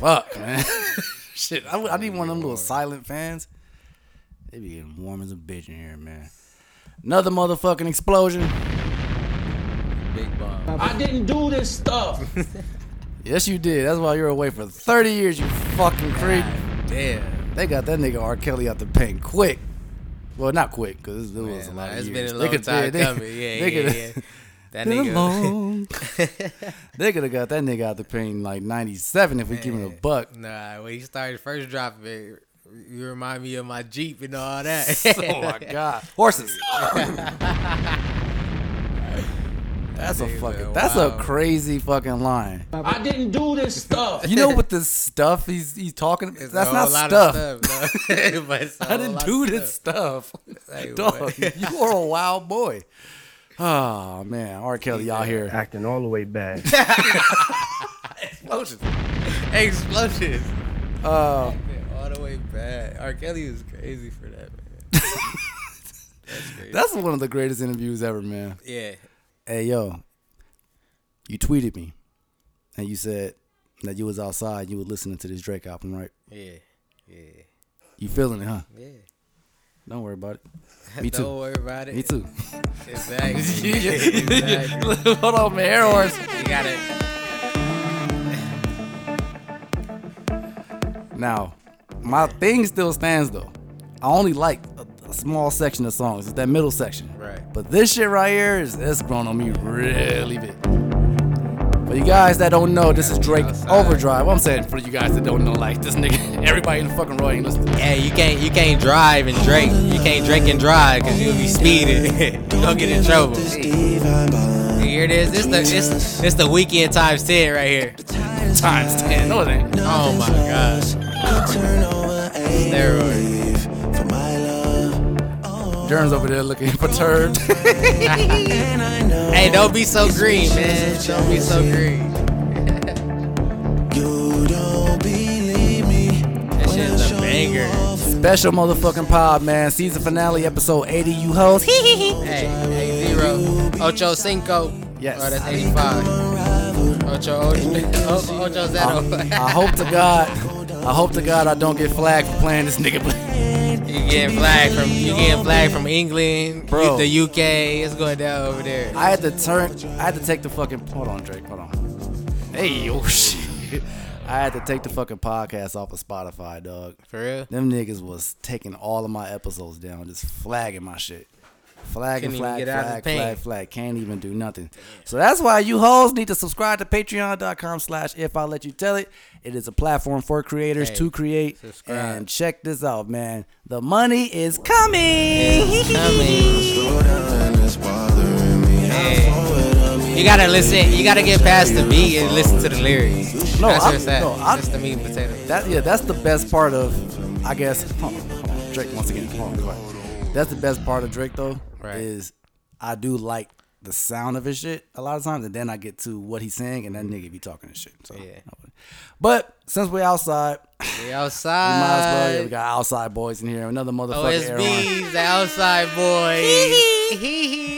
Fuck, man. Shit, I, I need one of them little silent fans. It be getting warm as a bitch in here, man. Another motherfucking explosion. Big bomb. I didn't do this stuff. Yes, you did. That's why you're away for 30 years, you fucking creep. Damn. They got that nigga R. Kelly out the paint quick. Well, not quick, because it was a lot Nah, of It's years. been They a long could- time they- coming. Yeah, they yeah, could- yeah. That Been a nigga. long- they could have got that nigga out the paint in like 97 if we give him a buck. Nah, when he started first dropping it, you remind me of my Jeep and all that. oh my god, horses. that's a Dude, fucking. man, That's a wow. crazy fucking line. I didn't do this stuff. You know what the stuff he's he's talking? It's a that's whole not lot stuff. Of stuff no. But it's a I whole didn't lot do of this stuff. stuff. Like, Dog, what? you are a wild boy. Oh man, R. Kelly out here. Acting all the way bad. Explosions. Explosions. Uh, Man, all the way back. R. Kelly was crazy for that, man. That's crazy. that's one of the greatest interviews ever, man. yeah. hey yo, you tweeted me, and you said that you was outside, you were listening to this Drake album, right? Yeah. Yeah. You feeling it, huh? Yeah. Don't worry about it. Me Don't too. worry about it. Me too. Exactly. exactly. Hold on, man. Air horse. You got it. Now, my thing still stands though. I only like a, a small section of songs. It's that middle section. Right. But this shit right here is it's grown on me really big. For you guys that don't know, this is Drake Overdrive. I'm saying for you guys that don't know, like this nigga, everybody in the fucking row ain't listening. Hey, you can't you can't drive and drink. You can't drink and drive because you'll be speeding. you gonna get in trouble. You hear this? This the it's, it's the weekend times ten right here. Times ten, no it ain't. Oh my god. Steroids. Germs over there looking perturbed. Hey, don't be so green, man. Don't be so green. That shit is a banger. Special motherfucking pod, man. Season finale, episode 80. You hoes. Hey, hey, zero. Ocho cinco. Yes. Oh, that's 85. Ocho, oh, ocho, ocho I, zero. I hope to God, I hope to God I don't get flagged for playing this nigga. you getting flagged from you getting flagged from England, Bro. the UK. It's going down over there. I had to turn. I had to take the fucking. Hold on, Drake. Hold on. Hey, oh shit. I had to take the fucking podcast off of Spotify, dog. For real? Them niggas was taking all of my episodes down, just flagging my shit. Flagging, Couldn't even flag, get out of the flag, pain. flag, flag. Can't even do nothing. So that's why you hoes need to subscribe to patreon.com slash if I let you tell it. It is a platform for creators Hey, to create. subscribe. And check this out, man. The money is coming. I mean, Hey, you gotta listen. You gotta get past the beat and listen to the lyrics. No, that's I'm- what's at. no, I'm- that's the meat and potatoes. That yeah, that's the best part of, I guess. Hold on, hold on, Drake once again. Hold on, go ahead. That's the best part of Drake though. Right. Is I do like the sound of his shit a lot of times, and then I get to what he's saying, and that nigga be talking his shit. So. Yeah. But since we're outside, we We might as well. Yeah, outside. we got outside boys in here. Another motherfucker. air horn. OSB's Oh, the outside boys. Hee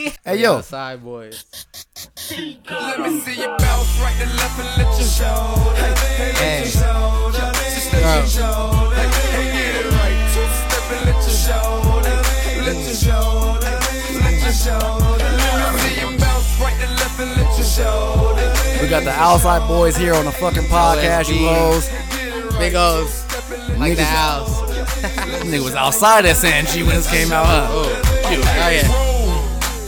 hee. Hey yo, Outside boys. Let me see you bounce right to left and let your shoulder. Hey, hey, Hey. let your shoulder. Just let Bro. your shoulder. Hey, get it right. Two step and let your shoulder. Let your shoulder. Let your shoulder. Let me see you bounce right to left and let your shoulder. we got the outside boys here on the fucking podcast. You OSB. hoes. Big O's. Like the Niggas- house. Oh, Nigga was outside that saying G Wins came out. Huh? Oh, oh yeah.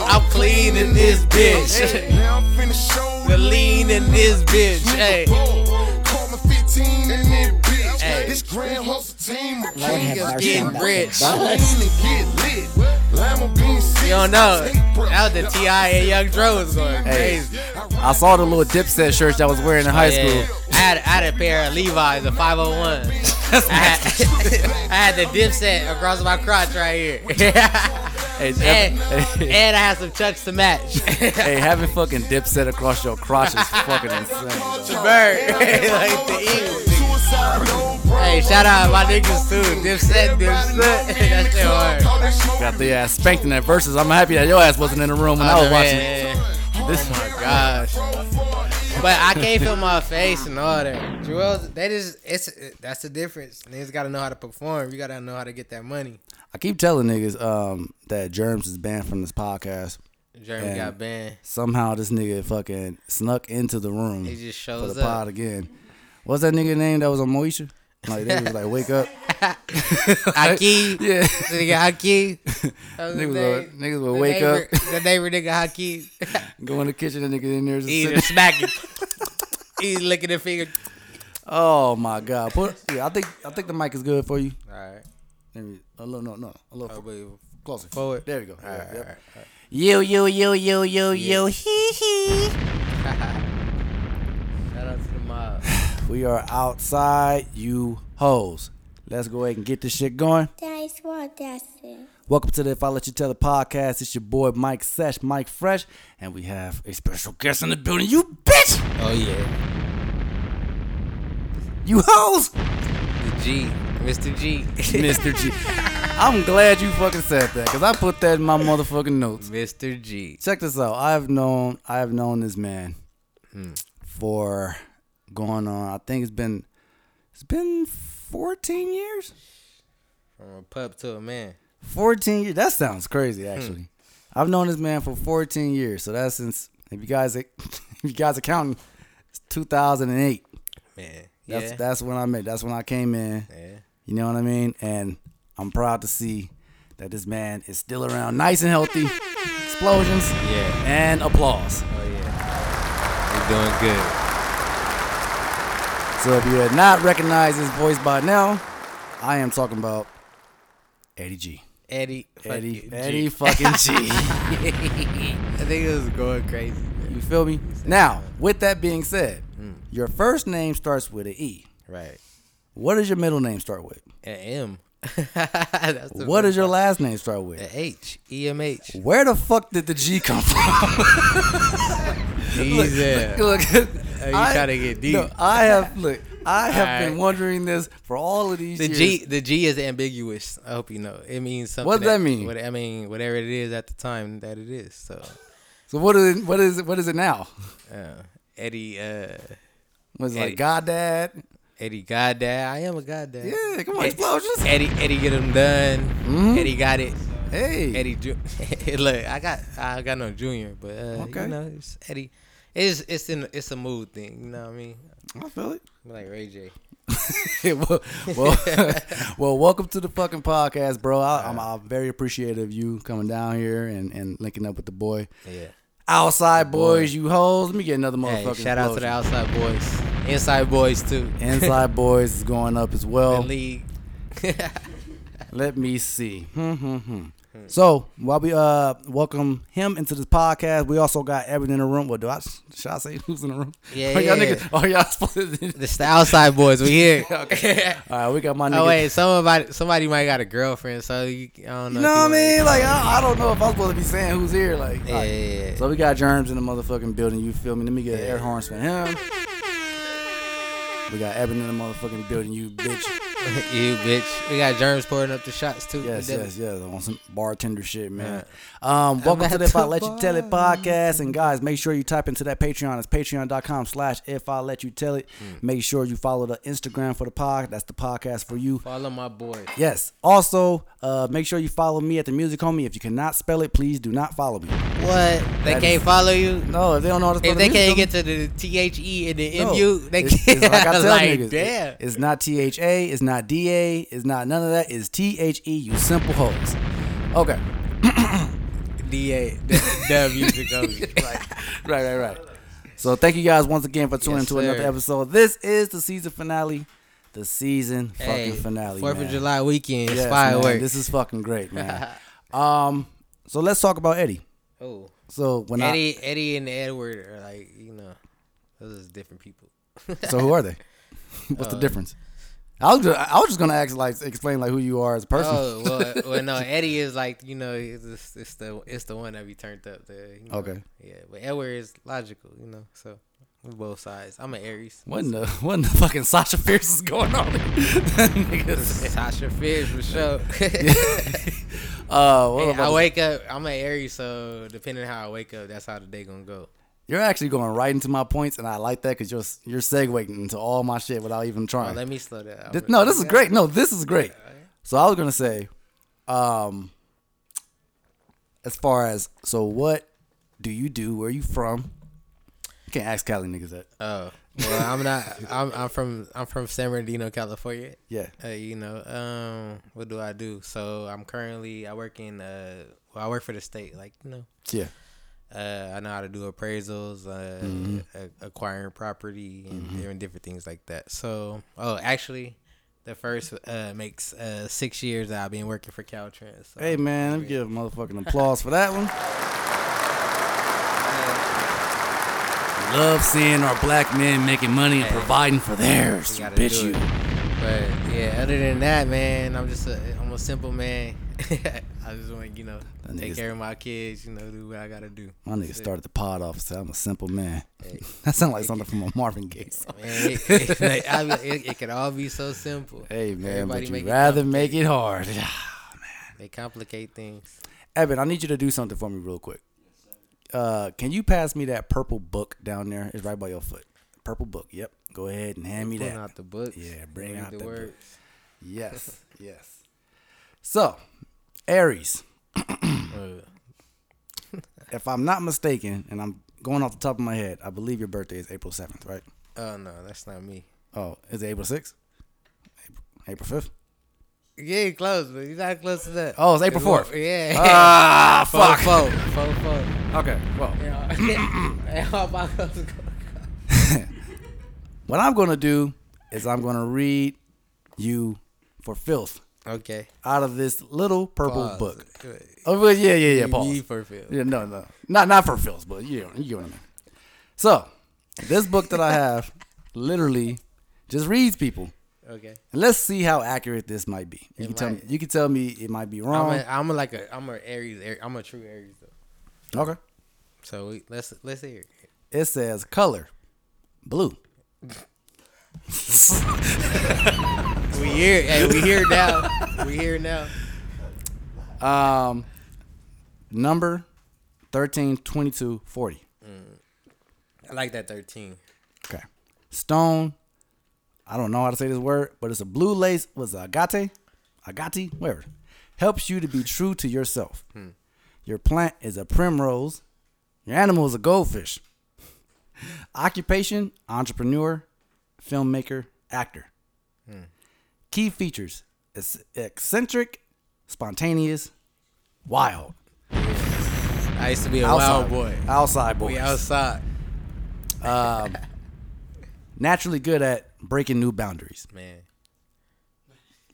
I'm clean in this bitch. Now I'm finna show The lean in this bitch. Hey. Call me 15 and then bitch. Hey. This grand hustle team with Lord have mercy kings on get that rich. bus. Lean and get lit. Lima bean six. You don't know. Take breath. That was the T.I. and Young Dro was going Hey, crazy. I saw the little Dipset shirts I was wearing in high Oh, Yeah, school. yeah. I had, I had a pair of Levi's, a 501. I had, I had the dip set across my crotch right here. Hey, and, Jeff- and I had some chucks to match. Hey, having fucking dipset across your crotch is fucking insane. The bird. like the eagle. Suicide, no bro. Hey, shout out my niggas too. Dipset, Dipset. That shit hard. Call that smoke. Got the ass spanked in that versus. I'm happy that your ass wasn't in the room when I was Oh, watching. man. This Gosh. But but I can't feel my face and all that. Jewels, that is it's that's the difference. Niggas gotta know how to perform. You gotta know how to get that money. I keep telling niggas um, that Germs is banned from this podcast. Jeremy Yeah. got banned. Somehow this nigga fucking snuck into the room He just for shows the up. pod again. What's that nigga name that was on Moesha? Like they was like, wake up. Aki. Yeah. Nigga Aki. Niggas Niggas would- niggas would wake up. The neighbor nigga Aki. Go in the kitchen and nigga in there just He's sitting. just smacking. He's licking the finger. Oh my god. Put yeah, I think I think the mic is good for you. Alright. Let me- A little no no. A Oh, little closer. forward. There we go. Yeah, yep. alright, You you you you you you hee hee. Shout out to the mob. We are outside, you hoes. Let's go ahead and get this shit going. That's what that's it. Welcome to the If I Let You Tell the podcast. It's your boy Mike Sesh, Mike Fresh, and we have a special guest in the building. You bitch, Oh yeah. you hoes, The G. Mr. G. Mr. G. I'm glad you fucking said that because I put that in my motherfucking notes. Mr. G. Check this out. I've known I've known this man for going on. I think it's been it's been 14 years. From a pup to a man. 14 years. That sounds crazy, actually. I've known this man for 14 years. So that's since, if you guys, if you guys are counting, it's 2008. Man. That's yeah. that's when I met. That's when I came in. Yeah. You know what I mean? And I'm proud to see that this man is still around, nice and healthy. Explosions Yeah. and applause. Oh yeah. You're doing good. So if you had not recognized his voice by now, I am talking about Eddie G. Eddie. Eddie, fucking G. Eddie fucking G. I think it was going crazy. You feel me? Now, with that being said, Hmm. your first name starts with a E. Right. What does your middle name start with? An M. That's the What does your last name start with? An H. E M H. Where the fuck did the G come from? He's there. look, you tryna get deep. no, I have look. I have been Alright. wondering this for all of these The years. G the G is ambiguous. I hope you know. It means something. What does that mean? what- I mean, whatever it is at the time that it is. So, So what is it, what is it, what is it now? uh, Eddie, uh, Was it Eddie. like goddad? Eddie, goddad. I am a goddad. Yeah, come on, Eh, explosions. Mm-hmm. Eddie, Eddie, get him done. Eddie got it. Hey, Eddie, Ju- look, I got, I got no junior, but uh, Okay. you know, it's Eddie. It's it's in it's a mood thing. You know what I mean? I feel it. I'm like Ray J. Yeah, well, well, well, welcome to the fucking podcast, bro. I, I'm, I'm very appreciative of you coming down here and, and linking up with the boy. Yeah. Outside boys, you hoes. Let me get another Hey, motherfucking. shout out to the explosion. outside boys, inside boys too. Inside boys is going up as The well. league. Let me see. Hmm, hmm, hmm. So while we uh welcome him into this podcast, we also got Evan in the room. What do I should I say who's in the room? Yeah, Are y'all yeah. niggas- are y'all split? It's the outside boys. We here. All right, we got my nigga. oh wait, somebody somebody might got a girlfriend, so you, I don't know. you know what I if mean? Like I, I don't know if I'm supposed to be saying who's here. Like, you wanna- Yeah, yeah, yeah. So we got germs in the motherfucking building. You feel me? Let me get air horns for him. We got Evan in the motherfucking building. You bitch. you bitch. We got germs pouring up the shots too. Yes, We did it. yes, yes. I want some bartender shit, man. Um, welcome to at the If I the Let You Tell It podcast. And guys, make sure you type into that Patreon. It's patreon.com slash if I let you tell it. Hmm. Make sure you follow the Instagram for the pod. That's the podcast for you. Follow my boy. Yes. Also, uh, make sure you follow me at the music homie. If you cannot spell it, please do not follow me. What? They That can't is- follow you. No, if they don't know how to spell If the they music can't homie- get to the T H E and the No, M U, they it's, can't. it's like I tell like, niggas, damn. it- it's not T H A, it's not D A, it's not none of that. It's T H E. You simple hoes. Okay, D A W to go. right, right, right. So thank you guys once again for tuning Yes, to another sir. episode. This is the season finale, the season Hey, fucking finale. Fourth man. of July weekend. it's Yes, man, fireworks. This is fucking great, man. um, so let's talk about Eddie. oh. So when Eddie, Eddie, and Edward are like you know, those is different people. I so who are they? What's Uh, the difference? I was gonna, I was just gonna ask like explain like who you are as a person. Oh well, well no, Eddie is like you know, it's, it's the it's the one that we turned up. The, you know, Okay. yeah, but Edward is logical, you know. So we're both sides. I'm an Aries. What in the what in the fucking Sasha Fierce is going on? Niggas. Sasha Fierce for sure. uh, what Hey, about Uh, I wake up. I'm an Aries, so depending on how I wake up, that's how the day gonna go. You're actually going right into my points, and I like that because you're you're segueing into all my shit without even trying. Let me slow down. Th- no, this is great. No, this is great. So I was gonna say, um, as far as so, what do you do? Where you from? You can't ask Cali niggas that. Oh, well, I'm not. I'm, I'm from. I'm from San Bernardino, California. Yeah. Uh, you know, um, what do I do? So I'm currently. I work in. Uh, well, I work for the state. Like you know, Yeah, uh, I know how to do appraisals, uh, Mm-hmm. a- acquiring property, and different- different things like that. So, oh, actually, the first uh, makes uh, six years that I've been working for Caltrans. So, Hey man, let me give a motherfucking applause for that one. Love seeing our black men making money and providing for theirs. we gotta Bitch, do you. it. But yeah, other than that, man, I'm just a, I'm a simple man. I just want to, you know, That take nigga's- care of my kids. You know, do what I gotta do. My nigga started the pod off. So I'm a simple man. Hey. That sounds like something from a Marvin Gaye song. Man, it, it, like, I, be- it, it could all be so simple. Hey man, Everybody but make you it rather make it hard. They complicate things. Evan, I need you to do something for me real quick. Uh, can you pass me that purple book down there? It's right by your foot. Purple book. Yep. Go ahead and hand me Pulling that. out the books. Yeah, bring read out the words. Yes. yes. So, Aries, Uh, if I'm not mistaken, and I'm going off the top of my head, I believe your birthday is April 7th, right? oh no, that's not me. Oh, is it April 6th? April, April 5th? Yeah, you're close, but you're not close to that. Oh, it's April It's more- 4th. Yeah. Ah, Four, fuck. four, four, four. Okay, well. Yeah. All my clothes go- What I'm going to do is I'm going to read you for filth okay. out of this little purple Pause. book. Oh, well, yeah, yeah, yeah, You pause. need for filth. Yeah, no, no. Not not for filth, but you know, you know what I mean. So, this book that I have literally just reads people. Okay. And let's see how accurate this might be. You can tell me might. you can tell me it might be I'm wrong. a, I'm a like a I'm a Aries. Aries I'm a true Aries though. okay. So we, let's let's hear. It. It says color blue. We hear. hey, we hear now. we hear now. Um number 13 22 40. I like that thirteen. Okay. Stone. I don't know how to say this word, but it's a blue lace. Was it agate? Agate? Whatever. Helps you to be true to yourself. Hmm. Your plant is a primrose. Your animal is a goldfish. Occupation, entrepreneur, filmmaker, actor. Hmm. Key features it's eccentric, spontaneous, wild. I used to be a Outside wild boy. Outside boy. We outside. Naturally good at breaking new boundaries. Man,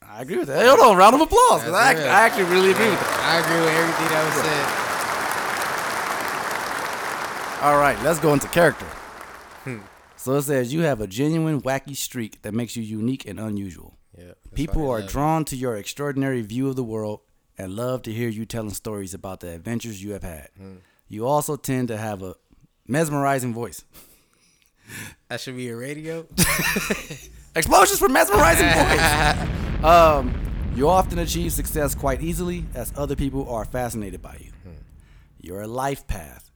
I agree with that. Hold on, round of applause. 'cause I, act- That's real. I actually really agree with that. I agree with everything that All right, let's go into character. Hmm. So it says you have a genuine wacky streak that makes you unique and unusual. was said. Yeah. People are drawn to your extraordinary view of the world and love to hear you telling stories about the adventures you have had. Hmm. You also tend to have a mesmerizing voice. That should be a radio. Explosions for mesmerizing voice. um, you often achieve success quite easily as other people are fascinated by you. Your life path.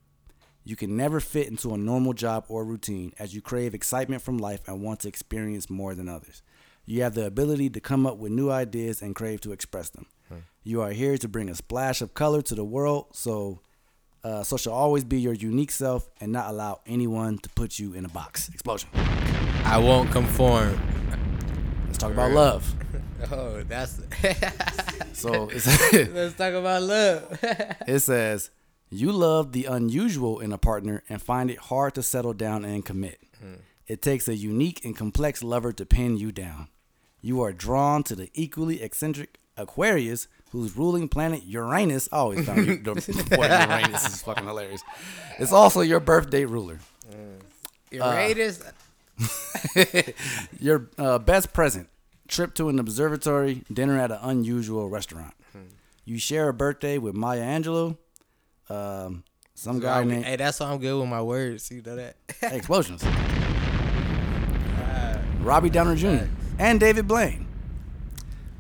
You can never fit into a normal job or routine as you crave excitement from life and want to experience more than others. You have the ability to come up with new ideas and crave to express them. You are here to bring a splash of color to the world, so uh, so shall always be your unique self and not allow anyone to put you in a box. Explosion. I won't conform. Let's talk about love. Oh, that's. So it's, Let's talk about love. It says, You love the unusual in a partner and find it hard to settle down and commit. It takes a unique and complex lover to pin you down. You are drawn to the equally eccentric Aquarius, whose ruling planet Uranus. I always found you, the word Uranus is fucking hilarious. It's also your birthday ruler. Raiders. Your uh, best present trip to an observatory, dinner at an unusual restaurant. Hmm. You share a birthday with Maya Angelou, um, some guy named hey, that's why I'm good with my words. You know that. Explosions. Robbie Downer Jr. and David Blaine.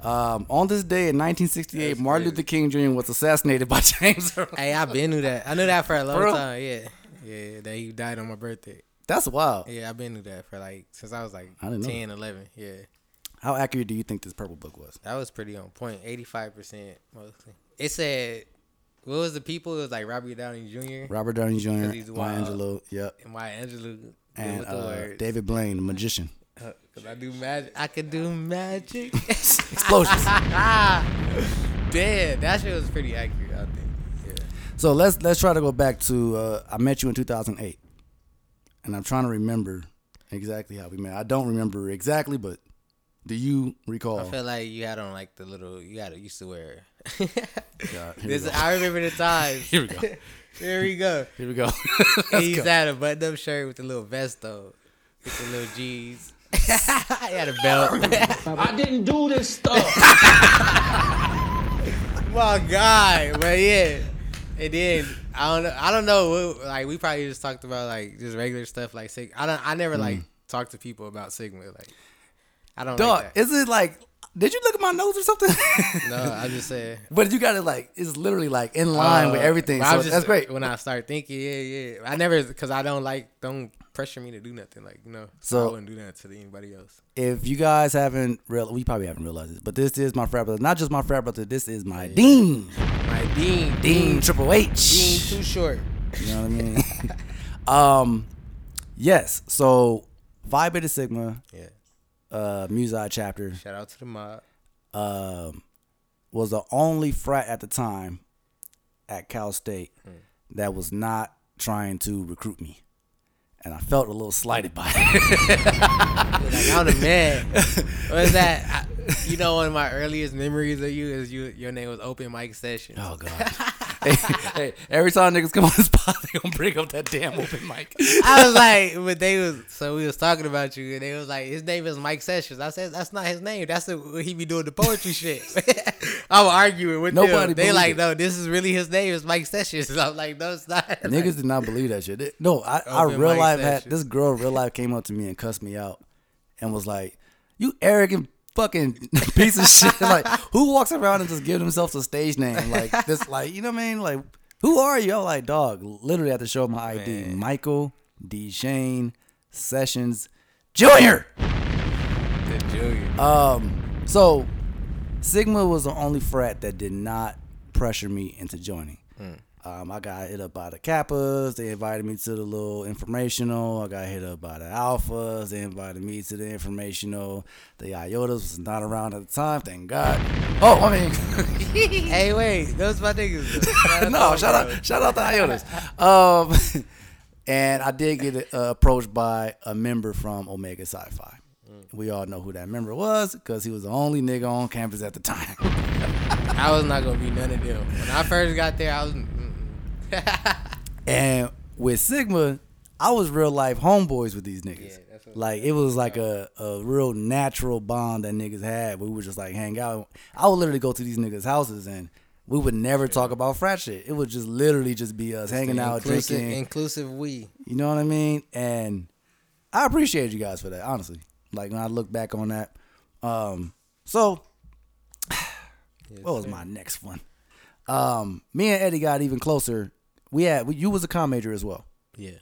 Um, on this day in 1968, Martin Luther King Jr. was assassinated by James Earl. hey, I've been through that. I knew that for a long Bro. time. Yeah. Yeah, that he died on my birthday. That's wild. Yeah, I've been to that for like since I was like I didn't know 10, 11. Yeah, How accurate do you think this purple book was? that was pretty on point. 85% mostly. It said, what was the people? It was like Robert Downey Jr. Robert Downey Jr., he's Maya wild. Angelou, yep, and Maya Angelou. and with the uh, words. David Blaine, the magician. Cause I do magic. I could do magic. Explosions. Damn, that shit was pretty accurate. I think. Yeah. so let's let's try to go back to uh, I met you in 2008, and I'm trying to remember exactly how we met. I don't remember exactly, but do you recall? I feel like you had on like the little you had used to wear. God, here we this go. I remember the times. Here we go. Here we go. Here we go. He's had a button up shirt with a little vest though, with the little G's. he had a belt. I didn't do this stuff. My God, but yeah. And then I don't know. I don't know. What, like we probably just talked about like just regular stuff like sig. I don't. I never like Mm. talk to people about Sigma. Like I don't. Dog, like that. is it like? Did you look at my nose or something? No, I'm just saying. But you got to like, it's literally like in line with Uh, everything. but I'm So just- that's great. When I start thinking, yeah, yeah. I never because I don't like don't pressure me to do nothing. Like you know, So- I wouldn't do that to anybody else. If you guys haven't real, we probably haven't realized this, but this is my frat brother. Not just my frat brother. This is my dean, My Dean, Dean Triple Dean H. too short. You know what I mean? um, yes. So Phi Beta Sigma, Yeah. uh, Musi chapter, Shout out to the mob. um, was the only frat at the time at Cal State that was not trying to recruit me, and I felt a little slighted by it. Like, I'm the man. Was that? I, you know, one of my earliest memories of you is you. Your name was Open Mic Session. Oh god. hey, hey, every time niggas come on this pod, they gonna bring up that damn open mic. I was like, but they was so we was talking about you, and they was like, his name is Mike Sessions. I said, that's not his name. That's the, what he be doing the poetry shit. I was arguing with Nobody Nobody them. They believed like, it. no, this is really his name. It's Mike Sessions. And I'm like, no, it's not. Like, niggas did not believe that shit. They- No, I, I Open real mic life had session. this girl in real life came up to me and cussed me out and was like, You arrogant fucking piece of shit. like who walks around and just gives themselves a stage name? Like this like you know what I mean? Like who are you? I'm like, dog, literally had to show my ID. Michael D. Shane Sessions Jr. the junior. Um, so Sigma was the only frat that did not pressure me into joining. Um, I got hit up by the Kappas. They invited me to the little informational. I got hit up by the Alphas. They invited me to the informational. The Iotas was not around at the time. Thank God. Oh, I mean, hey, wait, those my niggas. though. Shout no, shout out to them, out, shout out the Iotas. Um, and I did get uh, approached by a member from Omega Sci-Fi. We all know who that member was because he was the only nigga on campus at the time. bro. I was not gonna be none of them. When I first got there, I was. mm, mm-mm. And with Sigma, I was real life homeboys with these niggas. Yeah, that's what- like it was like a, a real natural bond that niggas had. We would just like hang out. I would literally go to these niggas' houses and we would never talk about frat shit. It would just literally just be us hanging out, inclusive, drinking. inclusive. We you know what I mean? And I appreciate you guys for that, honestly. Like when I look back on that. Um, so what was my next one? Um, me and Eddie got even closer. We had you was a com major as well. yeah.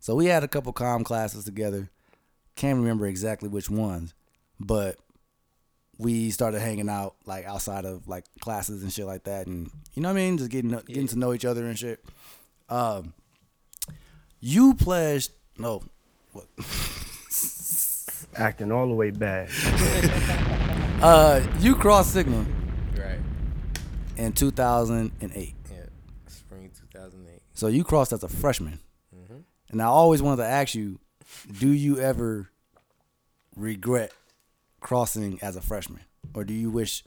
So we had a couple com classes together. Can't remember exactly which ones, but we started hanging out like outside of like classes and shit like that, and you know what I mean, just getting getting to know each other and shit. Um, you pledged no, what? acting all the way bad. Uh, you crossed Sigma Right. in 2008. Yeah. Spring 2008. So you crossed as a freshman. And I always wanted to ask you, do you ever regret crossing as a freshman? Or do you wish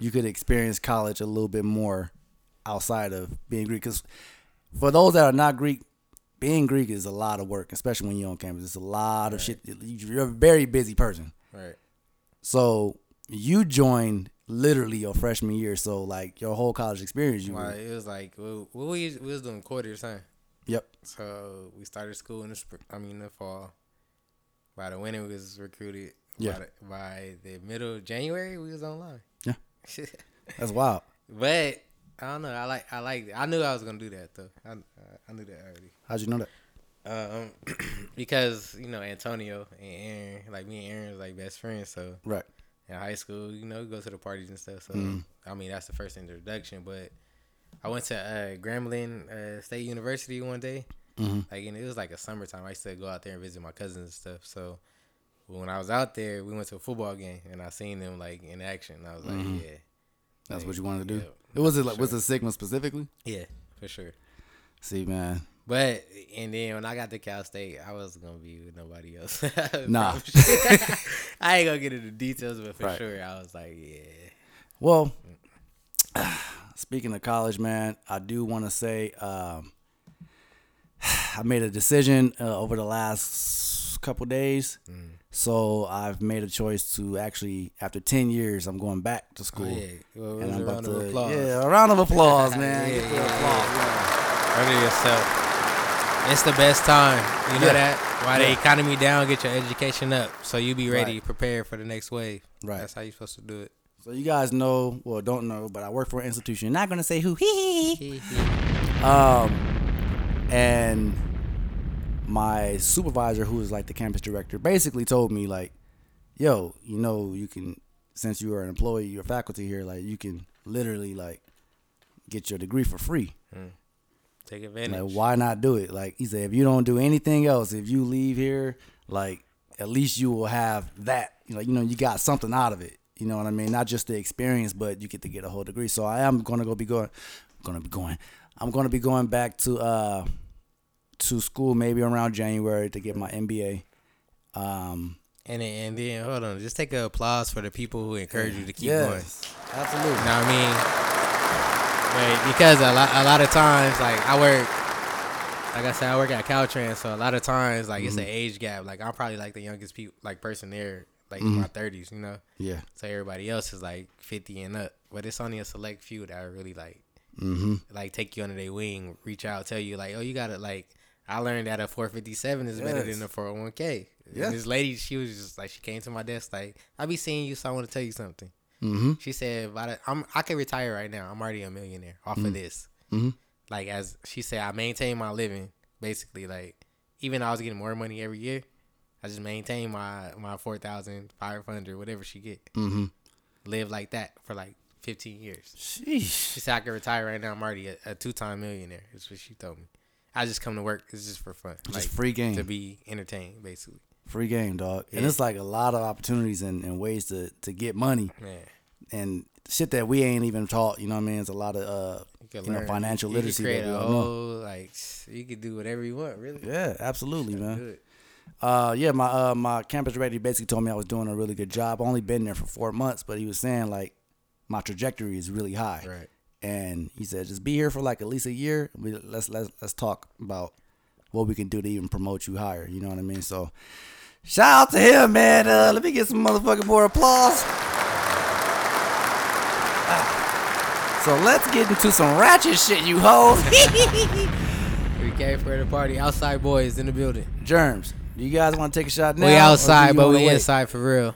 you could experience college a little bit more outside of being Greek? Because for those that are not Greek, being Greek is a lot of work, especially when you're on campus. It's a lot of shit. You're a very busy person. Right. So you joined literally your freshman year. So, like, your whole college experience, you were- Like, it was like we, we, we was doing quarters, huh? Yep. So we started school in the spring. I mean, the fall. By the winter, we was recruited. Yeah. By the, by the middle of January, we was online. Yeah. That's wild. but I don't know. I like. I like. I knew I was gonna do that though. I I knew that already. How'd you know that? Um, because you know Antonio and Aaron, like me and Aaron, was like best friends. So Right. in high school, you know, we go to the parties and stuff. So Mm-hmm. I mean, that's the first introduction. But I went to uh, Grambling uh, State University one day, Mm-hmm. like, and it was like a summertime. I used to go out there and visit my cousins and stuff. So when I was out there, we went to a football game, and I seen them like in action. And I was like, Mm-hmm. yeah, That's what you wanted to do. Yeah, it was it like was it Sigma specifically? yeah, for sure. See, man, But and then when I got to Cal State, I was gonna be with nobody else. Nah. I ain't gonna get into details, but for Right. sure, I was like, yeah, Well, speaking of college, man, I do want to say um, I made a decision uh, over the last couple days. Mm. So I've made a choice to actually, after 10 years, I'm going back to school. Oh, yeah. Well, And it was I'm a about round of to, applause. yeah, a round of applause, man. Yeah, Give me yeah, applause. Under yourself. It's the best time. You know Yeah. that? While the economy down, get your education up. So you be ready, Right. prepared for the next wave. Right. That's how you supposed to do it. So you guys know, well, don't know, but I work for an institution. Not gonna say who. Um, and my supervisor who was like the campus director basically told me like yo you know you can since you are an employee you're faculty here like you can literally like get your degree for free Take advantage. like why not do it like he said if you don't do anything else if you leave here like at least you will have that you know you know you got something out of it you know what i mean not just the experience but you get to get a whole degree so i am going to go be going going to be going i'm going to be going back to uh to school maybe around january to get my mba um and then, and then hold on, just take a applause for the people who encourage you to keep going. yes absolutely You know what I mean? But because a lot, a lot of times, like I work, like I said, I work at Caltrans, so a lot of times, like Mm-hmm. it's an age gap. Like I'm probably like the youngest people, like person there, like Mm-hmm. in my thirties, you know. yeah So everybody else is like fifty and up, but it's only a select few that are really like, Mm-hmm. like take you under their wing, reach out, tell you like, oh, you gotta like. I learned that a 457 is better Yes. than a 401k. Yeah. And this lady, she was just like, she came to my desk like, I be seeing you, so I want to tell you something. Mm-hmm. She said, "By the, I'm, I can retire right now. I'm already a millionaire off Mm-hmm. of this." Like as she said, I maintain my living basically. Like even though I was getting more money every year, I just maintain my my four thousand five hundred, whatever she get. Mm-hmm. Live like that for like fifteen years. sheesh She said, "I can retire right now. I'm already a, a two time millionaire." Is what she told me. I just come to work. It's just for fun, like free game. to be entertained, basically. free game dog and it's like a lot of opportunities and, and ways to to get money Man, and shit that we ain't even taught. You know what I mean? It's a lot of uh, you, could know learn. financial You could literacy. create That we a don't know. whole like you could do whatever you want, really. Yeah, absolutely, man. Good. Uh, yeah, my uh, my campus director basically told me I was doing a really good job. I only been there for four months, but he was saying like my trajectory is really high. Right. And he said just be here for like at least a year. We let's let's let's talk about what we can do to even promote you higher. You know what I mean? So shout out to him, man. Uh, let me get some motherfucking more applause. Ah. So let's get into some ratchet shit, you hoes. We came for the party. Outside boys in the building. Germs. Do you guys want to take a shot now? we or do outside, you but wanna we wait? inside for real.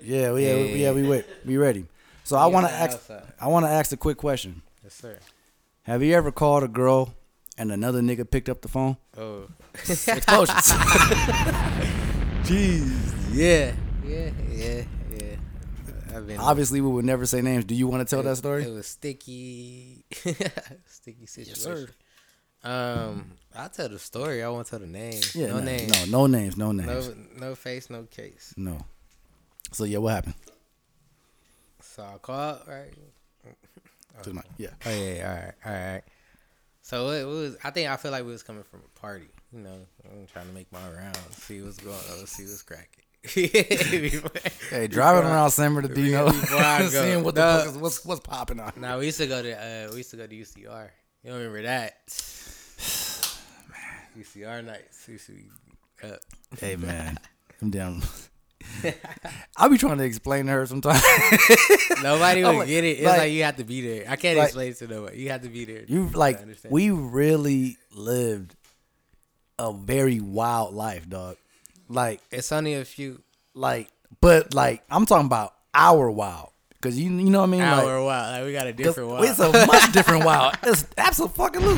Yeah, we, yeah, we, Yeah. yeah, we wait. We ready. So I want to outside, ask. outside. I want to ask a quick question. Yes, sir. Have you ever called a girl and another nigga picked up the phone? Oh, Explosions. jeez. Yeah, yeah, yeah, yeah. I've been. Obviously, we would never say names. Do you want to tell that It story? was sticky, sticky situation. um, I'll tell the story. I won't tell the name. Yeah, no nah, name. No, no names. No No, names. no face, no case. No. So yeah, what happened? So I called, right? To the mic. Yeah. Oh yeah, yeah, all right, all right. So it was. I think I feel like we was coming from a party. You know, I'm trying to make my rounds, see what's going on, see what's cracking. Hey, hey, driving around San Bernardino, before I go. seeing what the Nah. fuck is what's what's popping on. Now we used to go to uh, we used to go to UCR. You don't remember that? UCR nights. Used to be up. Hey man, I'm down. I be trying to explain to her sometimes. Nobody I'm would like- get it. It's Oh, like- like, you have to be there. I can't like- explain it to nobody. You have to be there. You to like understand. we really lived a very wild life, dog. Like It's only a few. like but like I'm talking about our wild Cause you you know what I mean. Like, Our wild. Like, we got a 'Cause different wild. It's a much different wild. It's absolutely,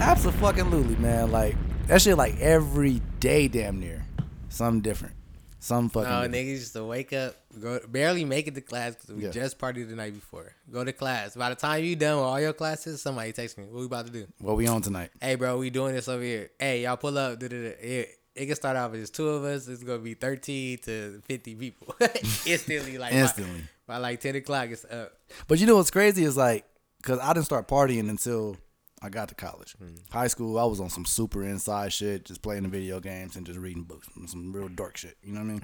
absolutely, man. Like that shit, like every day, damn near, something different, some fucking. No, different. niggas used to wake up, go barely make it to class 'cause we Yeah. just partied the night before. Go to class. By the time you done with all your classes, somebody text me, "What we about to do?" What we on tonight? Hey, bro, we doing this over here. Hey, y'all pull up. da, da, da. It, it can start off as two of us. It's gonna be thirteen to fifty people instantly. Like by- Instantly. by, like ten o'clock, it's up. But you know what's crazy is like, cause I didn't start partying until I got to college. Mm. High school, I was on some super inside shit, just playing the video games and just reading books, some real dark shit. You know what I mean?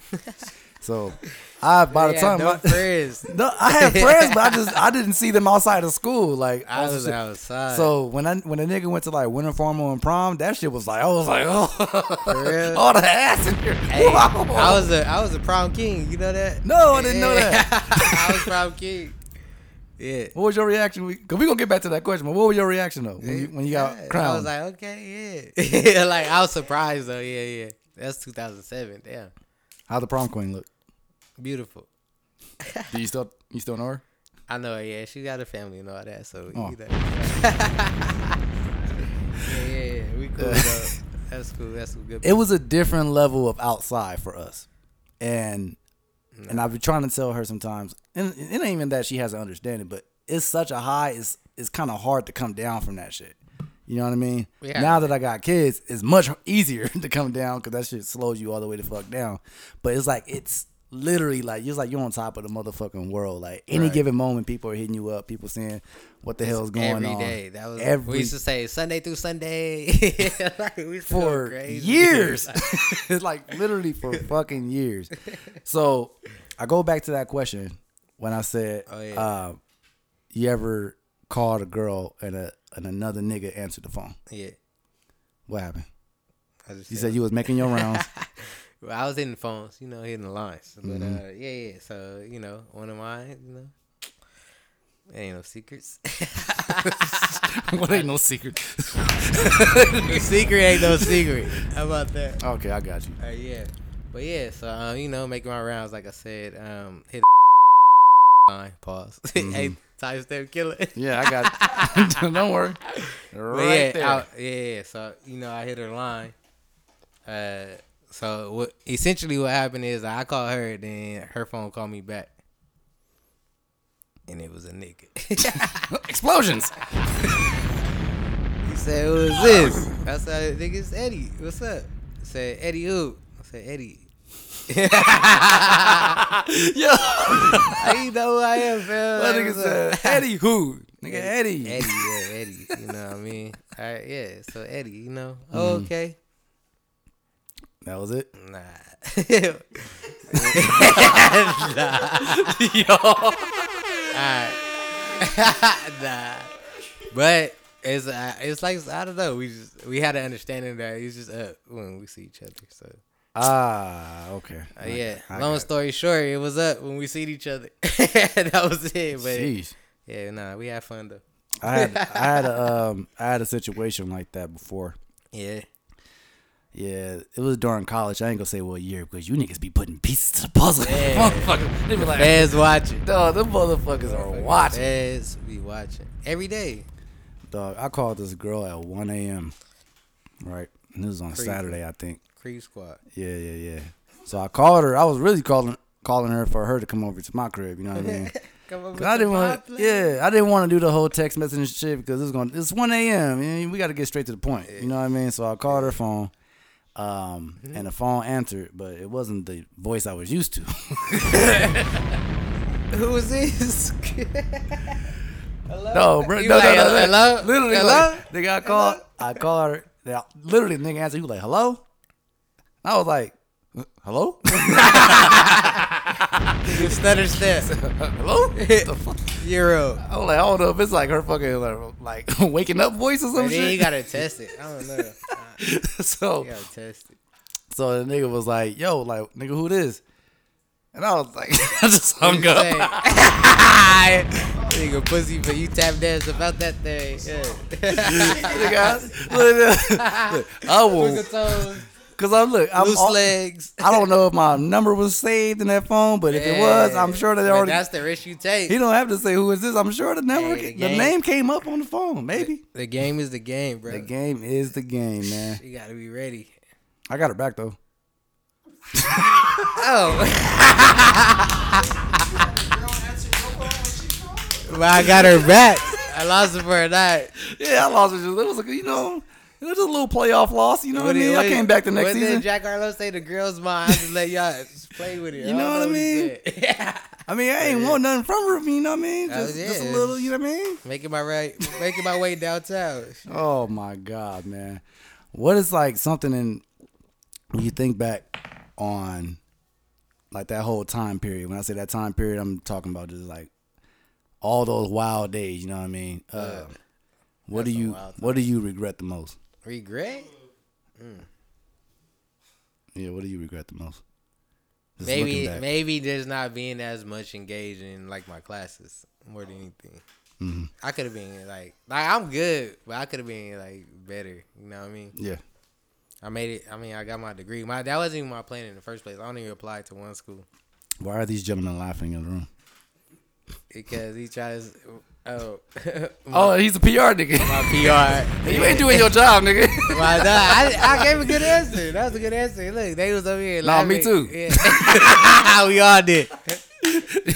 so, I by the Yeah, time no I, friends. No, I had friends, but I just I didn't see them outside of school. Like I also was shit. outside. So when I when a nigga went to like winter formal and prom, that shit was like I was like oh, real? all the ass in here. Hey, Wow. I was a I was a prom king. You know that? Oh. No, I didn't know that. I was prom king. Yeah. what was your reaction? We- Cause we gonna get back to that question, but what was your reaction though when you, when you got Yeah, I was crowned? like, okay, yeah. like I was surprised though. Yeah, yeah. That's 2007. Damn, How the prom queen look? beautiful. Do you still you still know her? I know. her, Yeah, she got a family and all that. So Oh. you know. yeah, yeah, yeah. We cool though. That's cool. That's some good. It was a different level of outside for us, and and I've been trying to tell her sometimes, and it ain't even that she has an understanding, but it's such a high, it's it's kind of hard to come down from that shit. You know what I mean? Yeah. Now that I got kids, it's much easier to come down because that shit slows you all the way the fuck down. But it's like it's literally like you're like you're on top of the motherfucking world. Like any given moment, people are hitting you up, people saying what the hell's going Every on day. That was every we used to say Sunday through Sunday. like, we used to go for crazy. years. It's like literally for fucking years. So I go back to that question when I said, Oh, yeah. uh, "You ever called a girl and a and another nigga answered the phone? yeah. What happened? I just You said you was making your rounds. Well, I was hitting phones, you know, hitting the lines. But Mm-hmm. uh, yeah, yeah. So you know, one of mine, you know, ain't no secrets. what ain't no secret? secret ain't no secret. How about that? Okay, I got you. Uh, yeah, but yeah. So um, you know, making my rounds, like I said, um, hit the line. Pause. Mm-hmm. hey, time step killer. Yeah, I got. Don't worry. But Right yeah, there. I- yeah, yeah. So you know, I hit her line. Uh, so what? Essentially, what happened is I called her, then her phone called me back, and it was a nigga. Explosions. he said, "Who is this?" I said, "Nigga, it's Eddie. What's up?" He said, "Eddie who?" I said, "Eddie." Yo, I you know who I am, fam. that Like, nigga what's up? said Eddie who? Nigga Eddie. uh, Eddie, yeah, Eddie. You know what I mean? All right, yeah. So Eddie, you know, Mm-hmm. oh, okay. That was it. Nah. nah. nah. But it's uh, it's like I don't know. We just we had an understanding that it's just up when we see each other. So Ah, okay. uh, yeah. I Long got it. story short, it was up when we seen each other. that was it. But Jeez. yeah, nah, we had fun though. I had I had a um I had a situation like that before. Yeah. Yeah, it was during college. I ain't gonna say what year because you niggas be putting pieces to the puzzle. Motherfucker, they be like, Feds watching. dog, them motherfuckers are watching. Feds be watching every day. Dog, I called this girl at 1 a.m. Right, and this was on Saturday, I think. Creep squad. Yeah, yeah, yeah. So I called her. I was really calling calling her for her to come over to my crib. You know what I mean? Come over 'Cause I didn't want. Yeah, I didn't want to do the whole text messaging shit because it's going. to It's one a.m. and we got to get straight to the point. You know what I mean? So I called her phone, um, and the phone answered, but it wasn't the voice I was used to. Who is this? no, bro. You No, like, no, no, no. "Hello? Literally, Hello? like, nigga, I called. I called her. Now, literally, the nigga answered. He was like, "Hello." I was like, "Hello, You stutter step. hello." the fuck? Euro. I was like, I don't know if it's like her fucking like, like waking up voice or some And then you shit. gotta test it. I don't know. You so gotta test it. So the nigga was like, "Yo, like nigga, who this?" And I was like, "I just hung up." Hey. Nigga pussy, but you tap dance about that thing. Yeah. Nigga, I- look, look, look, I will, Twinkle toes. Cause I'm look, I'm Loose all- legs. I don't know if my number was saved in that phone, but if it was, I'm sure that they But already. That's the risk you take. He don't have to say who is this. I'm sure the number, Hey, the the game- name came up on the phone. Maybe The game is the game, bro. the game is the game, man. You gotta be ready. I got her back though. Oh. but I got her back. I lost it for a night. Yeah, I lost it. It was a, you know, it was a little playoff loss. You know what I did- mean? I came back the next what did season. Jack Harlow say the girls' mine. I just let y'all just play with it. You know what I mean? Yeah. I mean, I ain't want nothing from her. You know what I mean? Oh, Just, just a yeah. little. You know what I mean? Making my right, making my way downtown. Oh my God, man. What is like something in when you think back on like that whole time period. When I say that time period, I'm talking about just like all those wild days, you know what I mean? Uh, what do you wild what do you regret the most? Regret? Yeah, what do you regret the most? Just Maybe, looking back. maybe just not being as much engaged in like my classes more than anything. Mm-hmm. I could have been like, like I'm good, but I could have been like better. You know what I mean? Yeah. I made it. I mean, I got my degree. My that wasn't even my plan in the first place. I only applied to one school Why are these gentlemen laughing in the room? because he tries. Oh, Oh, he's a PR nigga. my PR. you ain't doing your job, nigga. Why not? I, I gave a good answer. That was a good answer. Look, they was over here. Nah, me laughing. too. Yeah. we all did.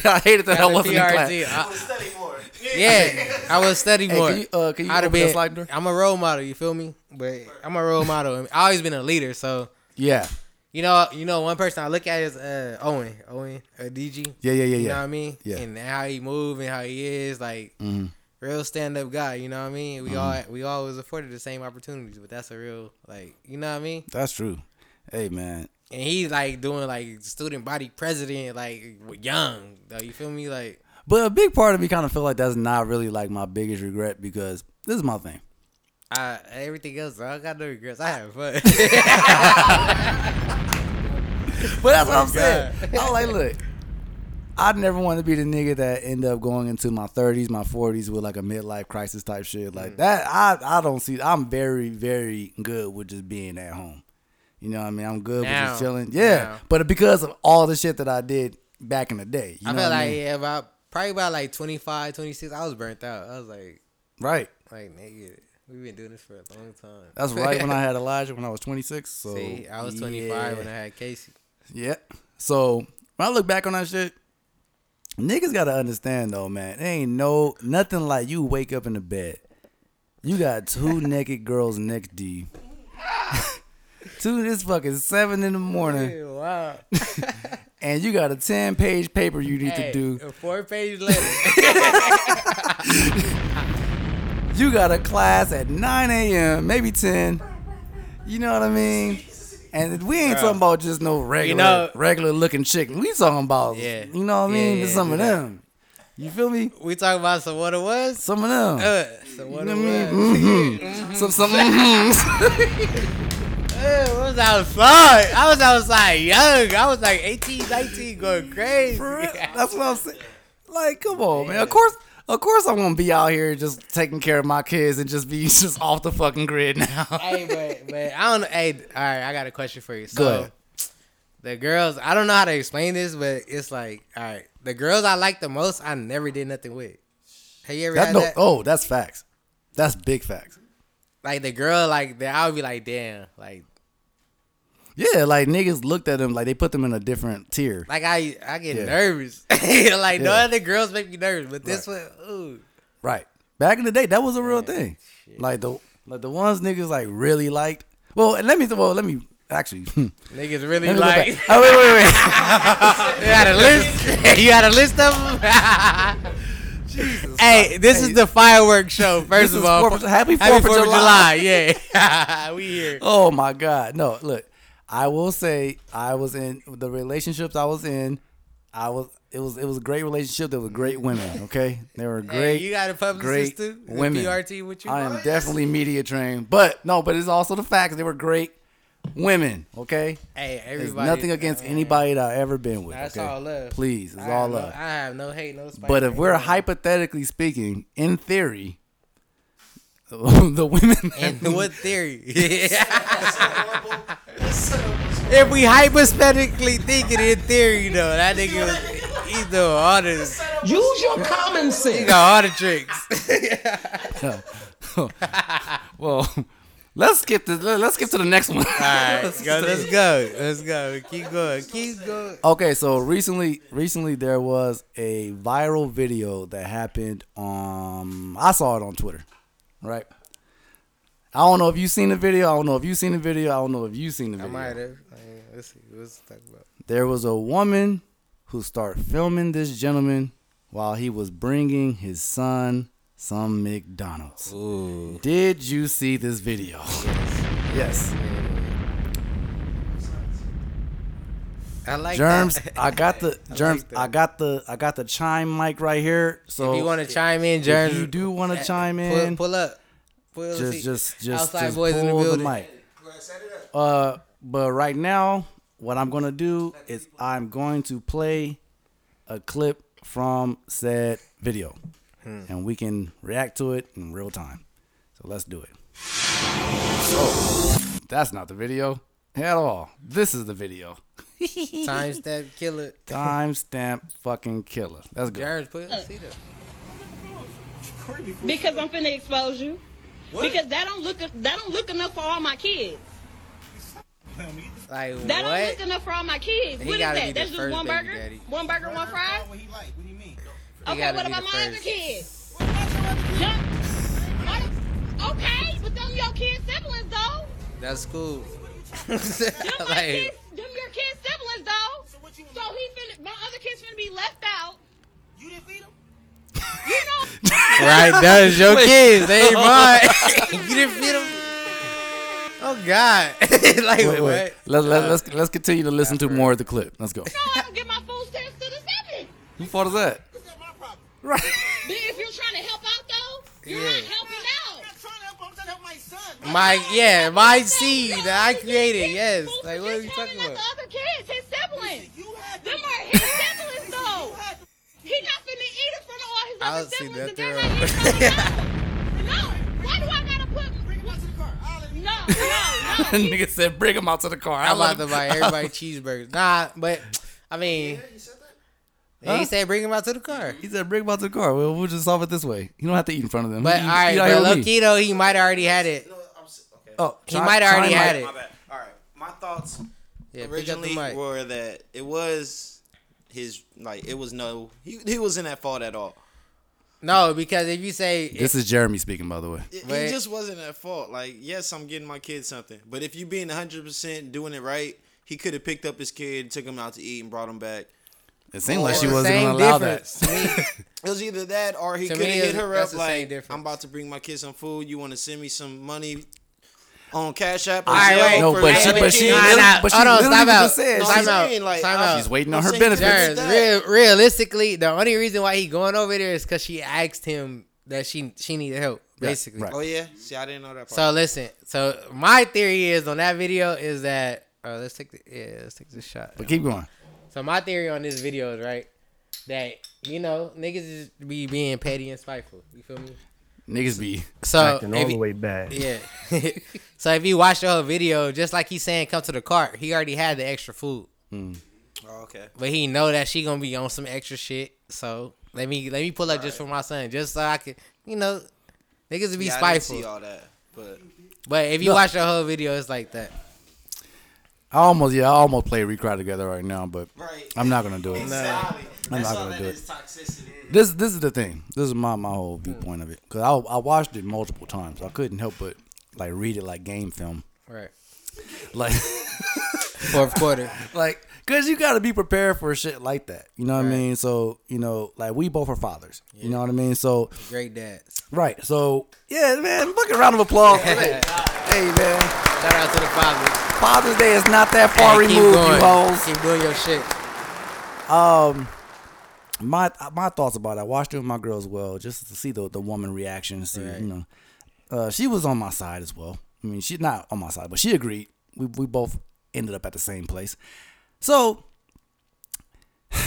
I hated that I The wasn't in class. PRT. I- Study more. Uh, yeah, I would study Hey, more. can you, uh, can you open I'd have that been. slide door? I'm a role model. You feel me? But I'm a role model. I always been a leader. So Yeah. you know, you know, one person I look at is uh, Owen, Owen, uh, DG. Yeah, yeah, yeah, You yeah. know what I mean? Yeah. Mm-hmm. And how he move and how he is like real stand up guy. You know what I mean? We all we all was afforded the same opportunities, but that's a real like you know what I mean? That's true. Hey man, And he's like doing like student body president like w- young. Though, you feel me? Like But a big part of me kind of feel like that's not really like my biggest regret because this is my thing. I everything else, I got no regrets. I have fun. But that's what I'm saying. I'm like, look, I never want to be the nigga that end up going into my 30s, my 40s with like a midlife crisis type shit like Mm. that. I I don't see. I'm very very good with just being at home. You know what I mean? I'm good with Now. just chilling. Yeah. Now. But because of all the shit that I did back in the day, you I know felt what I like mean? yeah, about probably about like 25, 26, I was burnt out. I was like, Right. like nigga, we've been doing this for a long time. That's right when I had Elijah when I was 26. So See, I was twenty yeah. five when I had Casey. Yeah. So when I look back on that shit, niggas gotta understand though, man. There ain't no nothing like you wake up in the bed. You got two naked girls next to you. two this fucking seven in the morning, Wow. and you got a ten page paper you need Hey, to do. a four page letter. You got a class at 9 a.m., maybe 10. You know what I mean? And we ain't talking about just no regular know- regular looking chicken. We talking about Yeah. you know what I Yeah, mean? yeah, some of yeah. them. You feel me? we talking about some what it was. Some of them. Uh, Mm-hmm. some what You it know what I was. mean? Mhm. Some some mhm. Uh, I was outside. I was outside young. I was like 18, 19, going crazy. For real. That's what I'm saying. Like, come on, man. Of course, of course, I'm gonna be out here just taking care of my kids and just be just off the fucking grid now. hey, but but I don't. know. Hey, all right. I got a question for you. So, Go ahead. the girls. I don't know how to explain this, but it's like all right. The girls I like the most, I never did nothing with. Have you ever That had no, that? oh, that's facts. That's big facts. Like the girl, like that. I would be like, damn, like. Yeah, like niggas looked at them like they put them in a different tier. Like I, I get Yeah. nervous. like no Yeah. other girls make me nervous, but this one, ooh, Right. Back in the day, that was a real thing. Like the like the ones niggas like really liked. Well, let me well let me actually. let niggas really me go like. back. oh wait wait wait. You had a list. you had a list of them. Hey, this is the fireworks show. First is of all, Fourth of- happy Fourth of Yeah, we here. Oh my God. No, look, I will say I was in the relationships I was in. I was it was it was a great relationship. There were great women. Okay, they were great. you got a publicist great too? The Women. PRT with you? I am definitely media trained, but no, but it's also the fact they were great women. Okay, Hey, there's everybody. uh, nothing against anybody that I have ever been with. That's okay? all love. Please, it's I all have no- love. I have no hate, no spite. But if ain't we're no- hypothetically speaking, in theory, the women and what theory? That's a horrible. That's If we hypothetically think it in theory, though, that nigga was he's doing all this, Use your common he sense. got all the tricks. Well, let's skip this. let- Let's skip to the next one. All right, let's go, let's go, let's go. Keep going, keep going. Okay, so recently, recently there was a viral video that happened. Um, I saw it on Twitter, right? I don't know if you seen the video. I don't know if you seen the video. I don't know if you seen the I video. might have. Let's see, let's talk about. There was a woman who started filming this gentleman while he was bringing his son some McDonald's. Ooh, Did you see this video? Yes. I like Germs, That. I got the germs. that. I got the I got the chime mic right here. So if you want to chime in, Germs, you do wanna uh, chime pull- in, Pull, up. Pull the just seat. just just outside just boys in the pull building. mic. Uh, but right now, what I'm gonna do is I'm going to play a clip from said video, and we can react to it in real time. So let's do it. Oh, that's not the video at all. This is the video. Times that killer. Timestamp fucking killer. Let's go. Germs, pull the seat up. Because I'm finna expose you. Because that don't look that don't look enough for all my kids. Like That don't what? look enough for all my kids. He what is gotta be that? the That's just first one baby burger, daddy. one burger, one fry. Okay, gotta what be about the my other first. kids? Yeah. Oh, Okay, but them your kids siblings though. That's cool. Them, my like, kids, them your kids siblings though. So, he finna, my other kids finna be left out. You didn't feed them. You know. right, that's your kids. They ain't mine. you didn't feed them. Oh God! like Wait, wait. what? Let, let, let's let's continue to listen to more of the clip. Let's go. No, I don't get my food stamps to the seven. Who fought is that? Right. But if you're trying to help out though, you're not Yeah. helping out. My yeah, my seed Seed that I created. Yes. Like what are you talking about? The other kids, his siblings. Them are his siblings though. He not finna eat in front of all his I other don't see nothing siblings. and they're not wrong. eating from his house. No. Why do I gotta put? Bring him to the car. No, no, no. nigga said, "Bring him out to the car." I'm about to buy everybody cheeseburgers. Nah, but I mean, he said bring him out to the car. He said, "Bring him out to the car." Well, we'll just solve it this way. You don't have to eat in front of them. But You- all you out right, but here with low me. key though, he might already had it. Oh, He might already had it. My bad. All right. My thoughts Yeah, pick up the originally mic. were that it was his like it was no he he wasn't at fault at all. No, because if you say This is Jeremy speaking, by the way. It, Wait. he just wasn't at fault. Like yes, I'm getting my kid something, but if you being 100 percent doing it right, he could have picked up his kid, took him out to eat, and brought him back. It seemed like she Well, wasn't same gonna allow difference. that. It was either that or he To could me, have hit it's- her that's up the same like, difference. "I'm about to bring my kid some food. You want to send me some money on Cash App?" Or All right, Zelle wait. No, for but the she, other but she, kid?" Nah, literally- nah, but she hold on, literally stop out. just said No, Time she's she's, out. saying, like, Time I'm- out. she's waiting I'm on her saying it's benefits. just- Jared, that? real, realistically, the only reason why he going over there is because she asked him that she she needed help, basically. right. Oh yeah, see, I didn't know that. Part. So listen, so my theory is on that video is that oh let's take the yeah let's take this shot. But keep going. So my theory on this video is right that you know niggas is be being petty and spiteful. You feel me? Niggas be So acting if all the you- way bad. Uh, yeah. so if you watch the whole video, just like he's saying, come to the cart. He already had the extra food. oh, okay. but he know that she gonna be on some extra shit. So let me let me pull up just for my son, just so I can, you know, niggas would be Yeah, I didn't see spiteful. all that, but But if you watch the whole video, it's like that. I almost yeah, I almost play Recry together right now, but Right. I'm not gonna do it. I'm not gonna do it. This this is the thing. This is my, my whole viewpoint of it because I I watched it multiple times. I couldn't help but like read it like game film, Right. like Fourth quarter. like because you got to be prepared for shit like that. You know what I mean? So you know, like we both are fathers. You know what I mean? So Great dads. right. So yeah, man. Fucking round of applause. for that. hey man, Shout out to the fathers. Father's Day is not that far Hey, keep removed, going. you hoes. Keep doing your shit. my my thoughts about it. I watched it with my girl as well, just to see the the woman reaction. See, you know, uh, she was on my side as well. I mean, she's not on my side, but she agreed. We we both ended up at the same place. So, how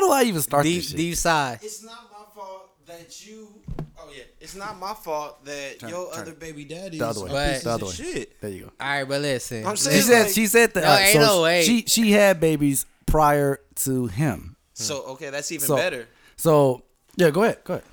do I even start Deep this shit? deep sigh. It's not my fault. that you. Oh yeah, it's not my fault that Turn- your turn other it. baby daddy The other way. But- the other way. shit. There you go. All right, but listen. I'm saying- She listen, It's said like- she said that No, ain't no way. she she had babies prior to him. So okay, that's even So- better. So yeah, go ahead, go ahead.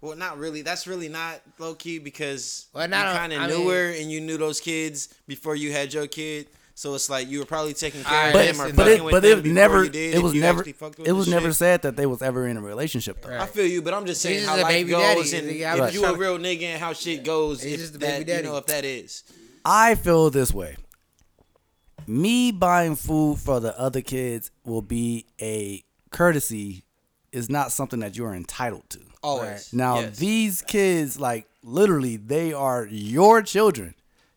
Well, not really. That's really not low key because Well, you not- kind I of knew mean- her and you knew those kids before you had your kid. So it's like you were probably taking Alright, care of But them or listen, but fucking it with but them it before never you did, it if was you never actually fucked with it was the never shit. said that they was ever in a relationship though. I feel you, but I'm just saying just how a life baby goes daddy. and He's- I if was you trying a to- real nigga and how shit goes. He's If just a that, baby you daddy. know if that is. I feel this way. Me buying food for the other kids will be a courtesy. Is not something that you are entitled to. Always. Now Yes. these kids, like literally, they are your children,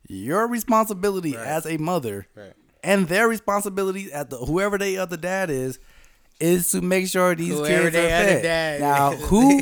your responsibility as a mother, and their responsibility at the whoever they other dad is, is to make sure these Whoever kids are they other fed. dad Now is. who?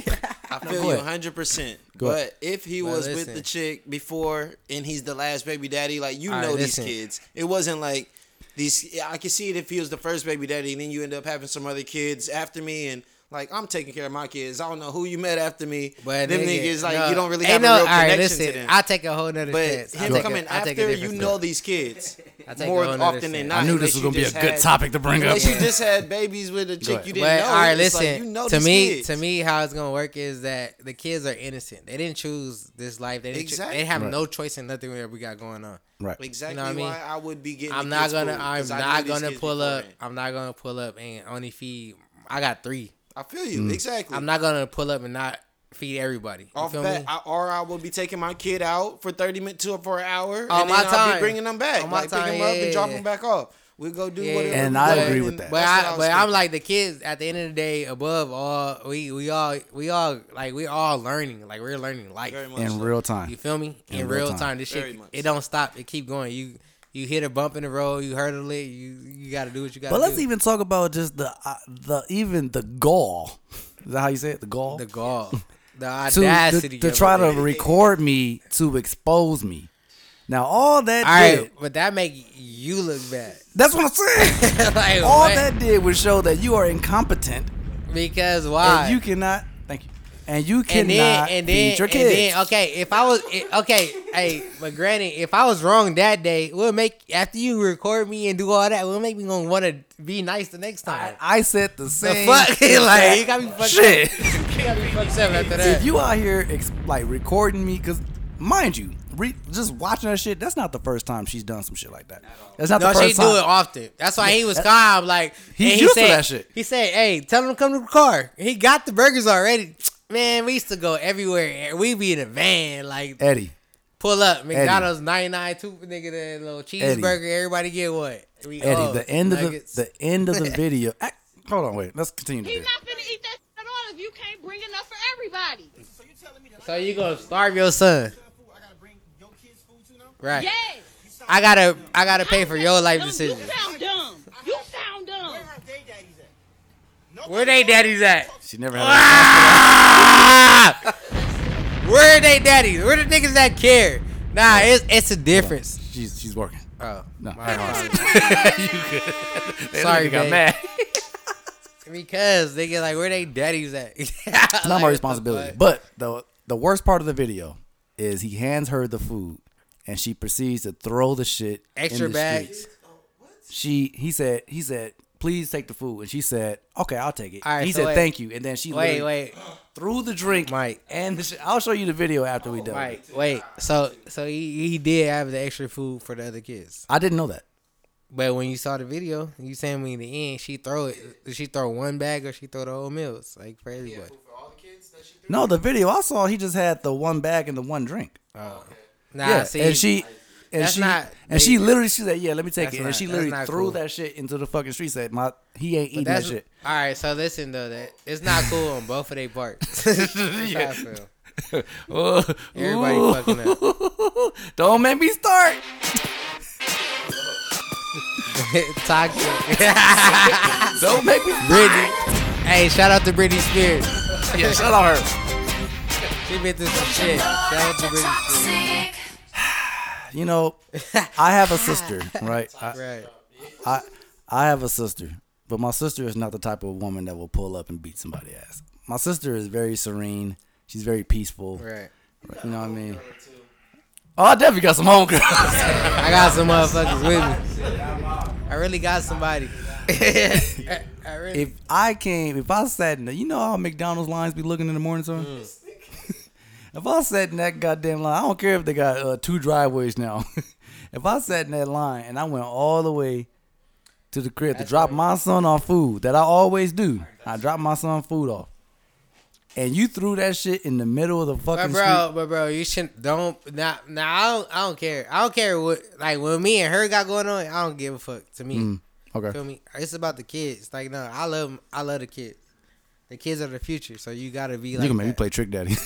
I feel go you ahead. 100. percent Go ahead. But if he But was with listen. the chick before and he's the last baby daddy, like you All right, know these listen. kids. It wasn't like these. yeah, I could see it if he was the first baby daddy, and then you end up having some other kids after me, and like I'm taking care of my kids. I don't know who you met after me, But but them nigga, niggas like no. you don't really have Ain't a no- all real right, connection listen, to them. I'll take a whole nother but stance. I'll him take a- coming I'll take a after, you different know stance. these kids I'll take a more whole often nother than stance. not. I knew this was unless you gonna be a just good had- topic to bring up. Unless you just had babies with a chick ahead. you But, didn't know. all right, It's like, listen. you know to these me, kids. to me, how it's gonna work is that the kids are innocent. They didn't choose this life. They didn't choo- Exactly. they have no choice in nothing that we got going on. right. Exactly what I mean? why I would be getting. I'm the not kids gonna. food, I'm 'cause I not knew these gonna kids pull up. beforehand. I'm not gonna pull up and only feed. I got three. I feel you exactly. Mm. I'm not gonna pull up and not feed everybody. You off feel that, me? I, or I will be taking my kid out for thirty minutes to for an hour, On and my then I'll be time. bringing them back, On my like pick time, them up yeah, and drop yeah. them back off. We go do Yeah. whatever. And we I want, agree and with that. that's But what I, was but I'm thinking. like the kids. At the end of the day, above all, we we all we all like we all learning. Like we're learning life. very much. In so. real time. You feel me? In, real time, this Very shit much it so. don't stop. It keep going. You you hit a bump in the road. You hurdle it. You you got to do what you got. But to let's do. even talk about just the uh, the even the gall. Is that how you say it? The gall. the gall, the to, to, audacity to of try it. to record me to expose me. Now all that All right, did, but that make you look bad. that's what I'm saying. like all what? that did was show that you are incompetent because why? and you cannot. Thank you. And you cannot and then and then feed your and kids. then okay if i was i- okay hey but granted if i was wrong that day it would make after you record me and do all that it would make me gonna want to be nice the next time I, I said the same. fuck? Like, exact you got me fucked shit. You gotta be fucked up after that. if you out here ex- like recording me, because mind you, re- just watching her shit, that's not the first time she's done some shit like that. That's not no, the first she do time. it often. That's why he was That- calm. Like He's and used to said, that shit. He said, "Hey, tell him to come to the car." He got the burgers already. Man, we used to go everywhere. We be in a van, like Eddie, pull up McDonald's ninety nine two nigga that little cheeseburger. Everybody get what? We Eddie, old. the end Nuggets. of the the end of the video. Ah, hold on, wait. Let's continue. To He's this. not finna eat that shit at all if you can't bring enough for everybody. So you gonna starve your son? Right. Yes. I gotta I gotta pay for your life Dumb, decisions. You sound dumb. You sound dumb. Where they daddies at? She never had. Ah! Where they daddies? Where the niggas that care? Nah, it's it's a difference. A, she's she's working. Oh, No. sorry, got babe. mad. Because they get like where they daddies at. It's not my responsibility. But the the worst part of the video is he hands her the food and she proceeds to throw the shit Extra in the bags. streets. She he said he said please take the food and she said okay I'll take it. All right, he so said wait. thank you and then she Wait, literally wait, threw the drink Mike. and the shit. I'll show you the video after we done. wait, wait. So so he he did have the extra food for the other kids. I didn't know that. But when you saw the video, you saying when in the end she throw it, did she throw one bag or she throw the whole meals like for everybody? No, the video I saw he just had the one bag and the one drink. Nah, yeah, see, and she and that's she not- and they- she literally she said, "Yeah, let me take That's it." and not- she that's literally not threw cool. that shit into the fucking street. Said, "My he ain't eating that that's shit." all right. So listen though, that it's not cool on both of their parts. That's how I Yeah. feel. Oh, Everybody ooh. fucking up. Don't make me start. Toxic. Don't make me. Britney. Hey, shout out to Britney Spears. yeah, shut on her. She been through some shit. Shout out to Britney Spears. You know, I have a sister, right? I, Right. I I have a sister, but my sister is not the type of woman that will pull up and beat somebody's ass. my sister is very serene. She's very peaceful. Right. You know what I mean? Oh, I definitely got some homegirls. I got some motherfuckers with me. I really got somebody. I, I really. if I came, if I sat in, the, you know how McDonald's lines be looking in the morning time. Mm. if I sat in that goddamn line, I don't care if they got uh, two driveways now. if I sat in that line and I went all the way to the crib to drop my son on food, that I always do, I drop my son food off. And you threw that shit in the middle of the But fucking bro, but bro, you shouldn't. Don't not. Nah, I don't. I don't care. I don't care what. Like when me and her got going on, I don't give a fuck. To Mm. me, street. Okay. feel me. It's about the kids. Like no, I love. 'em. I love the kids. The kids are the future. So you gotta be you like. can make me that. play Trick Daddy.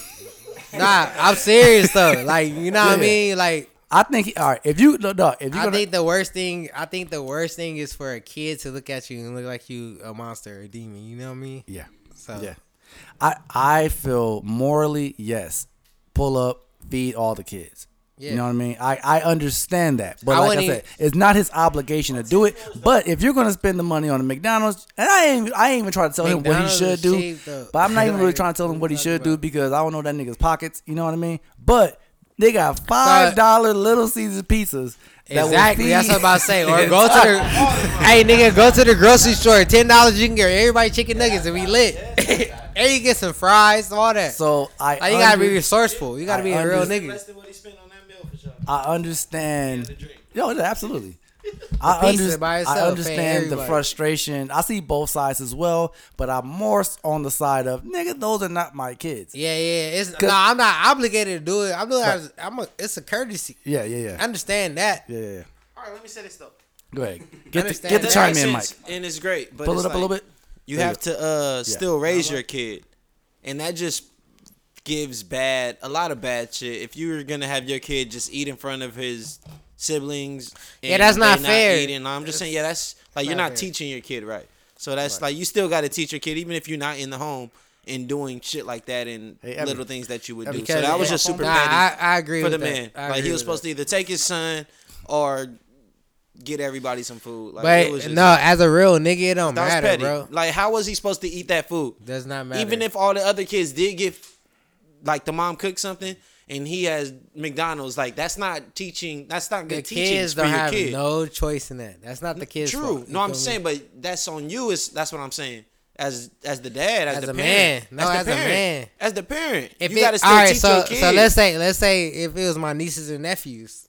Nah, I'm serious though. Like you know what Yeah. I mean. Like I think, all right, if you, no, no, if you I gonna, think the worst thing. I think the worst thing is for a kid to look at you and look like you a monster, a demon. You know what I mean? yeah. So Yeah. I I feel morally, yes, pull up, feed all the kids. Yeah. You know what I mean? I, I understand that. But I like I wouldn't e- said, it's not his obligation to do it. But if you're gonna spend the money on a McDonald's, and I ain't I ain't even trying to tell McDonald's him what he is should do. cheap, though. But I'm not even really Like, trying to tell him what he what you should talking do because I don't know that nigga's pockets. You know what I mean? But they got five dollar Little Caesar pizzas. that will Exactly. That's feed- what I'm about to say. Or go to the Hey nigga, go to the grocery store. Ten dollars you can get everybody chicken nuggets and we lit. and you get some fries, all that. So So I you gotta be under- resourceful. You gotta I be a real under- nigga. I understand. No, yeah, absolutely. I, pizza underst- by itself I ain't understand the everybody. frustration. I see both sides as well, but I'm more s- on the side of nigga. Those are not my kids. Yeah, yeah. It's no, I'm not obligated to do it. I'm doing I'm a, it's a courtesy. Yeah, yeah, yeah, I understand that. yeah, yeah. yeah. All right, let me say this though. Go ahead. Get the, Understand. get the That chime makes in, Mike. sense, And it's great, but Pull it's it up a like, little bit. You There you have to uh, still raise your kid, and that just gives bad a lot of bad shit. If you were gonna have your kid just eat in front of his siblings, and Yeah, that's they not fair. eating, I'm just saying, yeah, that's like you're not not fair. teaching your kid right. So that's like you still got to teach your kid, even if you're not in the home and doing shit like that and Hey, Evan. little things that you would do. So Because- that was just super nah, petty I, I agree for the with that. man. I Like agree he with was supposed to either take his son or get everybody some food. Like that. it was But just no, as a real nigga, it don't that was matter, petty. bro. Like, how was he supposed to eat that food? Does not matter. Even if all the other kids did get, like, the mom cooked something and he has McDonald's, like, that's not teaching. That's not the good teaching kids for don't your have kid. no choice in that. That's not the kids. True. fault, you no, I'm feel me? saying, but that's on you. Is that's what I'm saying. As as the dad, as, As the a parent, man. No, the as a parent, man. as the parent, If you it- gotta still all right, teach so, your kid. So let's say let's say if it was my nieces and nephews,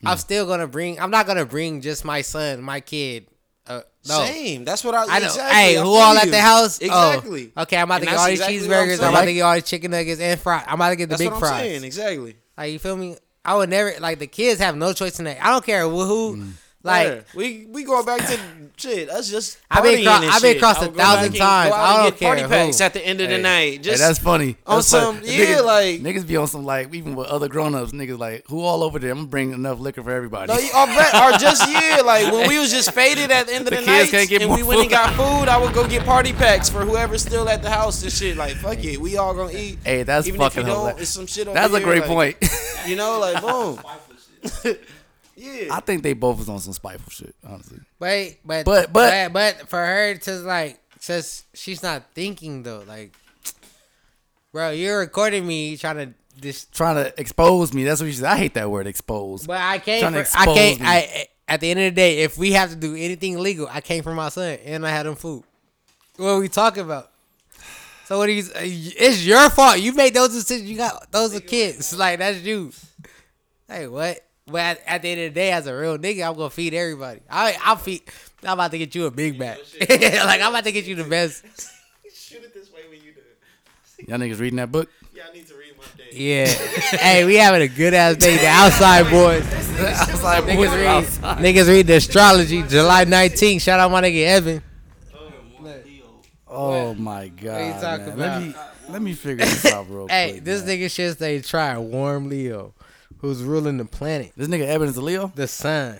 Hmm. I'm still gonna bring. I'm not gonna bring just my son, my kid. Uh, no. Same. That's what I. I know. Exactly. hey, I who feel all at you. the house? Oh, Exactly. okay, I'm about to And get that's all these exactly what I'm cheeseburgers. I'm, saying. about to get all these chicken nuggets and fries. I'm about to get the That's big what I'm fries. saying. Exactly. Like you feel me? I would never like the kids have no choice in that. I don't care who. who Like Yeah, we we going back to shit. That's just. I've been partying cro- and I've been shit. crossed a I'll go back thousand and go times. out I and don't get care Party who. packs at the end of the night. Hey, Just that's funny. on That's funny. some- The yeah, niggas, like- niggas be on some like even with other grown ups, niggas like who all over there. I'm bringing enough liquor for everybody. No, you- or, back- or just yeah, like when we was just faded at the end of The the, kids night, can't get and more we went and food. got food. I would go get party packs for whoever's still at the house and shit. Like fuck it, we all gonna eat. Hey, that's Even fucking if you don't, hilarious. It's some shit. Over That's a here, great like, point. You know, like boom. yeah. I think they both was on some spiteful shit, honestly. But but But- but- but but for her to like just she's not thinking though. Like, bro, you're recording me trying to dis. Trying to expose me. That's what you said. I hate that word expose. But I Trying can't. to For, I expose can't. me. I at the end of the day, if we have to do anything legal, I came from my son and I had him food. What are we talking about? So what do you? It's your fault. You made those decisions. You got those are kids. Like that's you. Hey, what? But at, at the end of the day, as a real nigga, I'm gonna feed everybody. I I feed. I'm about to get you a Big Mac. like I'm about to get you the best. Y'all niggas reading that book? Yeah. hey, we having a good ass day. The outside boys. Niggas read, niggas read the astrology July 19th. Shout out my nigga Evan. Oh my god. you talking man. Let me let me figure this out real Hey, quick. this man. nigga shit stay try warm Leo, who's ruling the planet, this nigga Evan is a Leo? the sun,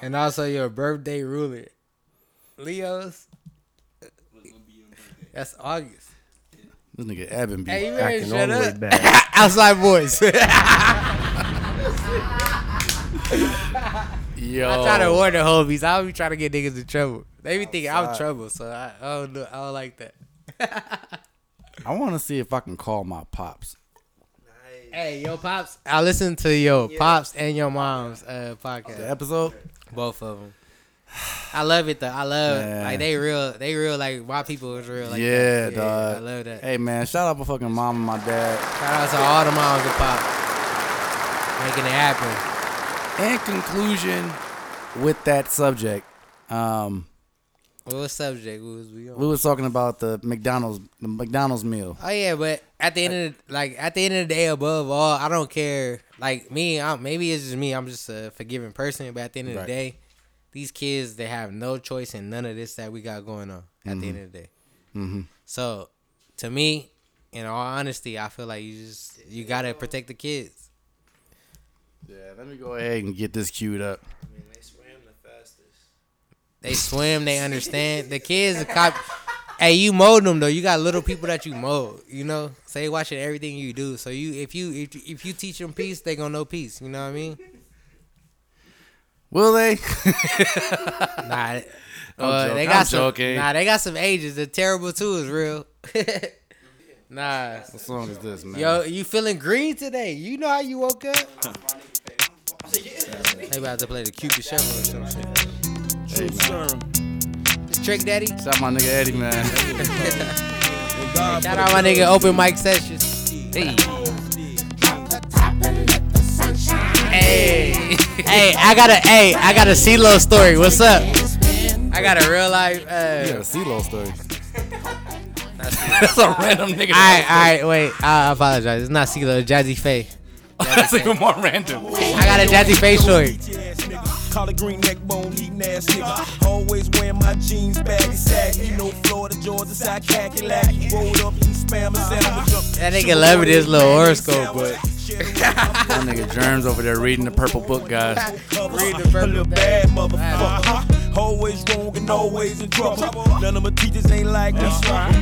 and also your birthday ruler. Leo's. That's August. This nigga Evan be Hey, you better acting all shut the way up. back. Outside boys. Yo. I try to warn the homies. I be trying to get niggas in trouble. They be thinking I'm trouble, so I, I don't know. I don't like that. I want to see if I can call my pops. Hey, yo, pops. I listened to your pops and your mom's uh, podcast, The episode. both of them. I love it though. I love Yeah. like they real, they real like why people is real. Like yeah, that. dog. I love that. Hey man, shout out my fucking mom and my dad. Shout out to all the moms and pops making it happen. In conclusion, with that subject, um, What subject was we on? we was talking about the McDonald's the McDonald's meal. Oh yeah, but at the end of the, like at the end of the day, above all, I don't care. Like me, i maybe it's just me. I'm just a forgiving person. But at the end of Right. the day, these kids they have no choice in none of this that we got going on. At the end of the day, so to me, in all honesty, I feel like you just you gotta protect the kids. Yeah, let me go ahead and get this queued up. They swim, they understand. The kids are cop. Hey, you mold them though. You got little people that you mold. You know, so they watching everything you do. So you, if you, if, you- if you teach them peace, they gonna know peace. You know what I mean? Will they? Nah, uh, joking, they I'm got some. joking. Nah, they got some ages. The terrible too is real. nah, what song is this, man? yo, you feeling green today? You know how you woke up? They about to play the Cupid Shuffle or some shit. Hey, man. It's Trick Daddy. Shout out my nigga Eddie, man. Shout out my nigga Open Mic Sessions. Hey. Hey, hey, I got a hey, I got a CeeLo story. What's up? I got a real life. You got a Uh, CeeLo story. That's a random nigga. all right, all right, wait. I I apologize. It's not CeeLo. It's Jazzy Faye. That's even more random. I got a Jazzy Faye story. Collar green neck bone, eating ass nigga. Always wearing my jeans, baggy sack. You know, Florida, Georgia, side khaki lack. Rolled up, eat spam and sandwich. That nigga loving this little horoscope, but That nigga Germs over there reading the purple book, guys. Read the a little bad motherfucker. Uh-huh. Always wrong and always in trouble. None of my teachers ain't like me.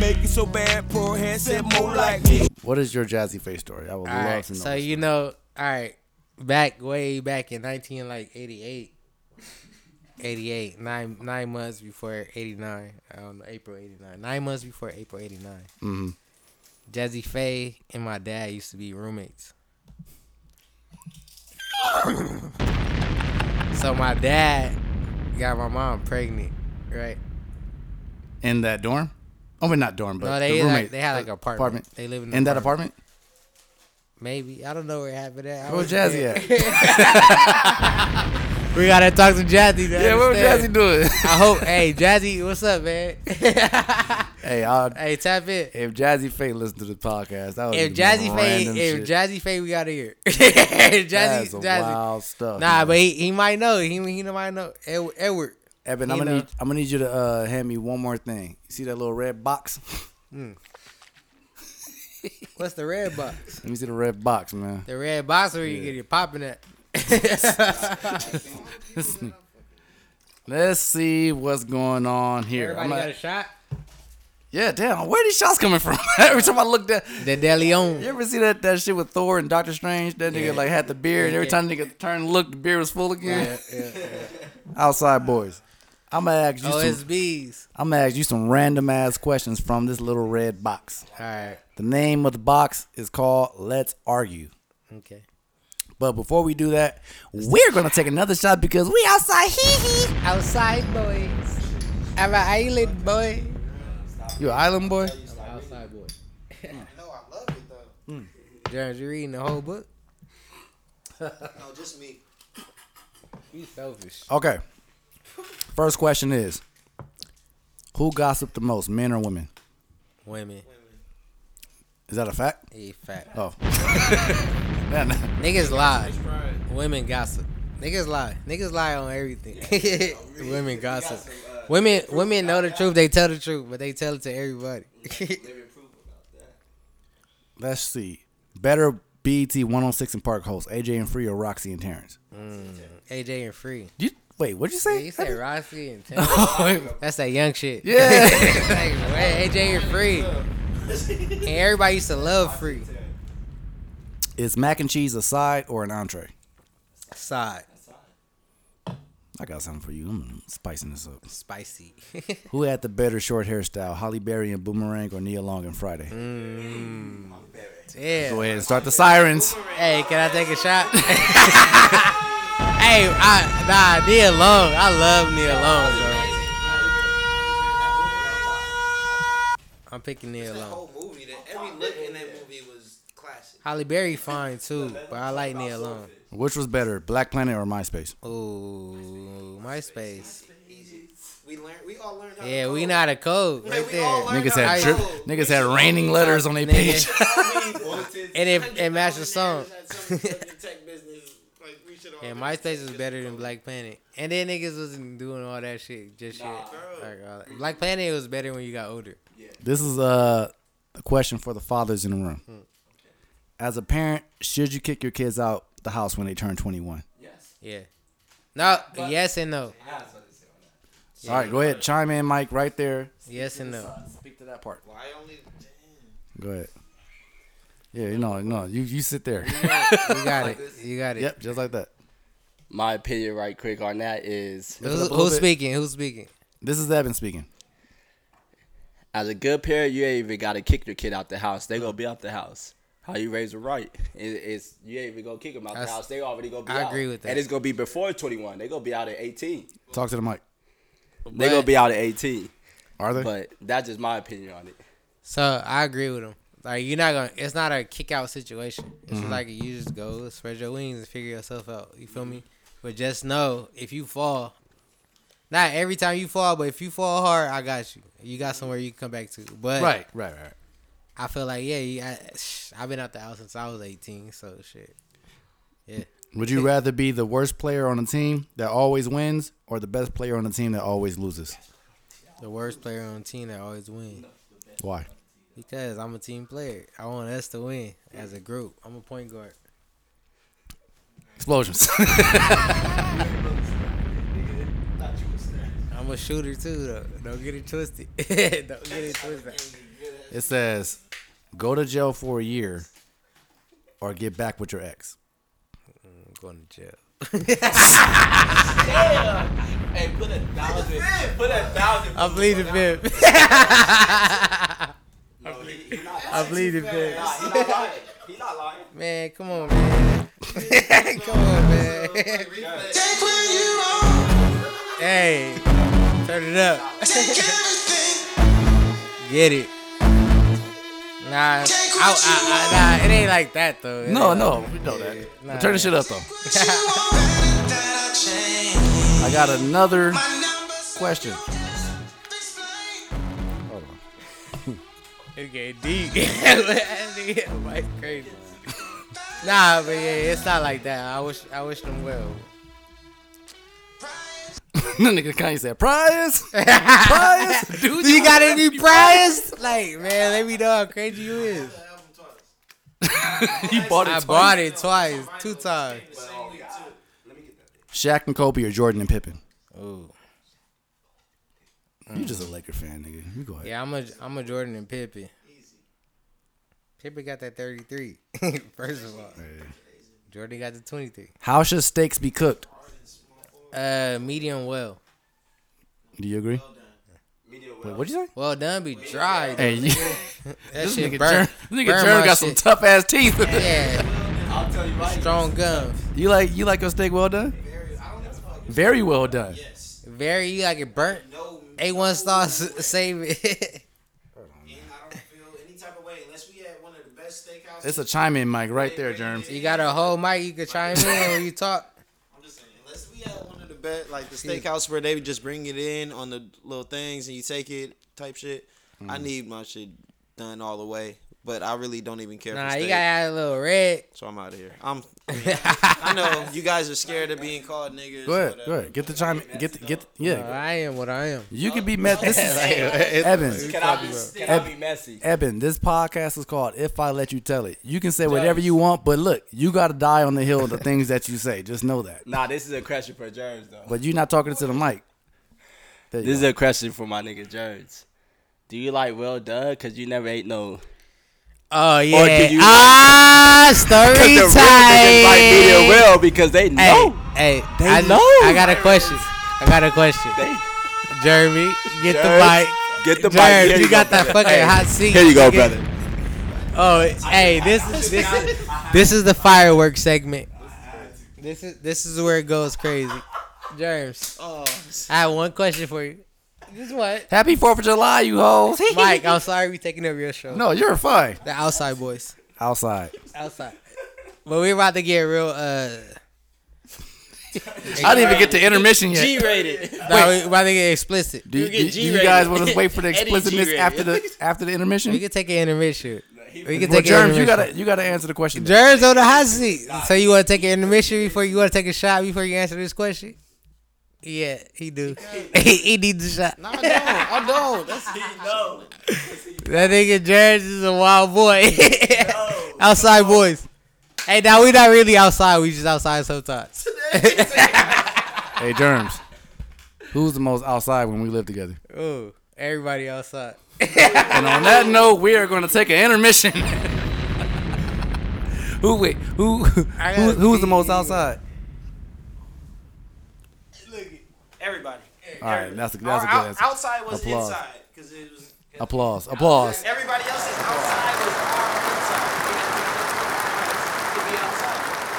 Make it so bad, poor hand said more like me. What is your Jazzy Face story? I would all love right. to know. So you know, all right, back way back in nineteen like eighty eight. 88 nine nine months before 89 i don't know april 89 nine months before april 89 Mm-hmm. jazzy faye and my dad used to be roommates so my dad got my mom pregnant right in that dorm? Oh, but not dorm, but No, they the like- roommate. they had, like, uh, an apartment. They live in an that apartment. maybe i don't know where it happened at I Where was Jazzy there. at? we gotta talk to jazzy yeah, where Jazzy doing? I hope. Hey, Jazzy, what's up, man? hey, I, hey, tap in. if Jazzy Faye listened to the podcast, that would If be Jazzy Faye, random if shit. Jazzy Faye, we got to hear. Jazzy, That's Jazzy. wild stuff. Nah, man. but he, he might know. He he might know. Ed- Edward. Evan, you I'm gonna know. need I'm gonna need you to uh, hand me one more thing. You see that little red box? What's the red box? Let me see the red box, man. The red box where you get it popping at. Let's see what's going on here. I'm Everybody not- got a shot. yeah, damn. Where these shots coming from? Every time I look down, The DeLeon. You ever see that that shit with Thor and Doctor Strange? That nigga like had the beer, and every time nigga turned and looked, the beer was full again. Outside boys, I'm gonna ask Oh, you some. OSBs. I'm gonna ask you some random ass questions from this little red box. All right. The name of the box is called "Let's Argue." Okay. But before we do that, we're gonna take another shot because we outside. Hee hee. Outside boys. I'm an island boy. You an island boy? Outside boy. I know I love it though. James, you reading the whole book? No, just me. You selfish. Okay. First question is, who gossip the most, men or women? Women. Is that a fact? Hey, fat. Oh. Man, Niggas lie. Women gossip. Niggas lie. Niggas lie on everything. women gossip. Women women know the truth. They tell the truth, but they tell it to everybody. Let's see. Better E BET 106 and Park hosts AJ and Free or Roxy and Terrence. AJ and Free. You wait, what'd you Yeah, say? you said Rossi and Tim. That's that young shit. yeah. Like, wait, AJ and Free. And everybody used to love Free. Is mac and cheese a side or an entree? Side. I got something for you. I'm spicing this up. Spicy. Who had the better short hairstyle, Holly Berry and Boomerang or Nia Long and Friday? Go Yeah. ahead and start the sirens. Hey, can I take a shot? hey, I, nah, Nia Long. I love Nia Long, bro. I'm picking Nia Long. movie, that every look in that movie was classic. Holly Berry fine too, but I like Nia Long. Which was better, Black Planet or MySpace? Ooh, MySpace. We learned, we all learned. How Yeah, we not a code right we all there. learned Niggas how had to drip, code. niggas had raining letters on their page. And it it matched the song. Tech business, like we should all. Yeah, MySpace is better than Black Planet. And then niggas wasn't doing all that shit. Just shit. Like, all that. Black Planet was better when you got older. This is uh, a question for the fathers in the room. As a parent, should you kick your kids out the house when they turn 21? Yeah. No. yes and no. All right, go ahead. Chime in, Mike, right there. Yes and no. Speak to that part. Why only? Go ahead. Yeah, you know, no, you, you sit there. You got it. You got it. yep, just like that. My opinion, right quick on that is, it Who's, up a little who's bit. speaking? Who's speaking? This is Evan speaking. as a good parent, you ain't even gotta kick your kid out the house. They gonna be out the house. How you raise a right? It, it's you ain't even gonna kick them out the That's- house. They already gonna be. I out. agree with that. And it's gonna be before twenty one. They gonna be out at eighteen. Talk to the mic. They gonna be out at eighteen. Are they? But that's just my opinion on it. So I agree with him. Like you're not gonna. It's not a kick out situation. It's Mm-hmm. like you just go spread your wings and figure yourself out. You feel me? But just know if you fall, not every time you fall, but if you fall hard, I got you. You got somewhere you can come back to. But right, right, right. I feel like yeah, you, I, I've been out the house since I was 18. So shit. Yeah. Would you rather be the worst player on a team that always wins or the best player on a team that always loses? The worst player on the team that always wins. Why? Because I'm a team player. I want us to win as a group. I'm a point guard. Explosions. I'm a shooter too though. Don't get it twisted. Don't get it twisted. it says, go to jail for a year or get back with your ex. going to jail. Hey, put a thousand. Put a thousand. I believe the fifth. I believe the fifth. He not lying. He not lying. Man, come on, man. come on, man. Hey, turn it up. Get it. Nah, I, I, I, nah, it ain't like that though. It No, ain't no, like- we know that. Nah, But turn the man. shit up though. I got another question. Hold on. It get deep. Like crazy. Nah, but yeah, it's not like that. I wish, I wish them well. Nigga Kanye said, prize, prize. Do you got any prize? Like, man, let me know how crazy you is. You bought it. I twice. bought it twice, two times. Shaq and Kobe or Jordan and Pippen. Oh, you just a Laker fan, nigga. You go ahead. Yeah, I'm a I'm a Jordan and Pippen. Pippen got that 33. First of all, Jordan got the 23. How should steaks be cooked? Uh, medium well. Do you agree? Wait, what'd you say? Well done, be dry. Hey, you, that this shit nigga, burn. Jordan, burn nigga Jordan my got some shit. tough ass teeth. Yeah, I'll tell you right. strong gum. you like you like your steak well done? Very well done. Very you like it burnt. No, A1 sauce, save it. man, I don't feel any type of way unless we had one of the best steakhouses. It's a chime in mic right there, Germs. you got a whole mic you could chime in when you talk. I'm just saying, unless we had one of the best, like the steakhouse where they would just bring it in on the little things and you take it type shit. Mm. I need my shit done all the way, but I really don't even care. Nah, for steak, you gotta add a little red. So I'm out of here. I'm. I, mean, I know you guys are scared of being called niggas. Go ahead, whatever. go ahead. Get the chime. Get the, get the, But yeah. Oh, I am what I am. You could be messy. This is Evan. Can I be, can I be messy? Eben, this podcast is called If I Let You Tell It. You can say whatever you want, but look, you got to die on the hill of the things that you say. Just know that. Nah, this is a question for Jerns though. But you're not talking to the mic. There you This is go. a question for my nigga Jerns. Do you like well done? Cause you never ate no. Oh yeah. did you- ah, story Cause the real time. niggas like medium well because they Hey, know. Hey, They I know. I got a question. I got a question. Jeremy, get Jeremy, the mic. Get the Jeremy, mic. Here you got go, that brother. fucking Hey, hot seat. Here you go, nigga. brother. Oh, hey, this is this is this is the fireworks segment. This is this is where it goes crazy. Jerms, oh. I have one question for you. This what? Happy Fourth of July, you hoes. Mike, I'm sorry we taking over your show. no, you're fine. The outside boys. Outside. Outside. But we're about to get real uh I didn't even get to intermission yet. G rated. no, we're about to get explicit. do, You get do- do you G-rated. guys want to wait for the Eddie explicitness G-rated. after the after the intermission? We can take an intermission. We well, can take an Germs, intermission. you gotta you gotta answer the question. then. Jerms on the hot seat. So you want to take an intermission before you want to take a shot before you answer this question? Yeah, he do. he, he needs a shot. I don't. I don't. That's That nigga Jerms is a wild boy. outside boys. Hey, now we not really outside. We just outside sometimes. Hey, Germs, who's the most outside when we live together? Ooh, everybody outside. And on that note, we are going to take an intermission. who wait? Who I who gotta who's the most pee. outside? everybody. All right, that's a, that's a good Our out- answer. outside was Applause. inside because it was. Applause, applause. Everybody else's outside was our inside.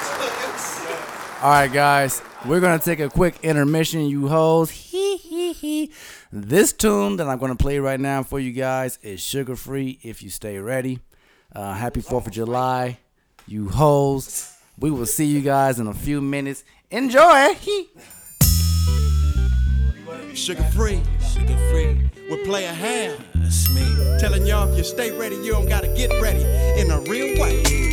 To be outside. All right, guys, we're gonna take a quick intermission, you hoes. Hee hee hee. This tune that I'm gonna play right now for you guys is sugar free. If you stay ready, uh, happy Fourth of July, you hoes. We will see you guys in a few minutes. Enjoy. Hee. Sugar free, sugar free. We play a hand. That's me. Telling y'all if you stay ready, you don't gotta get ready in a real way. Yeah.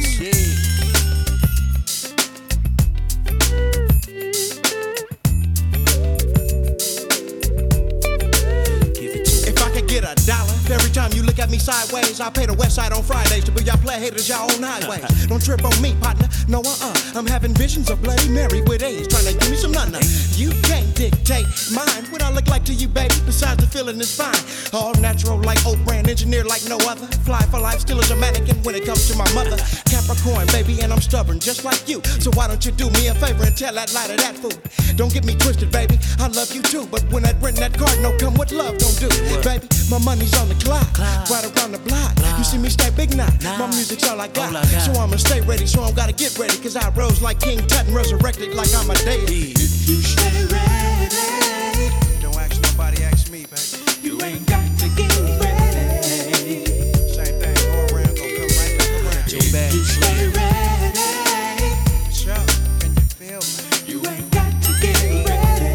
If I could get a dollar for every time you look at me sideways, I pay the west side on Fridays to be y'all play haters y'all own highways. Don't trip on me, partner. No, uh uh. I'm having visions of Bloody Mary with A's trying to give me some nana. You can't dictate mine. What I look like to you, baby, besides the feeling is fine. All natural like oat brand, engineered like no other. Fly for life, still a mannequin when it comes to my mother. Capricorn, baby, and I'm stubborn just like you. So why don't you do me a favor and tell that lie to that fool? Don't get me twisted, baby. I love you too, but when that rent that card, no come what love don't do, baby. My money's on the clock, right around the block. You see me stay big now. My music's all I got, so I'ma stay ready. So I'm gotta get ready, cause I rose like King Tut and resurrected like I'm a deity. If you stay ready, don't ask nobody, ask me, baby. You ain't got to get ready. Same thing, go around, go come right back around. If you stay ready, so can you feel me? You ain't got to get ready.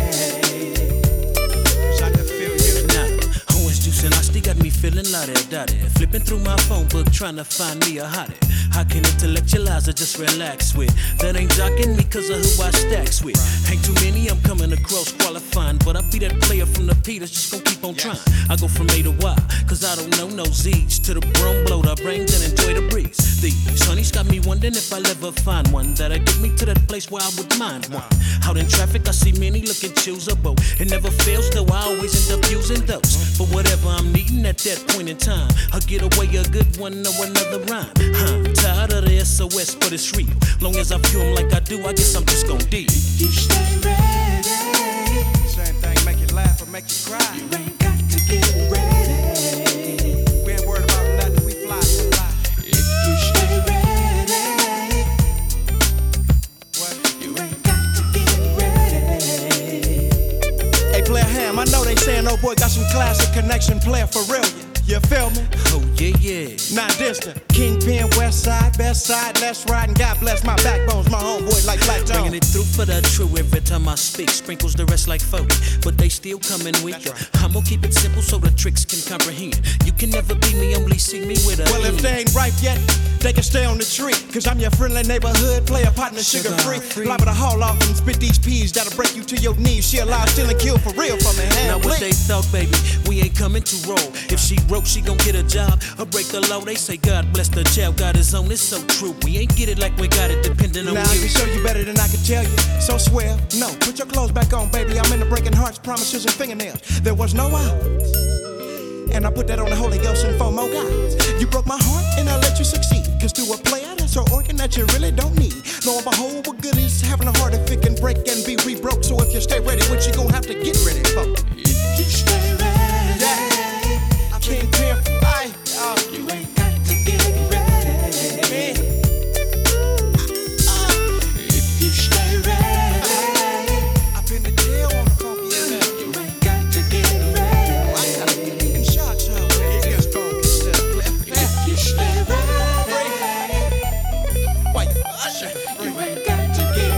Cause I can feel you now. Now, orange juice and Asti got me feeling la dotty. Flipping through my phone book, trying to find me a hottie. How can intellectualize or just relax with? That ain't jocking me cause of who I stacks with. Ain't too many I'm coming across qualifying, but I be that player from the P that's just gonna keep on trying. I go from A to Y, cause I don't know no Z's. To the broom, blow the brains and enjoy the breeze. These honey's got me wondering if I'll ever find one that'll get me to that place where I would mind one. Out in traffic, I see many looking choosable. It never fails though, I always end up using those. For whatever I'm needing at that point in time, I'll get away a good one or another rhyme. Huh, tired of the SOS, but it's real. Long as I view 'em like I do, I guess I'm just gonna deal. You stay ready. Same thing, make you laugh or make you cry. You ain't got to get ready. We ain't worried about nothing, we fly to fly. If you stay ready, what? You ain't got to get ready. Hey, Blair Ham, I know they saying, oh boy, got some classic connection, player for real. You feel me? Oh yeah, yeah. Not distant. Kingpin, west side, best side, let's ride, and God bless my backbones, my homeboy like Black Jones. Bringing it through for the true every time I speak. Sprinkles the rest like 40, but they still coming weaker. I'm gonna keep it simple so the tricks can comprehend. You can never be me, only see me with a. Well, if end. they ain't ripe yet, they can stay on the tree. Cause I'm your friendly neighborhood player, partner, sugar free. Sugar-free. Liable to haul off and spit these peas that'll break you to your knees. She alive, still and kill for real from the Now hand. what they please. thought, baby, we ain't coming to roll. If she broke, she gon' get a job or break the law. They say God bless the child, God is on. It's so true. We ain't get it like we got it, depending on Now I you. can show you better than I can tell you. So swear, no, put your clothes back on, baby. I'm into breaking hearts, promises, and fingernails. There was no out. And and I put that on the Holy Ghost and four more guys. You broke my heart and I let you succeed. Cause to a player, that's an organ that you really don't need. Lo and behold, what good is having a heart if it can break and be re-broke? So if you stay ready, what you gonna have to get ready for? You stay ready. Yeah. King Pimp, I, uh, you ain't got to get ready. Uh, If you stay ready, I've been to jail on the funky stuff. You ain't got to get ready. I got a fucking shot, so it gets funky stuff. If you stay ready, uh. why you usher? You ain't got to get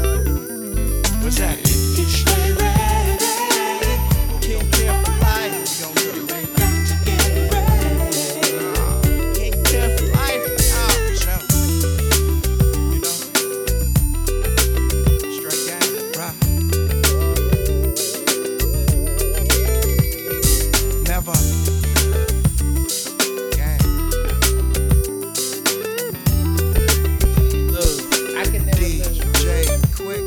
ready. What's that? If you stay ready, can't care for life. You ain't got to get ready. Can't care for life. Oh, so. You know, straight down, right? Never. Gang. Look, I can never live. DJ Quick.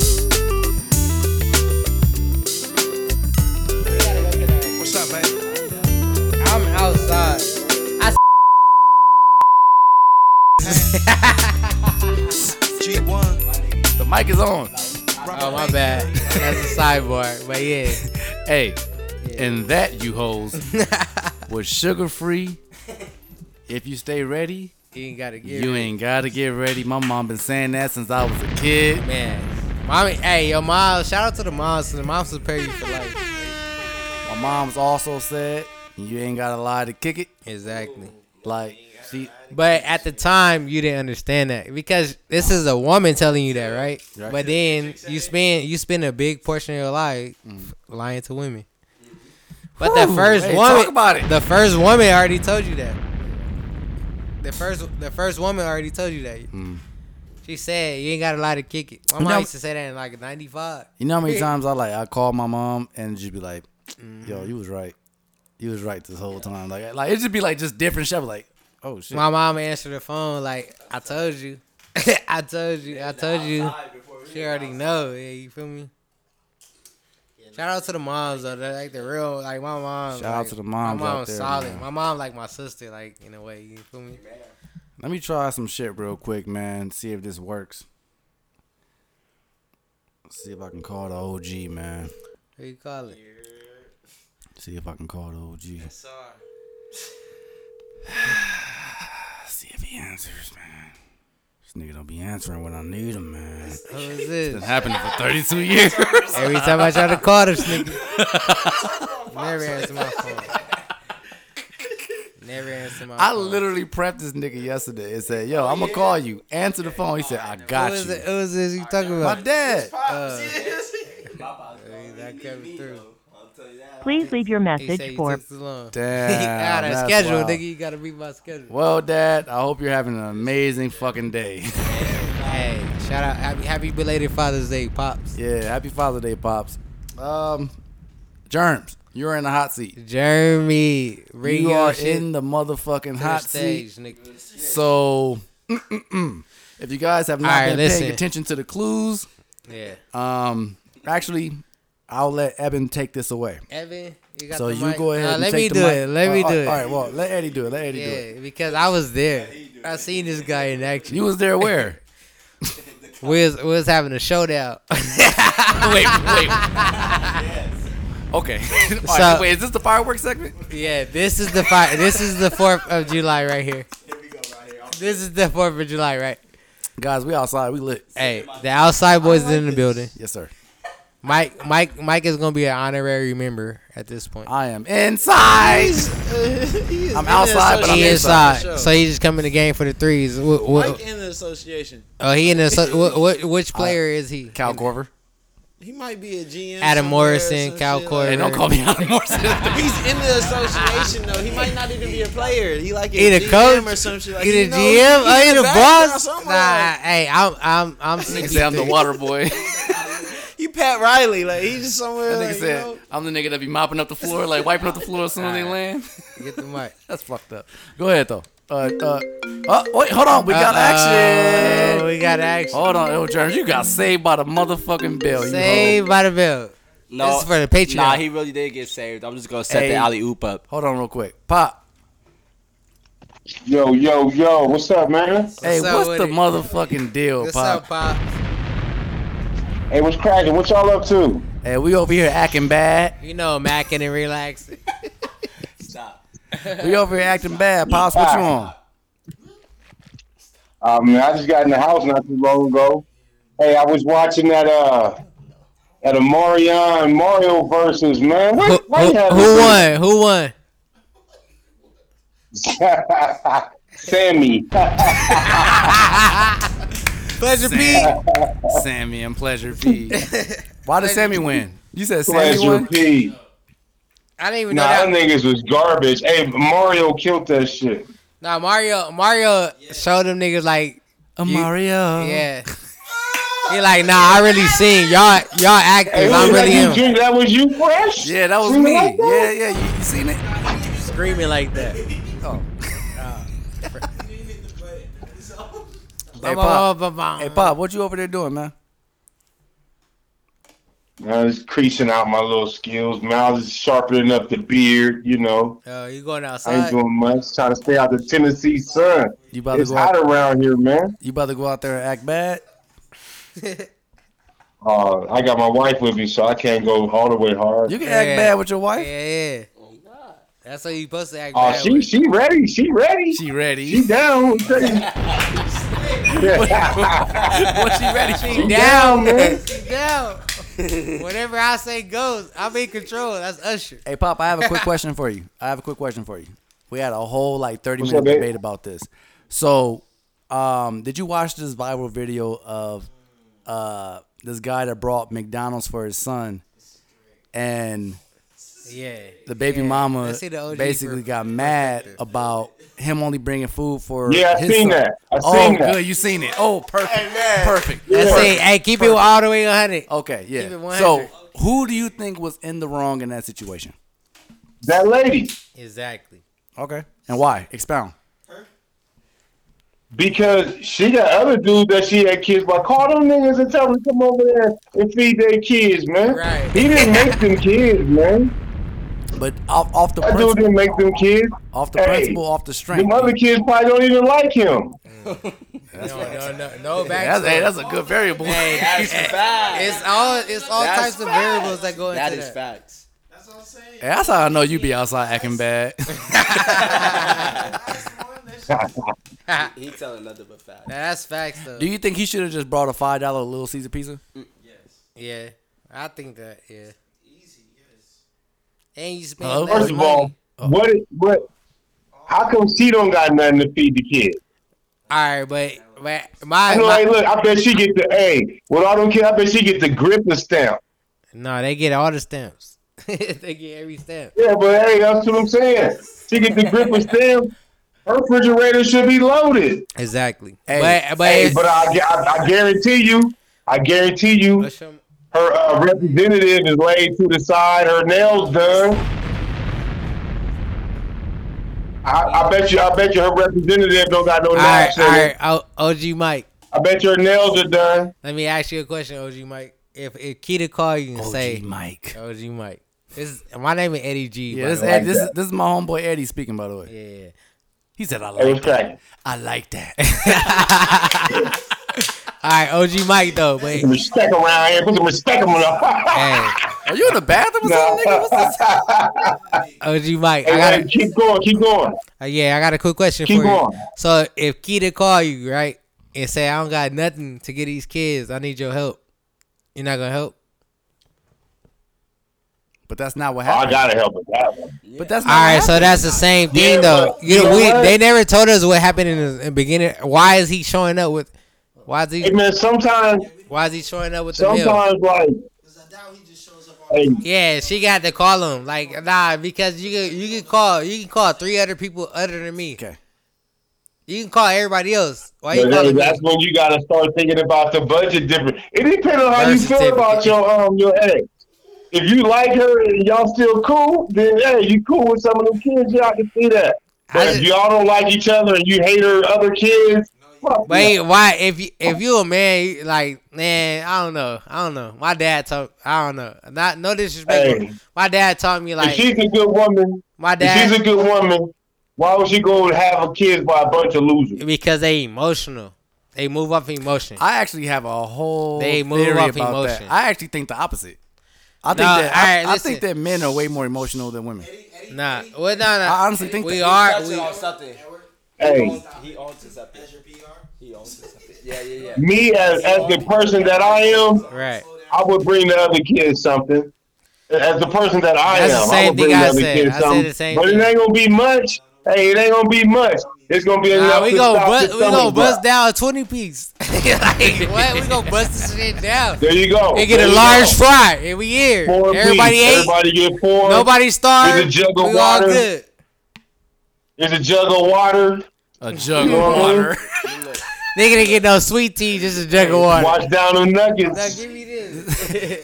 We gotta go get our- What's up, man? I'm outside. I G1. The mic is on. oh my bad. That's a sidebar, but yeah. Hey, and that, you hoes, was sugar free. If you stay ready, You ain't gotta get you it. ain't gotta get ready. My mom been saying that since I was a kid. man. Mommy, hey, yo, moms. Shout out to the moms. The moms prepare you for life. My mom's also said you ain't gotta lie to kick it. Exactly. Like she, But at the time, you didn't understand that because this is a woman telling you that, right? Right. But then you spend you spend a big portion of your life lying to women. But the Whew, first Mm. hey, woman, talk about it. the first woman already told you that. The first, the first woman already told you that. Mm. She said you ain't got a lot to kick it. My You mom know- used to say that in like '95. you know how many times I like I called my mom and she'd be like, "Yo, you was right. You was right this whole time." Like, like it just be like just different shit. I was Like, oh shit. My mom answered the phone like, "I told you, I told you, I told you." She already know. Yeah, you feel me? Shout out to the moms though. They're like the real, like my mom. Shout out like, to the moms My out mom's there, solid. man. My mom like my sister, like in a way. You feel me? Let me try some shit real quick, man. See if this works. See if I can call the OG, man. What you call it? See if I can call the OG. See if he answers, man. This nigga don't be answering when I need him, man. Who is Been this? happening for 32 years. Every time I try to call this nigga, never answer my phone. Never answer my I phone. literally prepped this nigga yesterday and said, "Yo, I'm gonna call you. Answer the phone." He said, "I Who got is, it, you." who is this you talking My about? dad. Uh, That coming through. Please leave your He message said you for took too long. Damn, he out of that's schedule, wild. nigga. You gotta be my schedule. Well, Dad, I hope you're having an amazing fucking day. Hey, shout out! Happy, happy belated Father's Day, pops. Yeah, happy Father's Day, pops. Um, germs, you're in the hot seat. Jeremy, bring You your are shit in the motherfucking to hot the stage, seat. nigga. So, if you guys have not All right, been listen. paying attention to the clues, Yeah, um, actually, I'll let Eben take this away. Evan, you got So the you mic. go ahead. Nah, and let take me the do mic. it. Let Uh, me uh, do it. All right, well, let Eddie do it. Let Eddie do it. yeah, because I was there. I seen this guy in action. You was there where? We was, we was having a showdown. wait, wait. Okay. All right, So- wait, is this the fireworks segment? yeah, this is the fi- This is the Fourth of July right here. This is the Fourth of July, right? Guys, we outside. We lit. Hey, the outside boys is in the building. Yes, sir. Mike, Mike, Mike is gonna be an honorary member at this point. I am inside. I'm outside, but I'm he inside. inside, so he just come in the game for the threes. Mike What, Uh, what, in the association. oh, he in the so, what, what, which player is he? Cal Corver. He might be a GM. Adam somewhere or Morrison, some Cal shit Corver. like- Hey, don't call me out anymore. He's in the association though. He might not even be a player. He like a He the GM coach? or some shit. Like, he he the know- GM? Oh, he in the background boss? somewhere. Nah, hey, I'm I'm I'm Nigga said I'm the CP3. water boy. He Pat Riley. Like he's just somewhere. That nigga like, you said know? I'm the nigga that be mopping up the floor, like wiping up the floor as soon as they land. Get the mic. That's fucked up. Go ahead though. Uh, uh, oh wait, hold on. We got Oh, action. we got action. Oh, Hold on, yo, Jerms, you got saved by the motherfucking bell. you hoe. oh, Saved by the bell. No, this is for the Patreon. Nah, he really did get saved. I'm just gonna set Hey. the alley oop up. Hold on, real quick. Pop. Yo, yo, yo, what's up, man? hey, up what's with the it? motherfucking deal, What's Pop? Hey, what's cracking? What y'all up to? Hey, we over here acting bad. You know, macking and relaxing. We over here acting bad. Pops, what you on? I mean, Uh, I just got in the house not too long ago. Hey, I was watching that uh that Amarion Mario versus man. What, why Who, you have who won? this- Who won? Sammy. Pleasure P. Sammy and Pleasure P. Why did Sammy win? You said Sammy Pleasure won. P. I didn't even know Nah, that. them niggas was garbage. Hey, Mario killed that shit. Nah, Mario. Mario showed them niggas like Mario. Yeah. He like, nah, I really sing. Y'all, y'all active. Hey, I'm was really that, him. you, Junior? that was you, Fresh? Yeah, that was You me. like Yeah, that? yeah, you, you seen it? Screaming like that. Oh. Hey Ba-ba-ba-ba. Pop. hey Pop, what you over there doing, man? I was Uh, creasing out my little skills, man. I was just sharpening up the beard, you know. Oh, you going I ain't outside? doing much. Trying to stay out the Tennessee sun. You about to It's go out- hot around here, man. You about to go out there and act bad? Uh, I got my wife with me, so I can't go all the way hard. You can act bad with your wife. Yeah. That's how you supposed to act. Oh, bad she with. she ready? She ready? She ready? She down? what she ready? She down, man. She down. Whatever I say goes. I'm in control. That's Usher. Hey Pop, I have a quick question for you. I have a quick question for you. We had a whole like 30 What's minute up, babe? debate about this. So, um, did you watch this viral video of uh this guy that brought McDonald's for his son and Yeah. the baby Yeah. mama Let's see the OG basically for- got mad about him only bringing food for Yeah, I his son. seen that. I oh, seen that. good, you seen it. Oh, perfect, perfect. That's perfect. it. Hey, keep it all the way 100. Okay, yeah. Keep it 100. So, who do you think was in the wrong in that situation? That lady. Exactly. Okay, and why? Expound. Because she got other dudes that she had kids by. Call them niggas and tell them to come over there and feed their kids, man. Right. He didn't make them kids, man. But off, off the That dude principle, didn't make them kids. off the Hey, principle, off the Them strength. other kids probably don't even like him. No, no, no, no back. That's, hey, that's a good variable. That's facts. It's all it's all That's types of variables that go into That that. is facts. Hey, that's how I know you be outside acting bad. He telling nothing but facts. Nah, that's facts though. do you think he should have just brought a five dollar Little Caesar pizza? yeah, I think that. Yeah. Easy. Yes. And you spend. Hello? less First of money. all, Oh. what? What? How come she don't got nothing to feed the kids? all right, but but my, I know. Hey, my look, I bet she get the hey. Well, I don't care. I bet she get the grip and stamp. no, they get all the stamps. they get every stamp. Yeah, but hey, that's what I'm saying. She get the grip and stamp. Her refrigerator should be loaded. Exactly. Hey. but but, Hey, it's- but um, I, gu- I, I guarantee you, I guarantee you, Usher, her uh, representative is laid to the side. Her nails done. I, I bet you. I bet you her representative don't got no all nails. right, all sitting. right. O- OG Mike, I bet your nails are done. let me ask you a question. OG Mike, if if Keita call you and OG say Mike. OG Mike, this my name is Eddie G. Yeah, by this, the way. Ed, this, is, this is my homeboy Eddie speaking, by the way. yeah. He said, I Hey, like what's cracking? I like that. All right, OG Mike though, but Put some respect around here. Put some respect on the. hey, Are you in the bathroom or something, nigga? What's this? OG Mike, I Hey, got hey, keep going. Keep going. a, Uh, yeah, I got a quick question Keep for you. going. So if Keita call you right and say I don't got nothing to get these kids, I need your help. You're not gonna help. But that's not what I happened. gotta help with that one. But that's not All right, what so that's the same thing Yeah, though. but You you know, know we what? they never told us what happened in the, in the beginning. Why is he showing up with? Why is Hey he? man, sometimes, Why is he showing up with the meal? sometimes like, hey, Yeah, she got to call him. Like nah, because you can you can call you can call three other people other than me. Okay. You can call everybody else. Why you that's calling me? that's when you gotta start thinking about the budget different. It depends on how you feel Versatility. about your um your ex. If you like her and y'all still cool, then hey, you cool with some of them kids. Y'all can see that. I But just- if y'all don't like each other and you hate her other kids, But ain't- why if you if you a man you- like man I don't know I don't know my dad taught I don't know not no disrespect Hey. my dad taught me If like she's a good woman, my if dad she's a good woman, why would she go and have her kids by a bunch of losers? because they emotional they move off emotion I actually have a whole They move theory off about emotion. that. I actually think the opposite. I think No, that I, alright, I listen. think that men are way more emotional than women. nah well nah, nah I honestly think we that. are we something. Hey. He owns it something. He owns it something. Yeah, yeah, yeah. Me as as the person that I am, right I would bring the other kid something. As the person that I That's the am, I same would bring thing the I other said. kid I said something. the same but thing. it ain't gonna be much. Hey, it ain't gonna be much. It's gonna be enough nah, we to gonna stop bust, the we gonna stomach bust drop. down a twenty piece like what we gonna bust this shit down There you go. and get There a you large go. fry and we here Four everybody piece. ate Everybody get four. nobody With a starved jug of we all water. good There's a jug of water. A jug of You know what I mean? water. nigga didn't get no sweet tea just a jug of water Wash down them nuggets. give me this.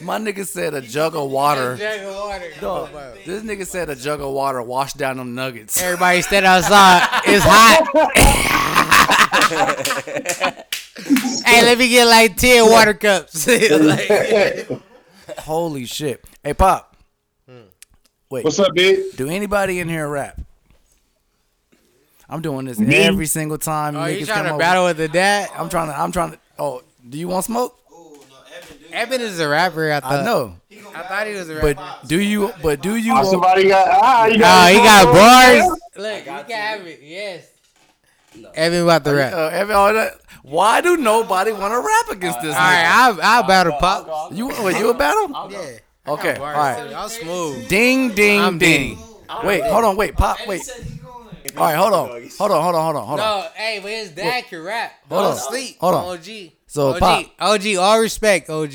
My nigga said a jug of water. water. Dog, this nigga said a jug of water. Wash down them nuggets. Everybody stand outside. It's hot. hey, let me get like ten water cups. Like- Holy shit. Hey, Pop. Wait. What's up, bitch? Ah, Do anybody in here rap? I'm doing this Me? every single time. oh, you niggas trying come to over. battle with the dad? I'm trying to. I'm trying to. Oh, do you want smoke? Evan is a rapper. I thought. I know, I thought he was a rapper. but do you? But do you? Ah, want- somebody got ah, you Nah, got he got bars. Look, you can have it. Yes. Evan about to rap. All Uh, every, all that- why do nobody want to rap against this? right, nigga? I'll, I'll battle pop. you wait, you a battle? Yeah. Okay, all Bars, right. Y'all smooth. Ding, ding, I'm ding. ding. Wait, hold on, wait, pop, wait. All right, hold on, hold on, hold on, hold on, hold on. No, hey, but his dad can rap. Hold Don't on. sleep. Hold on. OG. So, OG. Pop. OG, all respect, OG.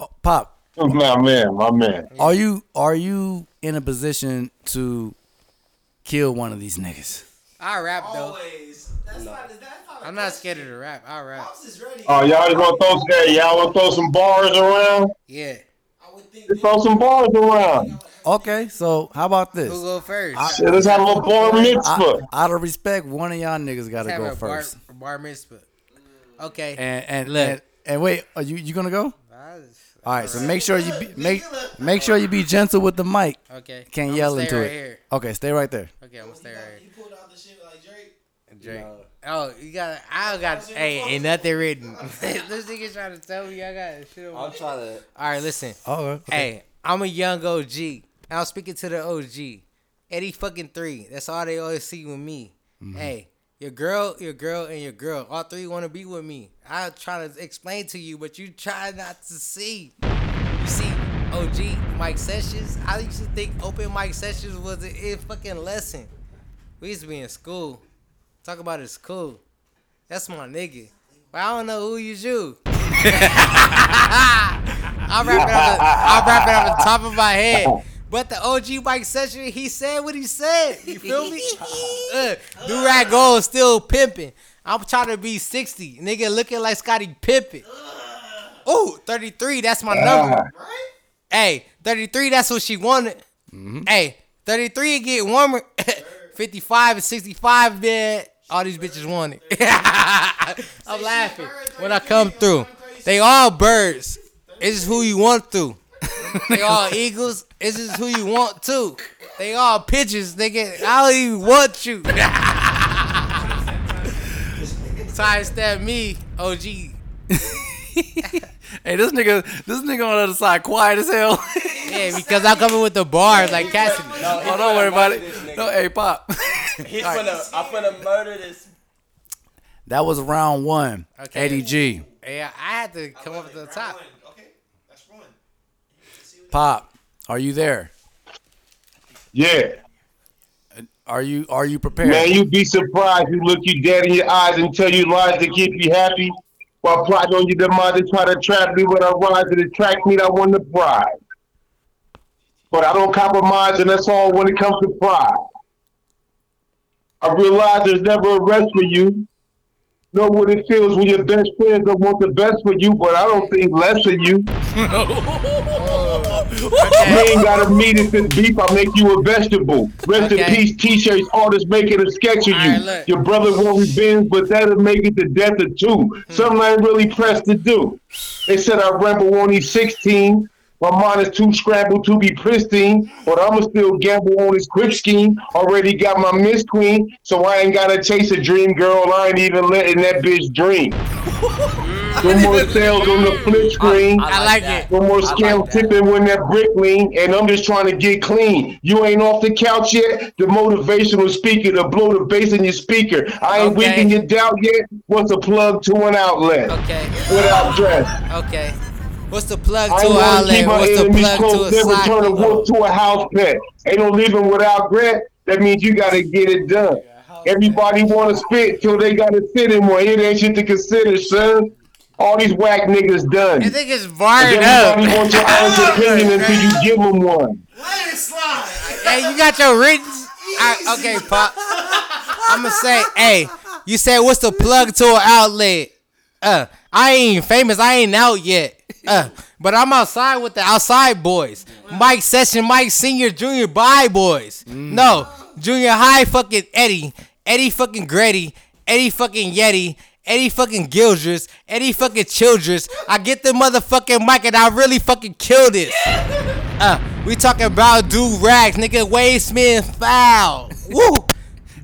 Oh, Pop, My man, my man. are you are you in a position to kill one of these niggas? I rap though. I'm not scared of the rap. I rap. Oh, y'all just want to throw some, hey, y'all want to throw some bars around? Yeah. Just throw some bars around. Okay, so how about this? Who go first? Shit, let's have a bar I, mitzvah. out of respect, one of y'all niggas got Let's to have go a bar- first. Bar, mitzvah. Okay. And and Look. and, and wait, are you you gonna go? All right, so make sure you be, make make sure you be gentle with the mic. okay. Can't I'ma yell stay into right it. Here. Okay, stay right there. Okay, I'm gonna stay right here. You pulled out the shit like Drake. Drake. Oh, you got. I got. Hey, ain't nothing written. this nigga trying to tell me I got shit. on my- I'm trying to. All right, listen. Oh, Hey, I'm a young OG. And I'm speaking to the OG. Eddie fucking three. That's all they always see with me. Hey, your girl, your girl, and your girl. All three want to be with me. I try to explain to you, but you try not to see. You see, OG Mike Sessions. I used to think open mic sessions was a it fucking lesson. We used to be in school. Talk about it's cool. That's my nigga. But I don't know who is you. I'm rapping, off the, I'm rapping off the top of my head. But the OG Mike Session, he said what he said. You feel me? uh, Durag Gold still pimping. I'm trying to be 60. Nigga looking like Scotty Pimpin. Ooh, 33, that's my number. Hey, 33, that's what she wanted. Hey, 33 get warmer. 55 and 65, man. All these bitches want it. I'm laughing when I come through. They all birds. It's just who you want to. They all eagles. It's just who you want to. They all pigeons, nigga. I don't even want you. Sidestep me, OG. Hey, this nigga, this nigga on the other side, quiet as hell. Yeah, because I'm coming with the bars like Cassidy. oh, don't worry about it. No, hey, pop. He's gonna. I'm gonna murder this. that was round one. Okay. Eddie G, Yeah, I had to come up to the top. Pop, are you there? Yeah. Are you are you prepared? Man, you'd be surprised. You look you dead in your eyes and tell you lies to keep you happy while plotting on your demise and try to trap me when I rise and attract me that won the prize. But I don't compromise, and that's all when it comes to pride. I realize there's never a rest for you. Know what it feels when your best friends don't want the best for you, but I don't think less of you. You ain't got a meat and this beef. I make you a vegetable. Rest Okay. in peace, t-shirts. Artists making a sketch of you. Your brother won't revenge, but that'll make it the death of two. Something I ain't really pressed to do. They said I ramble on these 16. My mind is too scrambled to be pristine, but I'ma still gamble on this quick scheme. Already got my Miss Queen, so I ain't gotta chase a dream girl. I ain't even letting that bitch dream. No more sales on the flip screen. I- I like it. No more scam tipping when that brick lean. And I'm just trying to get clean. You ain't off the couch yet. The motivational speaker to blow the bass in your speaker. I ain't Okay. weak in your doubt yet. What's a plug to an outlet? Okay. Without dress. Okay. What's the plug I to ain't an wanna outlet? keep my What's the enemies plug to close. a Never socket? turn a wolf to a house pet. Ain't no living without grit. That means you gotta get it done. Everybody wanna spit till they gotta sit in one. It ain't shit to consider, son. All these whack niggas done. I think it's fired up. Everybody wants your honest opinion until you give them one. hey, you got your written. I, okay, pop. I'm gonna say, hey, you said what's the plug to an outlet? Uh, I ain't famous. I ain't out yet. Uh, but I'm outside with the outside boys. Mike Session, Mike Senior, Junior, Bye Boys. No, Junior High, fucking Eddie, Eddie fucking Gretty, Eddie fucking Yeti. Eddie fucking Gildress, Eddie fucking Childress. I get the motherfucking mic and I really fucking kill this. Uh, we talking about do rags, nigga. Wade Smith foul. Woo,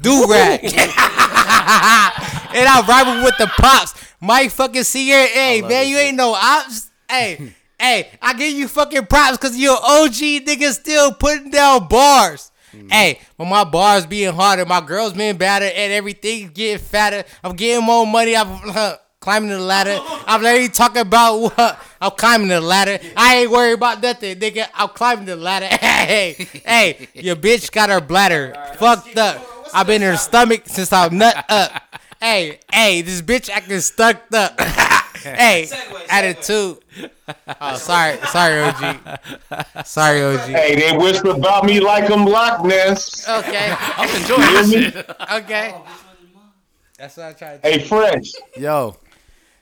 do rag. and I rival with the pops. Mike fucking Sierra. Hey man, you ain't no ops. Hey, hey, I give you fucking props because you're OG nigga still putting down bars. Hey, when my bars being harder, my girls being badder, and everything getting fatter. I'm getting more money. I'm climbing the ladder. I'm literally talking about what I'm climbing the ladder. I ain't worried about nothing, nigga. I'm climbing the ladder. hey, hey, your bitch got her bladder fucked up. I've been in her stomach since I'm nut up. hey, hey, this bitch acting stuck up. hey, attitude. Oh, sorry, sorry, OG. Sorry, OG. Hey, they whisper about me like I'm Loch Ness. Okay. I'm enjoying this shit. Okay. That's what I tried Hey, Fresh. Yo.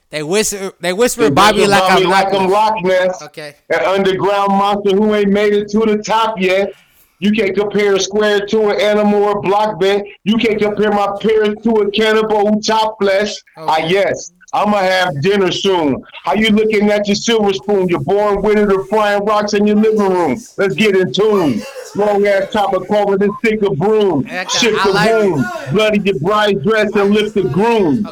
They whisper they whisper They Bobby whisper like Bobby I'm like I'm Loch Loch Ness. Okay. An underground monster who ain't made it to the top yet. You can't compare a square to an animal or block bed. You can't compare my parents to a cannibal who top flesh. Ah, yes. I'ma have dinner soon. How you looking at your silver spoon? You're born with it or frying rocks in your living room. Let's get in tune. Long ass top of cover this thick of broom. Shift the like it. room. Bloody your bride's dress and lift the groom.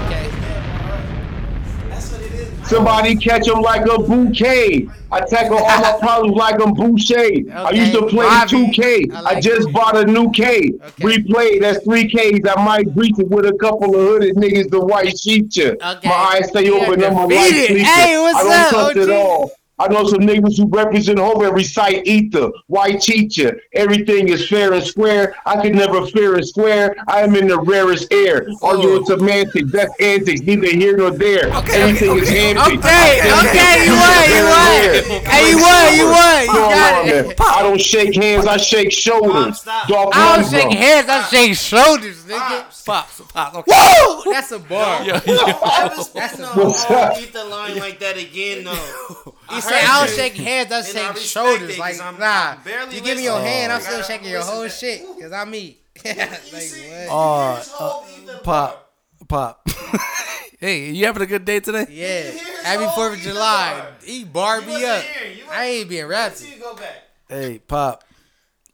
Somebody catch him like a bouquet. I tackle all my problems like I'm Boucher. I used to play 2K. I, just bought a new K. Replay, that's 3Ks. I might breach it with a couple of hooded niggas, the white sheep chip. My eyes stay open, I'm a white defeated. sleeper. Hey, what's I don't up, trust OG? it all. I know some niggas who represent hope and recite ether, white teacher. Everything is fair and square. I could never fair and square. I am in the rarest air. Oh. Arguing semantics, that's antics, neither here nor there. Everything is handpicked. Okay, okay, you won, you won. Hey, you won, you won. You Going got on it. there. I don't shake hands, I shake shoulders. Dolph I don't Lundgren. shake hands, I shake shoulders, nigga. Pops, pops, okay. Ah. Woo! That's a bar. That's a bar. What's up? Eat the line like that again, though. He said, I heard don't you. shake hands, I And shake respect it, shoulders. 'cause Like, I'm- nah. I'm barely You give me your listening. hand, I'm I still gotta shaking your listen whole to that. shit, because I'm me. like, what? Uh, uh, pop, pop. hey, you having a good day today? Yeah. Happy 4th of July. Eat Barbie up. I ain't being rapping. Hey, pop.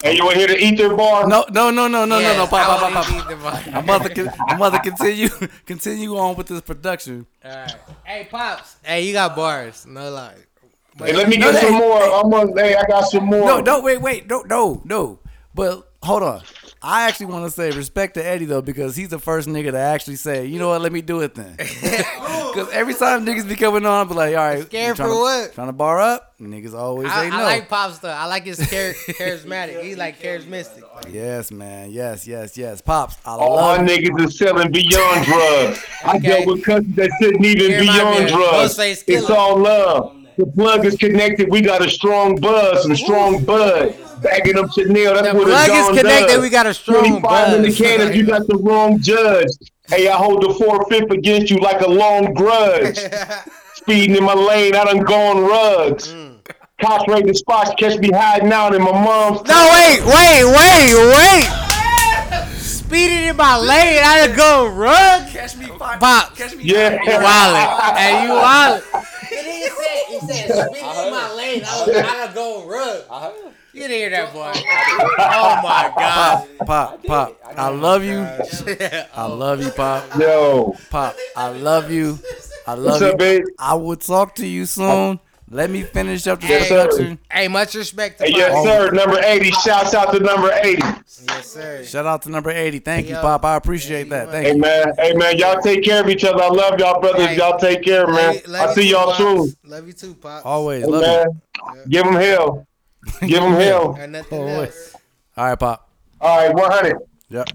Hey, you want to hear the ether bar? No, no, no, no, no, no, no, Yes, pop, I pop, wanna pop, hear the ether bar. pop. I'm about to, con- I'm about to continue, continue on with this production. Alright. Hey, Pops. Hey, you got bars. No lie. Hey, let me get No, some hey, more. I'm gonna, hey, I got some more. No, no, wait, wait, no, no, no. But hold on. I actually want to say respect to Eddie though because he's the first nigga to actually say, you know what, let me do it then. Because every time niggas be coming on, I be like, all right, Scared trying for to, what? Trying to bar up, niggas always I, say no. I like Pops though. I like his char- charismatic. He's like charismatic. yes, man, yes, yes, yes, pops. I All love my niggas is selling beyond drugs. I dealt with cousins that shouldn't even Here be my on man, drugs. Ghostface It's all love. The plug is connected. We got a strong buzz, some strong bud. Backing up Chanel, that's The what plug it's is on connected, does. we got a strong 25 in the buzz. can if you got the wrong judge. Hey, I hold the forfeit against you Mm. like a long grudge. Speeding in my lane, I done gone rugs. Cops raid the spots, catch me hiding out in my mom's. No, wait, wait, wait, wait. Speeding in my lane, I done go run. Catch me, box. Catch me, yeah. You wallet, and you wallet. He said, spinning in my lane. I was trying to go rug. You didn't hear that, boy. Oh my god. Pop, pop, pop. I love you. I love you, Pop. Yo. Pop, I love you. I love What's you. up, babe? I will talk to you soon. Let me finish up this Yes, sir. introduction. Hey, much respect to Hey, Pop. yes, Sir, number 80. Shouts out to number 80. Yes, sir. Shout out to number 80. Thank you, Pop. I appreciate that. Thank Hey, you. man. Hey, man. Y'all take care of each other. I love y'all, brothers. y'all take care, man. I'll see y'all soon. Love you too, Pop. Always. Hey, Love man. you. Give them hell. Give them hell. And nothing Always. else. All right, Pop. All right, 100. Yep.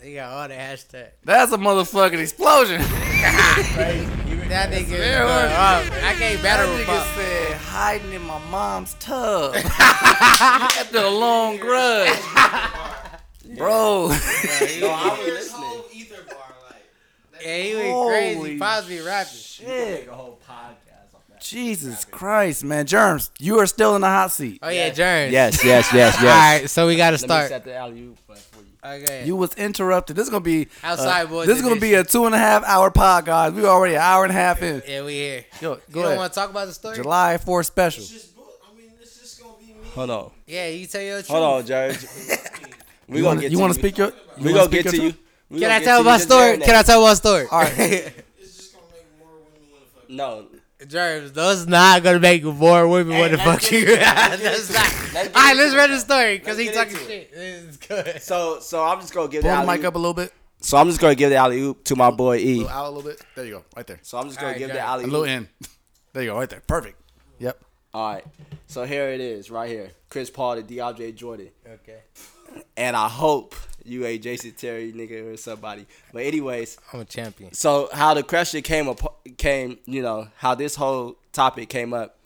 They got all the hashtag. That's a motherfucking explosion. That nigga is real going one. off. I can't battle That with nigga Pop. said hiding in my mom's tub after a long grudge, bro. Yeah, he went Holy crazy. Pop's be rapping. Shit. Jesus Christ, man, Germs, you are still in the hot seat. Oh yeah, Jerns. Yes, yes, yes, yes. All right, so we got to Let me start. set Okay. You was interrupted. This is gonna be uh, Outside Boys This is gonna be a two and a half hour podcast. We already an hour and a half in. Yeah, we here. Yo, you go don't ahead. want to talk about the story? July 4th special. Hold on. Yeah, you tell your truth. Hold on, Jared. We You gonna wanna- get you to wanna speak your- you We wanna gonna speak get to your you. truth? Can We gonna I get tell to my the story? Jared Can I name. tell my story? All right. No. Germs, those not gonna make more women want to fuck you. That's not. All right, let's read the story because he talking shit. It's good. So, so I'm just gonna give Pull the the alley mic up a little bit. So I'm just gonna give the alley oop to my boy E. Out a little bit. There you go. Right there. So I'm just gonna All right, give the Jared. alley A little in. There you go. Right there. Perfect. Yep. All right. So here it is, right here. Chris Paul to DeAndre Jordan. Okay. And I hope you a Jason Terry nigga or somebody. But anyways, I'm a champion. So how the question came up came, you know, how this whole topic came up.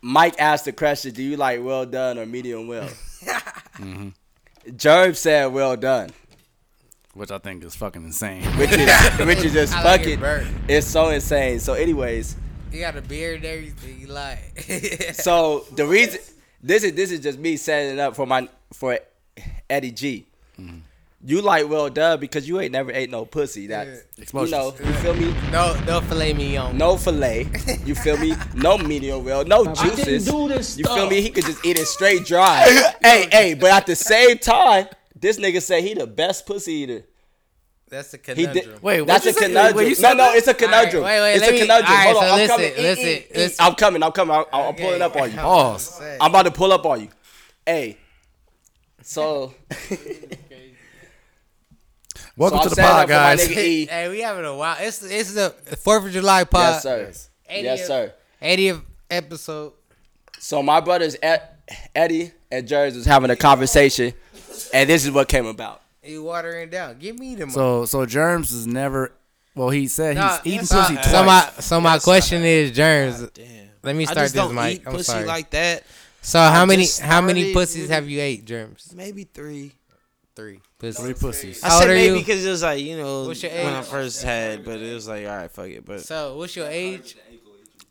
Mike asked the question, "Do you like well done or medium well?" Mm-hmm. Jerb said, "Well done," Which I think is fucking insane. which is which is just I like fucking. it, Bert. it's so insane. So, anyways, He got a beard and everything. He lied. so the reason this is this is just me setting it up for my for Eddie G. You like well done because you ain't never ate no pussy. That you know, you feel me? No, no filet mignon. No fillet. You feel me? No medium well. No I didn't juices. do this you stuff. feel me? He could just eat it straight dry. hey, hey, but at the same time, this nigga said he the best pussy eater. That's a He conundrum. did. Wait, what that's you a said? conundrum. Wait, you no, said no, that? it's a All right, conundrum. wait, wait, it's let a me- conundrum. all right, Hold so on, I'm listen, coming. E- e- listen, e- listen. I'm coming. I'm coming. I'm, I'm pulling up on you. Oh, Pause. I'm about to pull up on you. Hey, so Welcome So to I'm the setting pod, up for my guys. nigga E. Hey, we having a wild. It's it's the Fourth of July pod. Yes, sir. Yes, 80th sir. 80th episode. So my brothers Ed- Eddie and Jerz was having a conversation, and this is what came about. You watering down. Give me the. So so Germs is never well he said Nah, he's eating so- pussy twice. So my so my question is, Germs. Let me I start just this, don't Mike. eat I'm pussy sorry. like that. So I how many just how many started, pussies nigga. have you ate, Germs? Maybe three. Three. Three pussies. I How said old are maybe you? because it was like you know What's your when I age? first had, but it was like all right, fuck it. But So what's your age?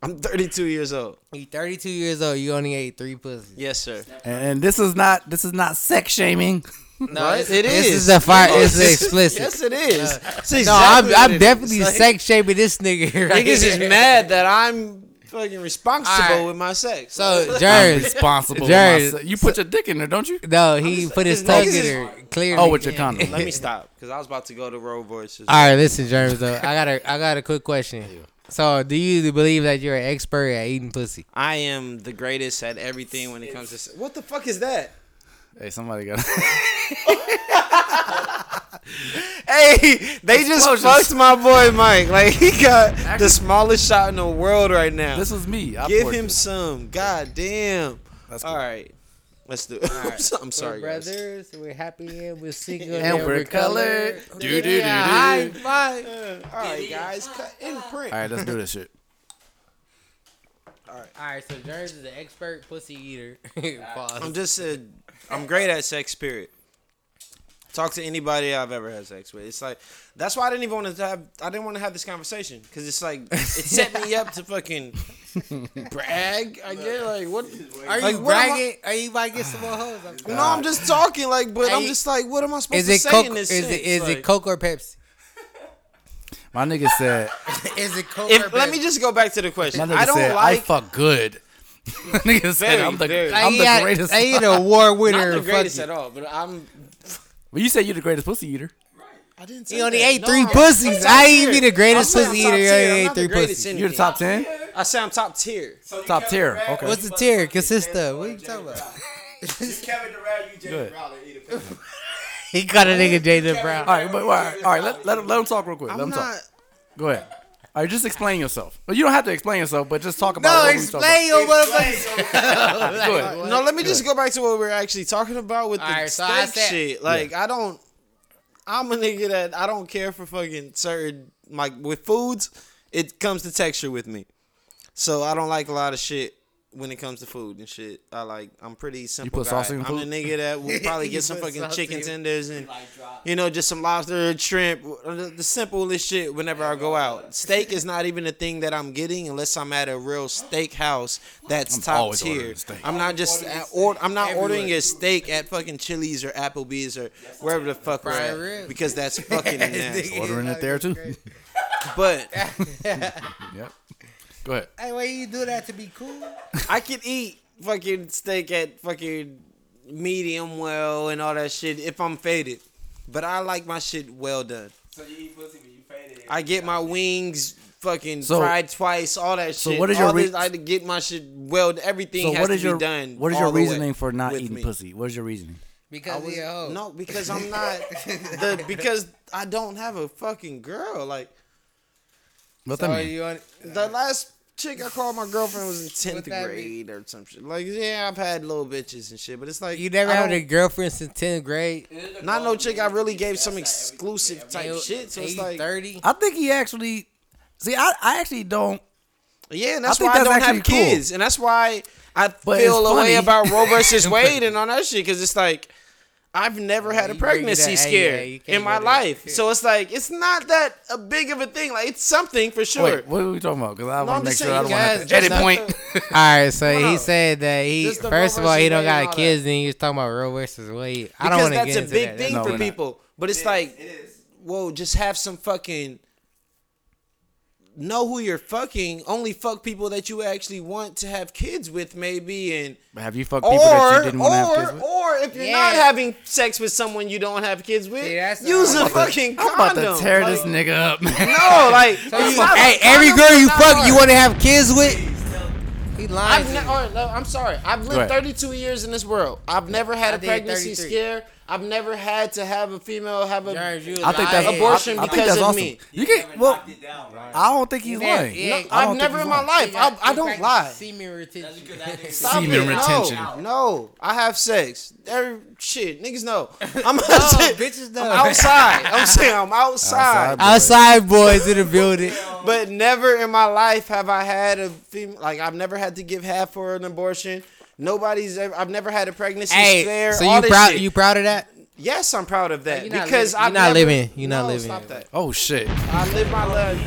I'm 32 years old. You 32 years old. You only ate three pussies. Yes, sir. and, and this is not this is not sex shaming. No, Right? it's, It This is. is a fire. No, It's it's- explicit. yes, it is. No, That's No, exactly I'm, what I'm it is. definitely Like- sex shaming this nigga. Right Niggas is here. mad that I'm fucking responsible All right. with my sex. So I'm Jerz, responsible. Jerz, Jerry, you put your dick in there, don't you? No, he put his Niggas tongue in is- her. Clearly. Oh, with your condom. Let me stop because I was about to go to Road Voices. All right, listen, Jerms. Though I got a I got a quick question. So, do you believe that you're an expert at eating pussy? I am the greatest at everything when it comes to. se- What the fuck is that? Hey, somebody got. Hey, they just Explosions. fucked my boy Mike. Like he got the smallest shot in the world right now. this was me. I Give poured him this. some. God damn. All right. Let's do it. I'm, so- I'm sorry, we're guys. brothers. We're happy and we're single And we're colored. Do, do, do, do. High five. All right, guys. Cut in print. All right, let's do this shit. All right, so Jerms is an expert pussy eater. Pause. I'm just a. I'm great at sex, period. Talk to anybody I've ever had sex with. It's like that's why I didn't even want to have. I didn't want to have this conversation because it's like it set me up to fucking brag. I get like what Are like, you what am I- bragging? Are you about to get some more hoes? No, I'm just talking like, but I'm Hey, just like, what am I supposed Is to it say Coke? in Is this? it sense? is Like- it Coke or Pepsi? My nigga said. is it Coke or If, Pepsi? let me just go back to the question. My nigga I don't said I like. fuck good. nigga said Very, I'm the, very. I'm the Like, yeah, greatest. I eat a war winner Not the and fuck greatest you. at all, but I'm. Well, you said you're the greatest pussy eater. I didn't. He only ate three pussies. I ain't be the greatest pussy eater. I ate three pussies. You're the top ten, I say I'm top tier. top tier. Okay. What's the tier? Consist of? What are you talking about? Good. He got a nigga Jada All Brown. right, but all right, all right let, let, him- let him talk real quick. Let him talk. Go ahead. All right, just explain yourself. Well, you don't have to explain yourself, but just talk about No, what we was talking explain your about. Go ahead. motherfucker. No, let me just go back to what we were actually talking about with the Alright, so steak I said- shit. Like I don't, I'm a nigga that I don't care for fucking certain like with foods. It comes to texture with me, so I don't like a lot of shit when it comes to food and shit. I like I'm pretty simple. put guy. sauce in your I'm food? the nigga that will probably You get some put fucking sauce in chicken your- tenders and you know just some lobster, shrimp, the the simplest shit. Whenever I go out, steak is not even a thing that I'm getting unless I'm at a real steak house that's I'm top always ordering tier. steak. I'm not just at, or, I'm not ordering a steak at fucking Chili's or Applebee's or wherever the fuck we're Fried at, ribs. because that's fucking nasty. Ordering it there too. But yep. Go ahead. Hey, why you do that to be cool? I could eat fucking steak at fucking medium well and all that shit if I'm faded. But I like my shit well done. So you eat pussy, but you faded. I get my wings fucking So- fried twice, all that so shit. what is your All re- this- I get my shit well. Everything So has what to is your be done. what is your all the way reasoning for not with eating me. pussy? What is your reasoning? Because he a hoe. No, because I'm not the because I don't have a fucking girl. Like What So that mean? you on? the last chick I called my girlfriend was What in tenth that grade or some shit. Like yeah, I've had little bitches and shit, but it's like You never I had a don't- girlfriend since tenth grade. not no chick. I really gave some exclusive type shit. So it's like thirty. I think he actually. See, I, I actually don't. yeah, and that's think why I that's don't have actually cool. kids, and that's why I But feel it's a way funny. about Roe versus Wade and all that shit because it's like. I've never had a You bring it up- pregnancy hey, scare yeah, you can't in my go there. life, so it's like it's not that a big of a thing. Like it's something for sure. Wait, what are we talking about? Because I want I'm to make just sure I saying, don't want guys, to edit just- point. All right, so Hold he up. said that he Just the first of all Roe he don't versus Wade got and all kids, and he was talking about Roe versus Wade. I don't because want to that's get a into big that. thing No, for we're not. people. But it's like, whoa, just have some fucking know who you're fucking. Only fuck people that you actually want to have kids with, maybe, and Have you fucked people that you or didn't or want to have kids with? or if you're Yeah. not having sex with someone you don't have kids with, See, that's what use I'm a about to- fucking I'm condom. about to tear Like, this nigga up, man. No, like it's You- not- hey, every condoms girl you are not fuck, hard. you want to have kids with? He lying. I've to ne- you. or, no, I'm sorry. I've lived ahead. 32 years in this world. I've never had I a did pregnancy 33. scare. I've never had to have a female have a. Jared, you I think that's lying. Abortion I, I think because that's of awesome. me. You can well. I don't think he's Yeah, lying. yeah, I No, don't I've think never he's in my lying. life. I, I You don't practice lie. Semen retention. Stop Semen it. retention. No, no, I have sex. Every shit, niggas know. I'm, bitches know. I'm outside. I'm saying I'm outside. Outside. Outside boys in the building. But never in my life have I had a female. Like I've never had to give half for an abortion. Nobody's ever. I've never had a pregnancy hey, scare. so all you this proud? shit. You proud of that? Yes, I'm proud of that you're not because living- I'm you're not never, living. You're not no, living. Stop that. Oh shit! I live my life.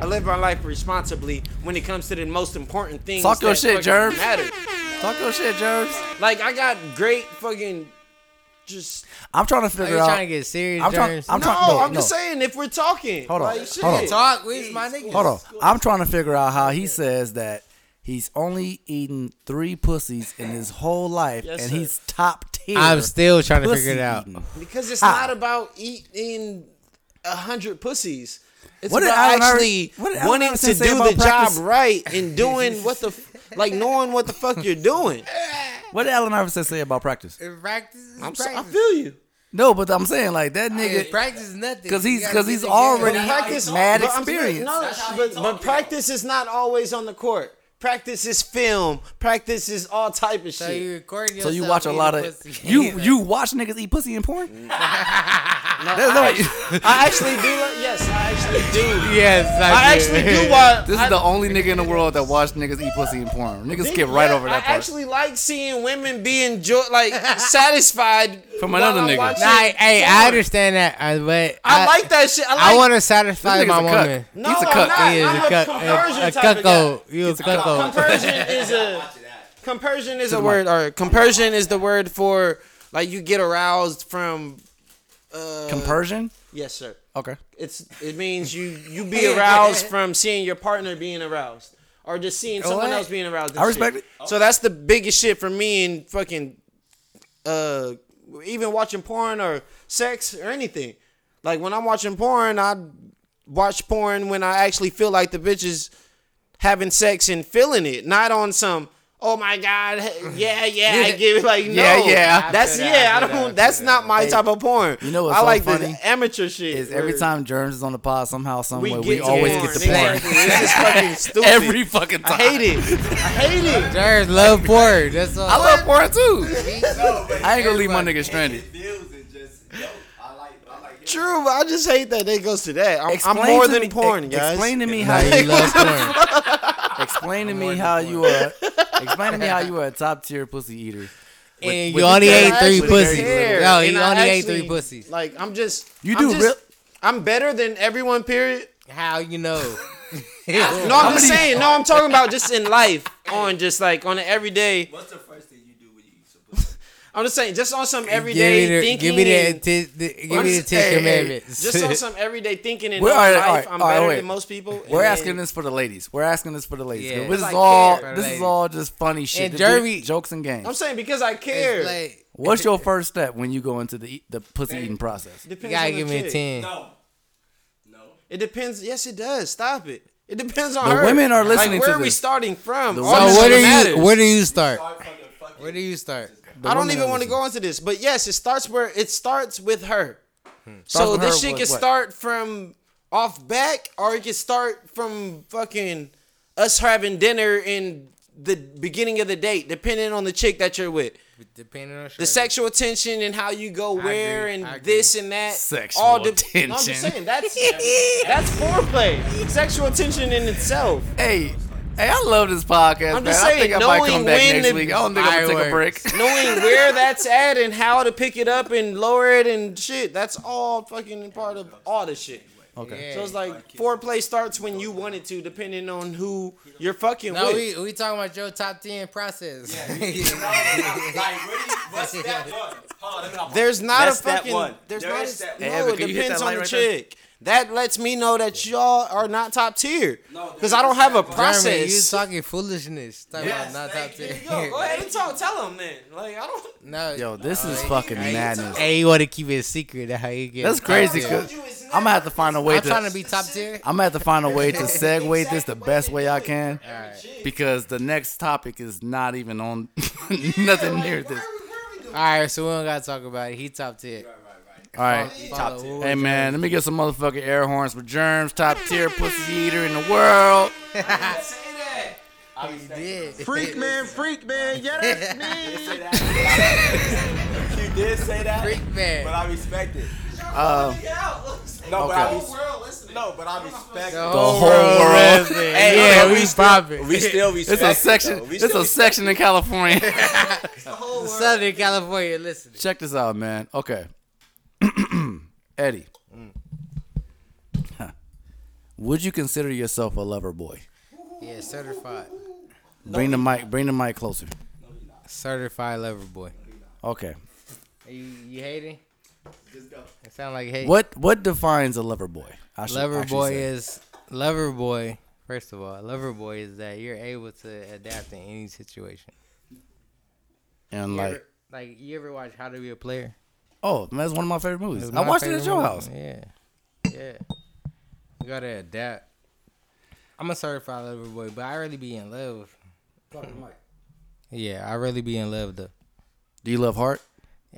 I live my life responsibly when it comes to the most important things. Talk your that shit, fucking Jerv. Matter. Talk your shit, Jervis. Like I got great fucking just I'm trying to Are figure you out. trying to get serious? I'm trying- James? I'm no, trying- no, I'm just no. saying if we're talking. Hold on, Like, shit. hold on. talk. Where's my nigga? Hold on. I'm trying to figure out how he says that he's only eaten three pussies in his whole life, Yes, and sir. he's top tier. I'm still trying to figure pussy it out. eating. Because it's How? not about eating a hundred pussies. It's What did about Alan Iver- actually what did Alan wanting Iverson to say do about the practice? job right and doing what the f- like knowing what the fuck you're doing. What did Allen Iverson say about practice? Practice is I'm so, I practice. feel you. No, but I'm saying like that nigga. practice is nothing. Because You he's gotta because get he's together. already practice mad but I'm saying- experience. no, but, but practice is not always on the court. Practice is film. Practice is all type of So shit. you record So you yourself watch a eating lot of pussy. you you watch niggas eat pussy in porn. There's no way- I actually do. Like, yes, I actually do. Yes, I, actually do. Watch, This is I- the only nigga in the world that watch niggas eat pussy in porn. Niggas skip right over that I part. actually like seeing women be enjoy like satisfied From while another I'm nigga. watching Nah, hey, I porn. understand that, uh, but I, like that shit. I, like, I want to satisfy This my nigga's a cuck. woman. No, He's a I'm cuck. not. He is I'm a cuck. compersion A, a type of guy. cucko. You a cucko. Compersion is a compersion is a word or compersion is the word for like you get aroused from uh Compersion? Yes, sir. Okay. It's it means you you be aroused from seeing your partner being aroused or just seeing someone Alright. else being aroused. and I respect shit. So that's the biggest shit for me and fucking uh even watching porn or sex or anything. Like when I'm watching porn, I watch porn when I actually feel like the bitch is having sex and feeling it, not on some Oh my God! Yeah, yeah, I give it like no. Yeah, yeah. That's yeah. I don't. That's not my type of porn. You know what's I so like funny? the amateur shit. Is every where- time Germs is on the pod, somehow, some we way, get we to always porn. get to porn. Exactly. this is fucking stupid. Every fucking I time. hate it. I hate it. There's love porn. That's all. I love porn too. I ain't gonna leave my nigga stranded. True, but I just hate that it goes to that. I'm, I'm Explain more to than me- porn, ex- guys. Explain to me Now how you you love porn. explain to me how you are. Explain to me how you are a top tier pussy eater. With- And with- you only And I ate three actually pussies. care, No, he and I only ate actually- three pussies. Like I'm just. You I'm do just- real- I'm better than everyone. Period. How you know? No, I'm just saying. No, I'm talking about just in life, on just like on an everyday. What's the first thing you do when you eat some I'm just saying, just on some Give me everyday the, thinking. give me the, and- t- the give I'm me the just- ten hey, hey, commandments. just on some everyday thinking and We're- all right, life, all right, I'm all right, better wait. than most people. We're and asking this for the ladies. We're asking this for the ladies. 'cause Yeah. This is Like, all. care. This Ladies. is all just funny shit. And This is Jervy- jokes and games. I'm saying because I care. It's like, What's your first step when you go into the eat- the pussy eating process? Depends you gotta on the give me a chick. ten. It depends. Yes, it does. Stop it. It depends on The her. women are listening Like, where to are we this. starting from? The All So women- this where shit do matters. you where do you start? Where do you start? I don't even want to go into this, but yes, it starts where it starts with her. Hmm. Starts So with this her shit with can what? start from off back, or it can start from fucking us having dinner in the beginning of the date, depending on the chick that you're with. Depending on The sexual tension and how you go where agree, I and agree. this and that. Sexual No, I'm just tension. saying that's that's foreplay. Sexual tension in itself. Hey, hey, I love this podcast. I'm man. just I saying, think I might knowing come back when next the week. I don't think I'm gonna take a fireworks- break. knowing where that's at and how to pick it up and lower it and shit. That's all fucking part of all the shit. Okay. So it's like foreplay starts when you want it to, depending on who you're fucking No, with. we we talking about your top ten process. There's not That's a that fucking. one. There's There not. is that a, one. Hey, no, Evan, it can you hit depends that on light the right there? chick. That lets me know that y'all are not top tier. Because I don't have a Jeremy, you process. talking foolishness. Talking Yes, about not top ten. Yo, go ahead and talk. Tell him then. Like I don't. No, Yo, this is fucking madness. Hey, you want to keep it a secret? How you get? That's crazy. I Cause told you it's I'm gonna have to find a way I'm to. trying to be top tier. I'm gonna have to find a way to segue this the best way I can, because the next topic is not even on nothing near this. All right, so we don't gotta talk about it. He top tier. All right, Top tier. hey man, let me get some motherfucking air horns for germs, top tier pussy eater in the world. Freak man, freak man, yeah, You did say that, freak but man. I respect it. Um, No, but I Okay. res- no, but I respect The it. whole, whole world, world. wrestling. Hey, yeah, no, we we still- popping. We still respect it's a it, section. though. We It's a still- section in California. Southern California, listen. Check this out, man. Okay, Eddie, Mm. Huh. would you consider yourself a lover boy? Yeah, certified, Bring the mic. Bring the mic closer. certified lover boy. Okay. Are you you hating? Just go. It sound like hate. What what defines a lover boy? I should Lover actually boy say. is lover boy. First of all, lover boy is that you're able to adapt in any situation. and You like ever- like you ever watch How to Be a Player? oh man, that's one of my favorite movies. It's I my watched it at favorite your movie. house. Yeah, yeah. You gotta adapt. I'm a certified lover boy, but I really be in love. Yeah, I really be in love though. Do you love heart?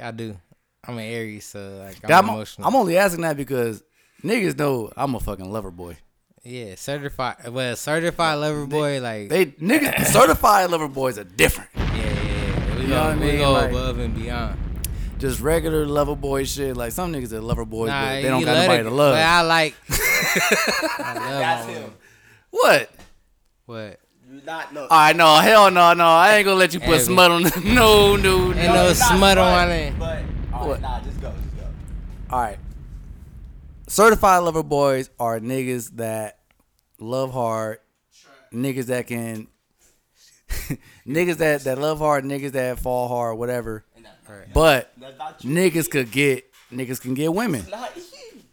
I do. I'm an Aries, so like I'm, I'm, I'm, emotional. only asking that because niggas know I'm a fucking lover boy. yeah, certified. Well, certified lover boy, like They niggas certified lover boys are different. yeah, yeah, yeah. We know go, what I we mean? go Like- above and beyond. just regular lover boy shit. Like some niggas that lover boys, Nah, but they you don't got let nobody it- to love. but I like- I love That's my him. woman. What? What? You not know. All right, no, hell no, no. I ain't gonna let you put Abby. smut on. no, no, no. Ain't no smut on it. But all What? right, nah, just go, just go. All right. Certified lover boys are niggas that love hard, niggas that can, niggas that, that love hard, niggas that fall hard, whatever. But niggas could get niggas can get women.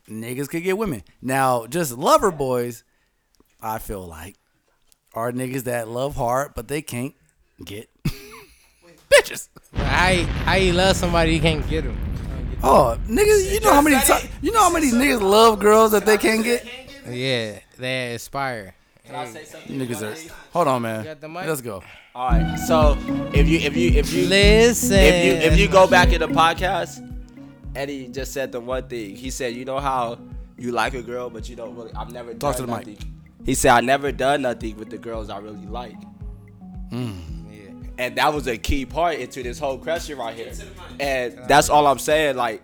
Niggas could get women. Now, just lover boys, I feel like are niggas that love hard, but they can't get bitches. I I love somebody you can't get them. Oh, niggas, you know how many ti- you know how many niggas love girls that they can't get. Yeah, they inspire. Can I say something? Niggas are. Hold on, man. You got the mic? Let's go. All right. So if you if you if you Listen. if you if you go back in the podcast, Eddie just said the one thing. He said, you know how you like a girl, but you don't really. I've never Talk done to the mic. nothing. He said, I never done nothing with the girls I really like. Hmm. And that was a key part into this whole question right here. And that's all I'm saying. Like,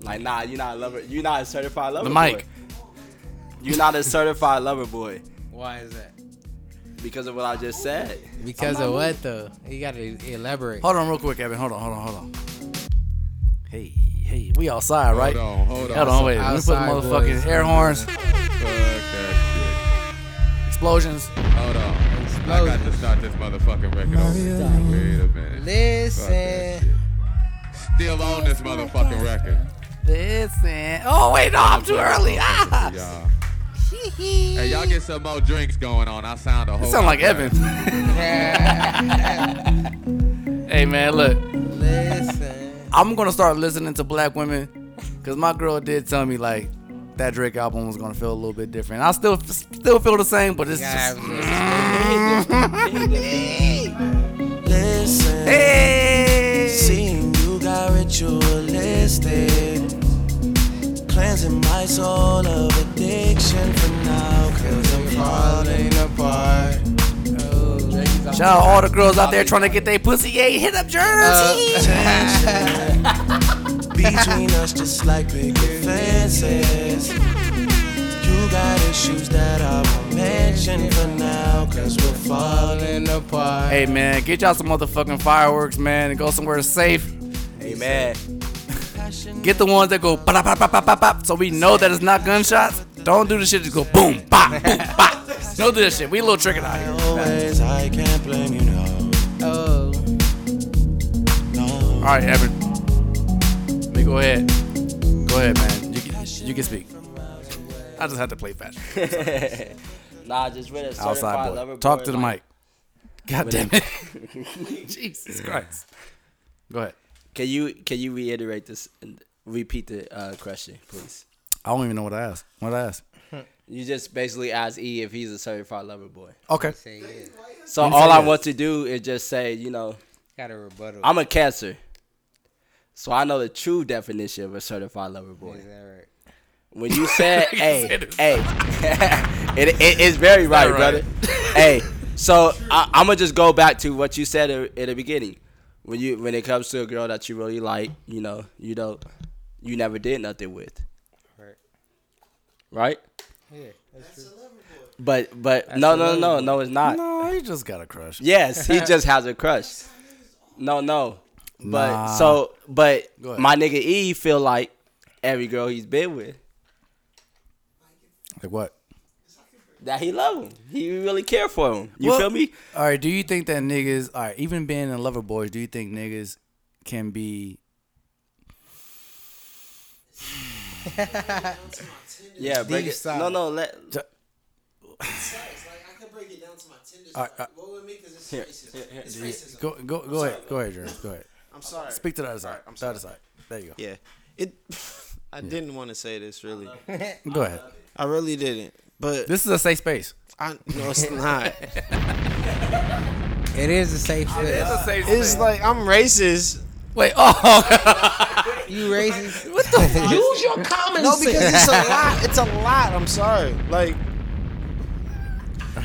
like nah, you're not a lover. You're not a certified lover. The mic. boy. You're not a certified lover boy Why is that? because of what I just said. Because of what though? You gotta elaborate. Hold on, real quick, Evan. Hold on, hold on, hold on. Hey, hey, we outside, right? on, hold on. Hold on, wait. Outside Let me put the motherfucking boys. air horns, explosions. Hold on. I got to start this motherfucking record over. Wait a minute. Fuck that Listen, shit. Still on this motherfucking record. Listen. Oh wait, no, I'm too early. Ah. Y'all. Hey, y'all get some more drinks going on. I sound a whole. It sound like lot Evan. better. hey man, look. Listen. I'm gonna start listening to black women, cause my girl did tell me like that Drake album was gonna feel a little bit different. I still still feel the same, but it's just. Listen, seeing you got ritualistic, cleansing my soul of addiction for now. Cause I'm falling apart. Shout out all the girls out there trying to get their pussy. Yay, hit up Jersey. Between us, just like picket fences. You got issues that I won't mention for now. Cause we're falling apart. Hey man, get y'all some motherfucking fireworks, man, and go somewhere safe. Amen. Get the ones that go pop, pop, pop, pop, pop, pop, so we know that it's not gunshots. Don't do the shit that go boom, pop, boom, pop. Don't do that shit. We a little tricking out here. Always, I can't blame you, no. Oh. All right, Evan. Let me go ahead. Go ahead, man. You can, you can speak. I just had to play fast. nah, just with a certified Outside lover boy. boy. Talk to the mic. like- God damn it. Jesus Christ. Go ahead. Can you can you reiterate this and repeat the uh, question, please? I don't even know what I asked. What I asked. You just basically asked E if he's a certified lover boy. Okay. So Let me all say I yes. want to do is just say, you know, Got a rebuttal. I'm a cancer. So I know the true definition of a certified lover boy. When you said, He hey, said it. hey, it, it- it's very right, right. brother. hey, so I, I'm gonna just go back to what you said at, at the beginning. When you when it comes to a girl that you really like, you know, you don't, you never did nothing with, Right. right? Yeah, that's true. But but no no no no it's not. No, he just got a crush. Yes, he just has a crush. No no. But Nah. so but Go ahead. my nigga E feel like every girl he's been with Like what? that he love him. He really care for him. You Well, feel me? All right. Do you think that niggas, all right, even being in lover boys, do you think niggas can be? Yeah, break it. No no let All right, uh, Here, here, here. go go go ahead. Go ahead, Jerry. Go ahead. I'm sorry. Speak to the other side. The other side. There you go. Yeah. It. I didn't want to say this really. Go ahead. I really didn't. But This is a safe space. I no, it's not. It is a safe space. It's like I'm racist. Wait. Oh. You racist? What the fuck? Use your common No, because sense. it's a lot. It's a lot. I'm sorry. Like,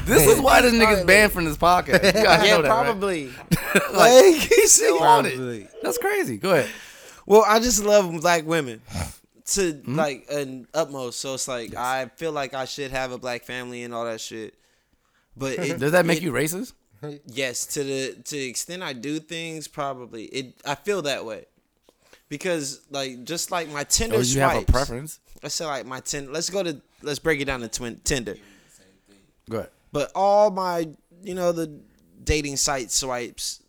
This is why this nigga's banned from this podcast. You guys yeah, know that, right? probably. Like, he still still on it. That's crazy. Go ahead. Well, I just love black women to like an utmost. So it's like I feel like I should have a black family and all that shit. But it, Does that make it- you racist? Yes, to the to the extent I do things, probably it. I feel that way because like just like my Tinder. Oh, you have a swipes- preference? Let's say like my Tinder. Let's go to let's break it down to twin, Tinder. Go ahead. But all my, you know, the dating site swipes,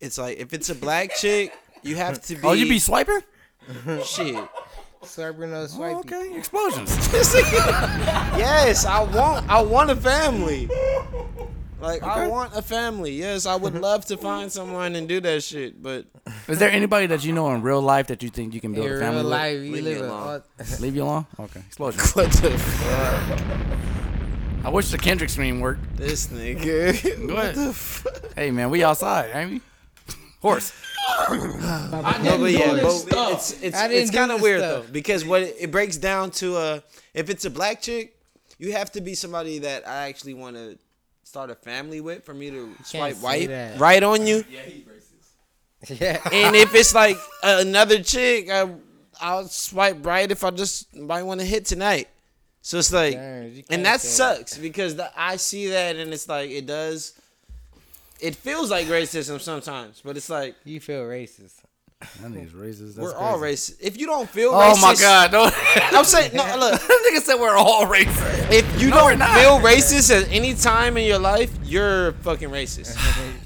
it's like if it's a black chick, you have to be. Oh, you be swiping? Shit. Swiping those swiping. okay, explosions. yes, I want. I want a family. Like I want a family. Yes, I would love to find someone and do that shit. But Is there anybody that you know in real life that you think you can build In a family real with? life, you Leave live me in alone. Leave you alone? Okay. Explosion. What the fuck? I wish the Kendrick screen worked. This nigga. Go ahead. hey man, we outside, Amy. Horse. No, but yeah, do but this stuff. it's it's, I didn't it's do kind of this weird stuff. though because what it, it breaks down to uh if it's a black chick, you have to be somebody that I actually want to start a family with for me to swipe say white that. right on you. Yeah, he's racist. Yeah, and if it's like another chick, I I'll swipe right if I just might want to hit tonight. So it's like, and that sucks because the, I see that and it's like it does. It feels like racism sometimes, but it's like you feel racist. That nigga's racist. we're all racist. If you don't feel Oh racist, my God, don't- I'm saying no. Look, nigga said we're all racist. If you No, we're don't not. feel racist at any time in your life, you're fucking racist.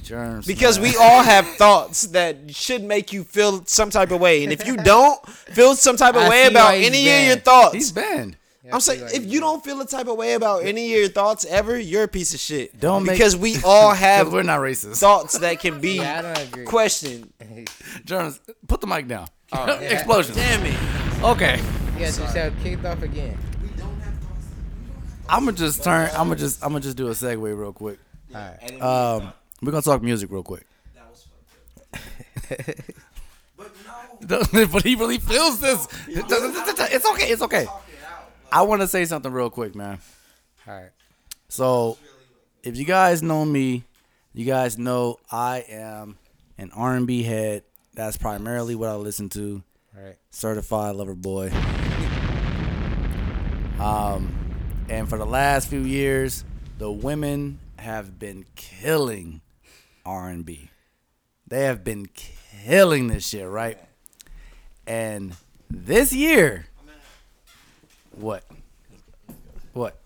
Germs. Because man. we all have thoughts that should make you feel some type of way, and if you don't feel some type of I way see about why he's any of banned. your thoughts, He's banned. I'm saying if you don't feel a type of way about any of your thoughts ever, you're a piece of shit. Don't make- because we all 'Cause have we're not racist. thoughts that can be Yeah, I don't agree. questioned. Germs, put the mic down. Oh, yeah. Explosions. Damn it. Okay. Yes, you said kicked off again. I'ma just turn I'ma just I'ma just do a segue real quick. Alright. Um we're gonna talk music real quick. but no But he really feels this. It's okay, it's okay. I wanna say something real quick, man. Alright. So, if you guys know me, you guys know I am an R&B head. That's primarily what I listen to. Right. Certified lover boy. Um, and for the last few years, the women have been killing R&B. They have been killing this shit, right? And this year, what? What?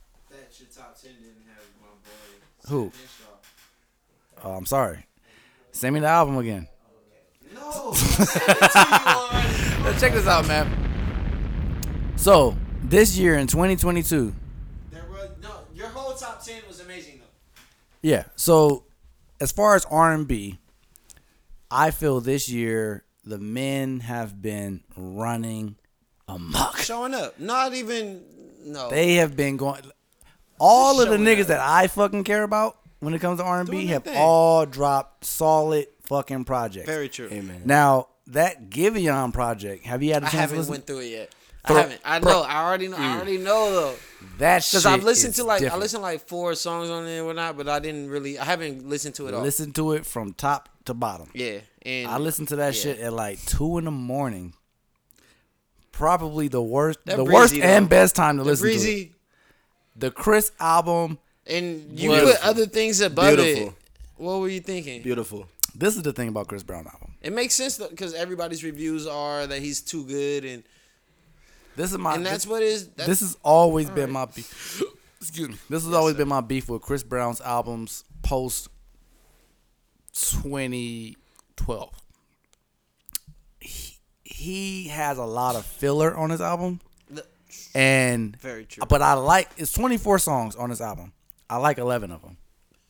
Who? Oh, I'm sorry. Send me the album again. No. Check this out, man. So this year in 2022, No, your whole top ten was amazing though. yeah. So as far as R&B, I feel this year the men have been running amok. Showing up, not even no. They have been going. All of the Showing niggas that I fucking care about when it comes to R and B Doing their have thing. all dropped solid fucking projects. Very true. Amen. Now that Giveon project, have you had a I chance? to haven't listen? went through it yet. Bro, I haven't. I bro. know. I already know. I Mm. already know though. That Because I've shit listened is to like I different. listened to, like four songs on it and whatnot, but I didn't really. I haven't listened to it all. Listen to it from top to bottom. Yeah, and I listened to that yeah. shit at like two in the morning. Probably the worst, That the Breezy, worst and though. best time to The listen to it. Breezy. The Chris album. And you Beautiful. put other things above it. Beautiful. What were you thinking? Beautiful. This is the thing about Chris Brown album. It makes sense though, because everybody's reviews are that he's too good, and This is my. and that's this, what is. That's, this has always been my beef. Excuse me. This has always been my beef with Chris Brown's albums post 2012. He, he has a lot of filler on his album. The- And Very true. But I like it's 24 songs on this album. I like 11 of them.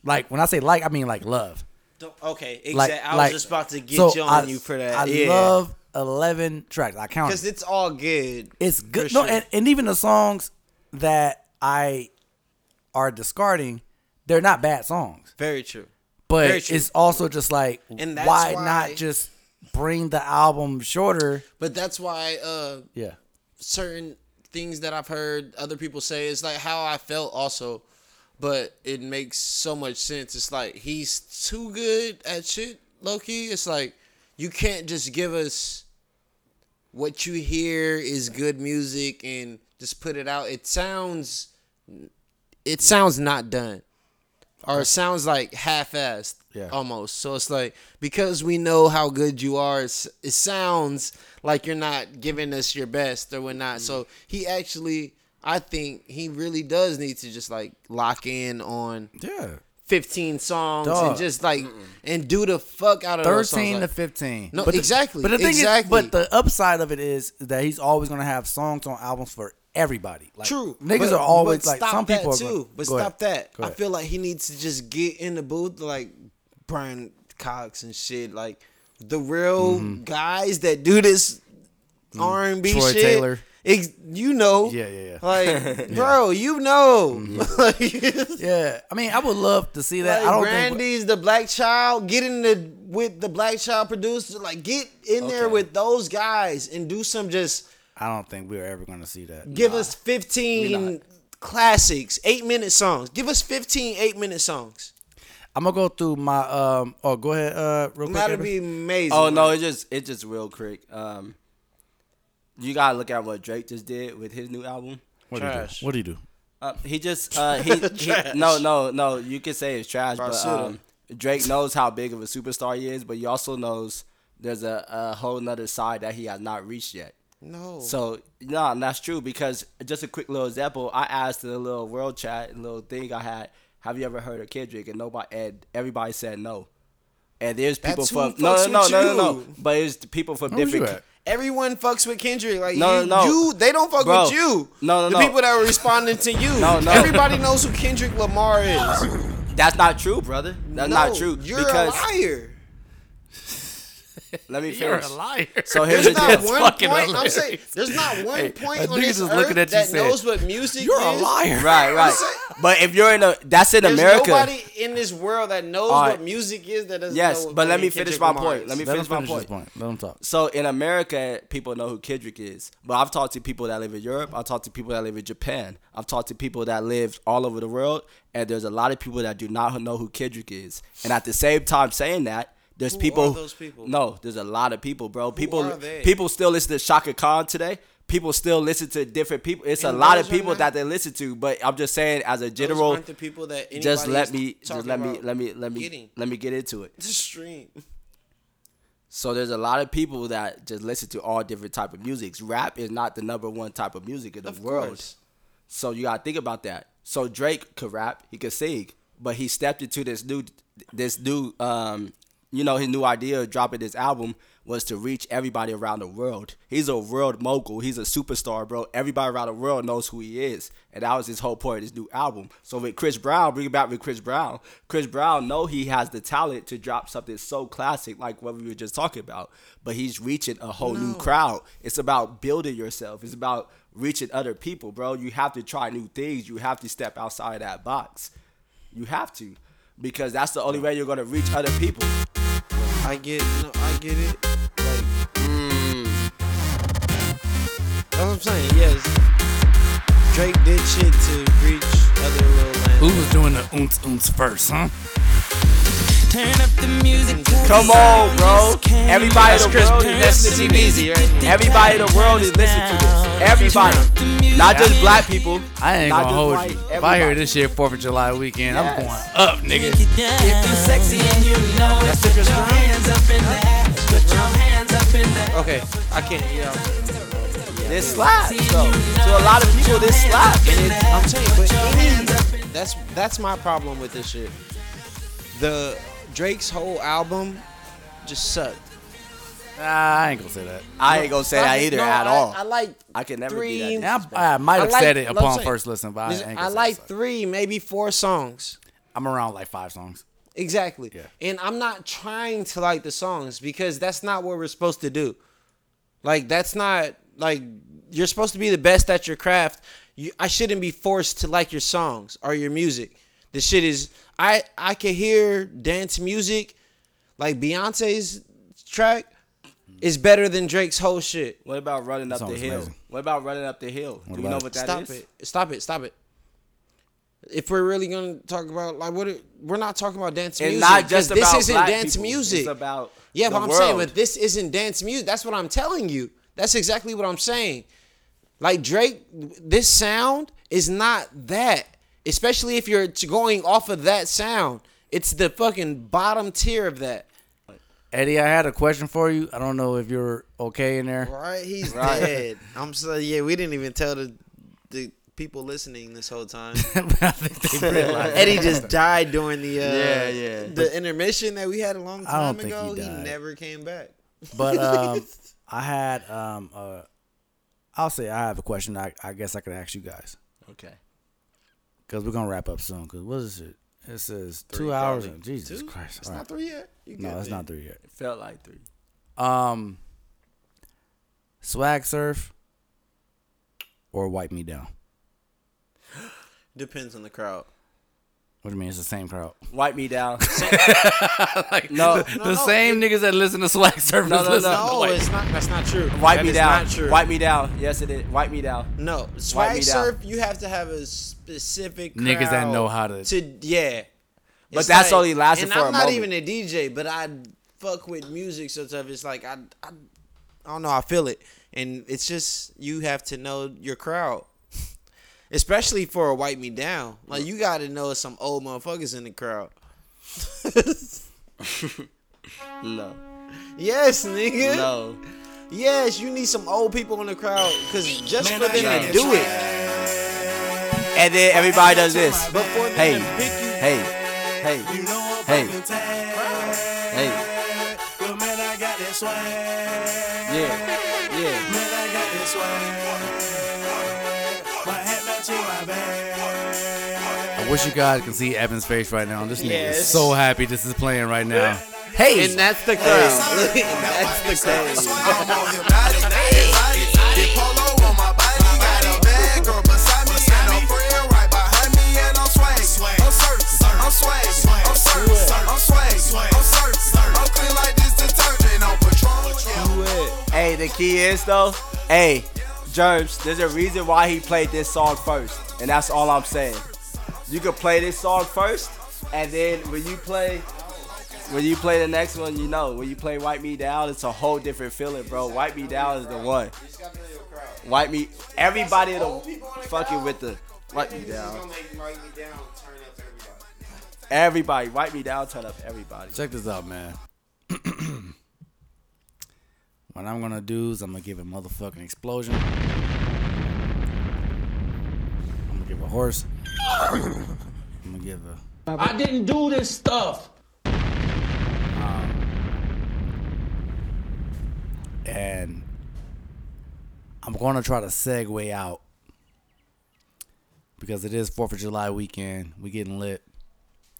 Like when I say like, I mean like love. Don't- okay, exactly. Like- I was like- just about to get so you on I- you for that. I yeah. love 11 tracks. I count because it's all good. it's good. For No, sure. and, and even the songs that I are discarding, they're not bad songs. Very true. But Very true. it's also just like, And that's why, why- not just bring the album shorter? But that's why uh Yeah. certain things that I've heard other people say is like how I felt also. But it makes so much sense. It's like he's too good at shit, Loki. It's like you can't just give us what you hear is good music and just put it out. It sounds it sounds not done. Or it sounds like half assed Yeah. almost. So it's like because we know how good you are, it's, it sounds like you're not giving us your best or Mm-hmm. whatnot. So he actually I think he really does need to just like lock in on yeah. 15 songs and Dog. just like and do the fuck out of those songs, 13 to like- 15. No, But the- exactly. but the thing exactly. is, but the upside of it is that he's always going to have songs on albums for everybody. Like, True. Niggas But- are always but like, stop some that people are too. gonna- but Go ahead. stop Go that. I ahead. feel like he needs to just get in the booth like Brian Cox and shit. Like the real guys that do this R and B Mm-hmm. Troy shit. Taylor. Ex- you know. Yeah, yeah, yeah. Like, Yeah. bro, you know. yeah. I mean, I would love to see that. Like I don't think. Brandy's the black child. Get in the with the black child producer. Like get in there with those guys and do some just I don't think we're ever going to see that. Give Nah. us 15 classics, eight minute songs. Give us 15 eight minute songs. I'm gonna go through my um. Oh, go ahead. Uh, real quick. That'd Evan. be amazing. Oh no, Like, it just it just real quick. Um, you gotta look at what Drake just did with his new album. What do you do? What do you do? Uh, he just uh, he, he- Trash. no no no. You could say it's trash, but Basura. um, Drake knows how big of a superstar he is, but he also knows there's a, a whole nother side that he has not reached yet. No. So no, and that's true because just a quick little example. I asked in a little world chat, little thing I had. Have you ever heard of Kendrick? And nobody, and everybody said no. And there's people That's from who no fucks no no with no no you. no. But it's the people from Where was you different. at? everyone fucks with Kendrick. Like No, you, no, no. you they don't fuck Bro. with you. No, no, the no. people that are responding to you. No, no. Everybody knows who Kendrick Lamar is. That's not true, brother. That's not No, true. You're because a liar. let me finish. You're a liar. So here's There's the not deal. one point. I'm saying there's not one Hey, point that on nigga this just earth looking at you that saying, knows what music You're is. a liar. Right, right. but if you're in a that's in There's America. nobody in this world that knows All right. what music is that doesn't know yes, what but let me fucking finish Kendrick my Lamar point. is. Let me Let him finish my finish his point. point. Let him talk. So in America, people know who Kendrick is, but I've talked to people that live in Europe. I've talked to people that live in Japan. I've talked to people that live all over the world, and there's a lot of people that do not know who Kendrick is. And at the same time, saying that, there's Who people. are those people? No, there's a lot of people, bro. people, are they? people still listen to Shaka Khan today. People still listen to different people. It's And a lot of those are people not- that they listen to. But I'm just saying, as a general, aren't the people that just anybody let is me, just talking let me, about let me, let me, getting. let me get into it. The stream. So there's a lot of people that just listen to all different type of musics. Rap is not the number one type of music in the world. So you gotta think about that. So Drake could rap, he could sing, but he stepped into this new, this new, um, you know, his new idea of dropping this album was to reach everybody around the world. He's a world mogul. He's a superstar, bro. Everybody around the world knows who he is, and that was his whole point of this new album. So with Chris Brown, bring it back with Chris Brown. Chris Brown know he has the talent to drop something so classic like what we were just talking about, but he's reaching a whole new No. crowd. It's about building yourself. It's about reaching other people, bro. You have to try new things. You have to step outside that box. You have to, because that's the only way you're gonna reach other people. I get, no, I get it. Like, Mm. that's what I'm saying. Yes, Drake did shit to reach other little lands. Who was doing the oomps oomps first, huh? Turn up the music. Come on, bro. Everybody in the That's world Chris- is listening to this. Everybody in the world is listening to this. Everybody, not just black people. I ain't not gonna just hold white, you. If I everybody. hear this shit Fourth of July weekend, I'm going Yes. up, nigga. If you sexy and you know it, put your hands up in the air. Put your hands up in the air. Okay, I can't. Yeah. This slaps, though. To a lot of people, this slaps. And it's, I'm telling you, but any, that's that's my problem with this shit. The Drake's whole album just sucked. Nah, I ain't gonna say that. I ain't gonna say that either No, at I- all. I like I can never three- be I, that. I might I have like- said it I'm upon saying- first listen, but I ain't Listen, gonna I say like so. three, maybe four songs. I'm around like five songs. Exactly. Yeah. And I'm not trying to like the songs because that's not what we're supposed to do. Like that's not like you're supposed to be the best at your craft. You, I shouldn't be forced to like your songs or your music. The shit is I I can hear dance music like Beyonce's track is better than Drake's whole shit. What about running up That the song is hill? amazing. What about running up the hill? Do you know what that is? stop it. Stop it. Stop it. If we're really gonna talk about like what it, we're not talking about dance And music, not just 'cause this about isn't black dance people. music. It's about yeah, the but I'm saying, world. but this isn't dance music. That's what I'm telling you. That's exactly what I'm saying. Like Drake, this sound is not that. Especially if you're t- going off of that sound, it's the fucking bottom tier of that. Eddie, I had a question for you. I don't know if you're okay in there. Right? He's Right. dead. I'm sorry. Yeah, we didn't even tell the the people listening this whole time. they realized it. Eddie just died during the uh, Yeah, yeah. the intermission that we had a long I don't time think ago. he He, died. never came back. But um, I had um, uh, I'll say I have a question. I, I guess I can ask you guys Okay. because we're gonna wrap up soon. Because what is it? It says Three two hours. probably. And, Jesus Two? Christ! It's All not right. three yet. You no, good, it's dude. not three yet. It felt like three. Um, swag surf or wipe me down. Depends on the crowd. What do you mean? It's the same crowd. Wipe me down. Like, no, the, the same niggas that listen to swag surf. No, no, listen no. to No, Wipe it's Me not. That's not true. Wipe That me is down. not true. Wipe me down. Yes, it is. Wipe me down. No, Wipe Swag me down. surf, you have to have a specific Niggas that crowd know how to- to yeah. But that's only lasted and for I'm a not moment. even a DJ, but I fuck with music so tough. It's like I, I, I don't know. I feel it, and it's just you have to know your crowd, especially for a wipe me down. Like you got to know some old motherfuckers in the crowd. No. Yes, nigga. No. Yes, you need some old people in the crowd because just Man, for I them to ain't do it. And then everybody does this. Before hey, they pick you- hey, hey, hey, hey. Yeah, yeah. I wish you guys can see Evan's face right now. This nigga is Yes. so happy this is playing right now. Hey, and that's the crowd. that's the crowd. Hey, the key is though, hey, Jerms, there's a reason why he played this song first, and that's all I'm saying. You could play this song first, and then when you play, when you play the next one, you know, when you play "Wipe Me Down," it's a whole different feeling, bro. "Wipe Me Down" is the one. Wipe me, everybody in the fucking with the "Wipe Me Down." Everybody, "Wipe Me Down," turn up everybody. Check this out, man. what I'm gonna do is I'm gonna give a motherfucking explosion. I'm gonna give a horse. I'm gonna give a. I didn't do this stuff. Um, and I'm going to try to segue out because it is Fourth of July weekend. We getting lit.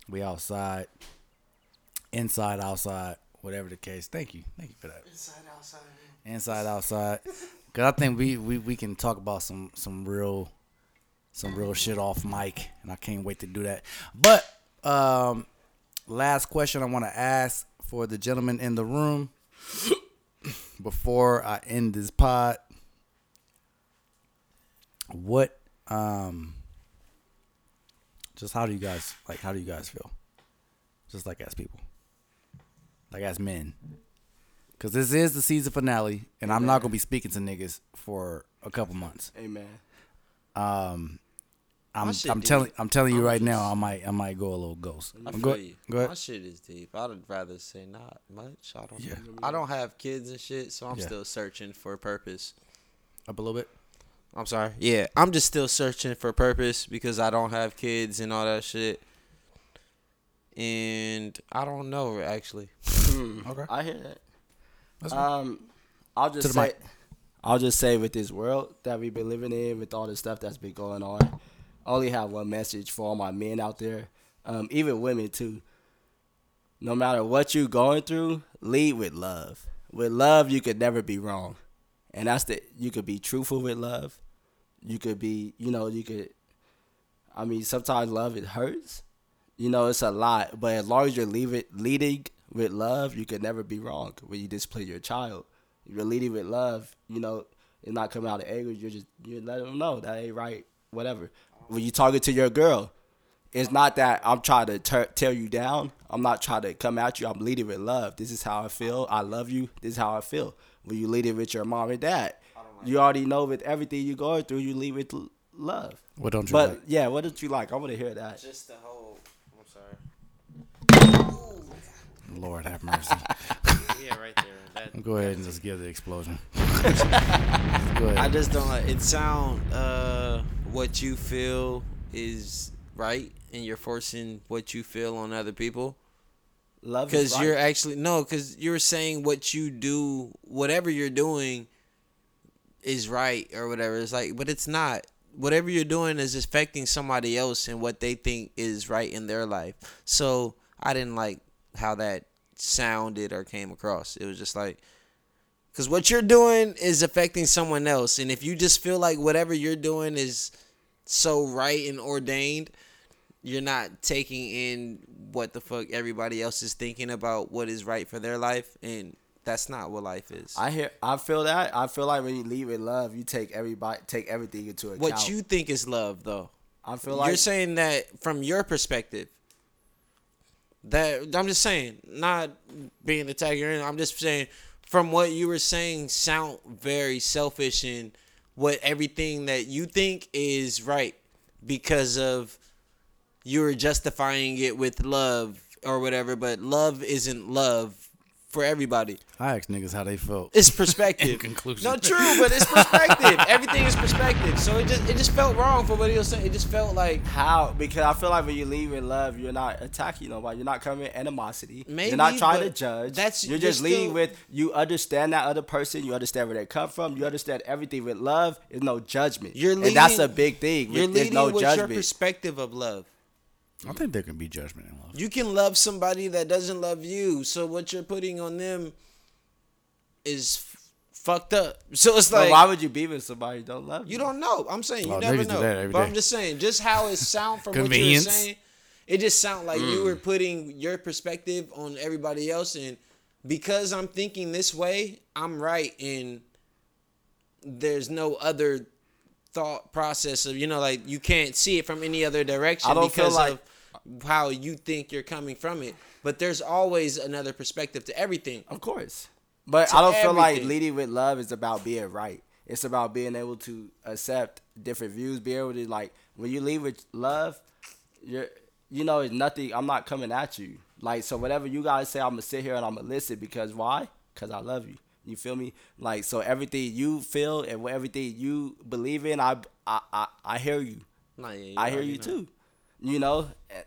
We outside, inside, outside, whatever the case. Thank you, thank you for that. Inside, outside, inside, outside. Because I think we, we we can talk about some some real some real shit off mic, and I can't wait to do that. But um, last question I want to ask for the gentleman in the room before I end this pod, what um just how do you guys like how do you guys feel? Just like as people. Like as men. Cause this is the season finale and I'm not gonna be speaking to niggas for a couple months. Amen. Um I'm My shit I'm deep. telling I'm telling you I'm right now just- I might I might go a little ghost. I go, feel you. go ahead. My shit is deep. I'd rather say not much. I don't. Yeah. I don't have kids and shit, so I'm Yeah. still searching for a purpose. Up a little bit. I'm sorry. Yeah, I'm just still searching for purpose because I don't have kids and all that shit. And I don't know actually. Okay. I hear that. That's fine. um, I'll just To the say, mic. I'll just say with this world that we've been living in, with all the stuff that's been going on, I only have one message for all my men out there, um, even women too. No matter what you going through, lead with love. With love, you could never be wrong, and that's the you could be truthful with love. You could be, you know, you could. I mean, sometimes love it hurts, you know it's a lot but as long as you're leave it, leading with love you could never be wrong when you display your child if you're leading with love you know it's not coming out of anger you're just you let them know that ain't right whatever when you talking to your girl it's not that i'm trying to ter- tear you down i'm not trying to come at you i'm leading with love this is how i feel i love you this is how i feel When you leave it with your mom and dad, you already know with everything you going through, you leave it to love. What don't you But like? yeah, what don't you like? I want to hear that. Just the whole. I'm sorry. Lord have mercy. Yeah, right there. That- Go ahead and just give the explosion. I just don't like it. Sound uh, what you feel is right, and you're forcing what you feel on other people. Love is because you're right. actually no, because you're saying what you do, whatever you're doing, is right or whatever. It's like, but it's not. Whatever you're doing is affecting somebody else and what they think is right in their life. So I didn't like how that sounded or came across. It was just like, because what you're doing is affecting someone else. And if you just feel like whatever you're doing is so right and ordained, you're not taking in what the fuck everybody else is thinking about what is right for their life. And that's not what life is. I hear. I feel that. I feel like when you leave it love, you take everybody, take everything into account. what you think is love, though. I feel like you're saying that from your perspective. That I'm just saying, not being attacked. or anything, I'm just saying from what you were saying, sound very selfish and what everything that you think is right because of you were justifying it with love or whatever. But love isn't love for everybody. I asked niggas how they felt. It's perspective. In conclusion. No, true, but it's perspective. Everything is perspective. So it just it just felt wrong for what he was saying. It just felt like how because I feel like when you leave in love, you're not attacking nobody. You're not coming animosity. Maybe, you're not trying to but judge. that's- you're you're just leading still- with you understand that other person. You understand where they come from. You understand everything with love is no judgment. You're and that's a leading- big thing. You're with- There's leading no with judgment. your perspective of love. I think there can be judgment in love. You can love somebody that doesn't love you. So what you're putting on them is f- fucked up. So it's But like why would you be with somebody who don't love you? you don't know. I'm saying you Well, never niggas do know. that every But day. I'm just saying, just how it sound from what you're Convenience. saying, it just sound like you were putting your perspective on everybody else, and because I'm thinking this way, I'm right, and there's no other thought process of you know like you can't see it from any other direction I don't feel because like- of how you think you're coming from it. But there's always another perspective to everything. Of course. But to I don't feel like everything. leading with love is about being right. It's about being able to accept different views, be able to like when you leave with love, you're you know, it's nothing I'm not coming at you. Like so whatever you guys say, I'm gonna sit here and I'm gonna listen because why? Because I love you. You feel me? Like so everything you feel and what everything you believe in, I I I, I hear you. Nah, yeah, you I hear already you know. too. You know? Eh,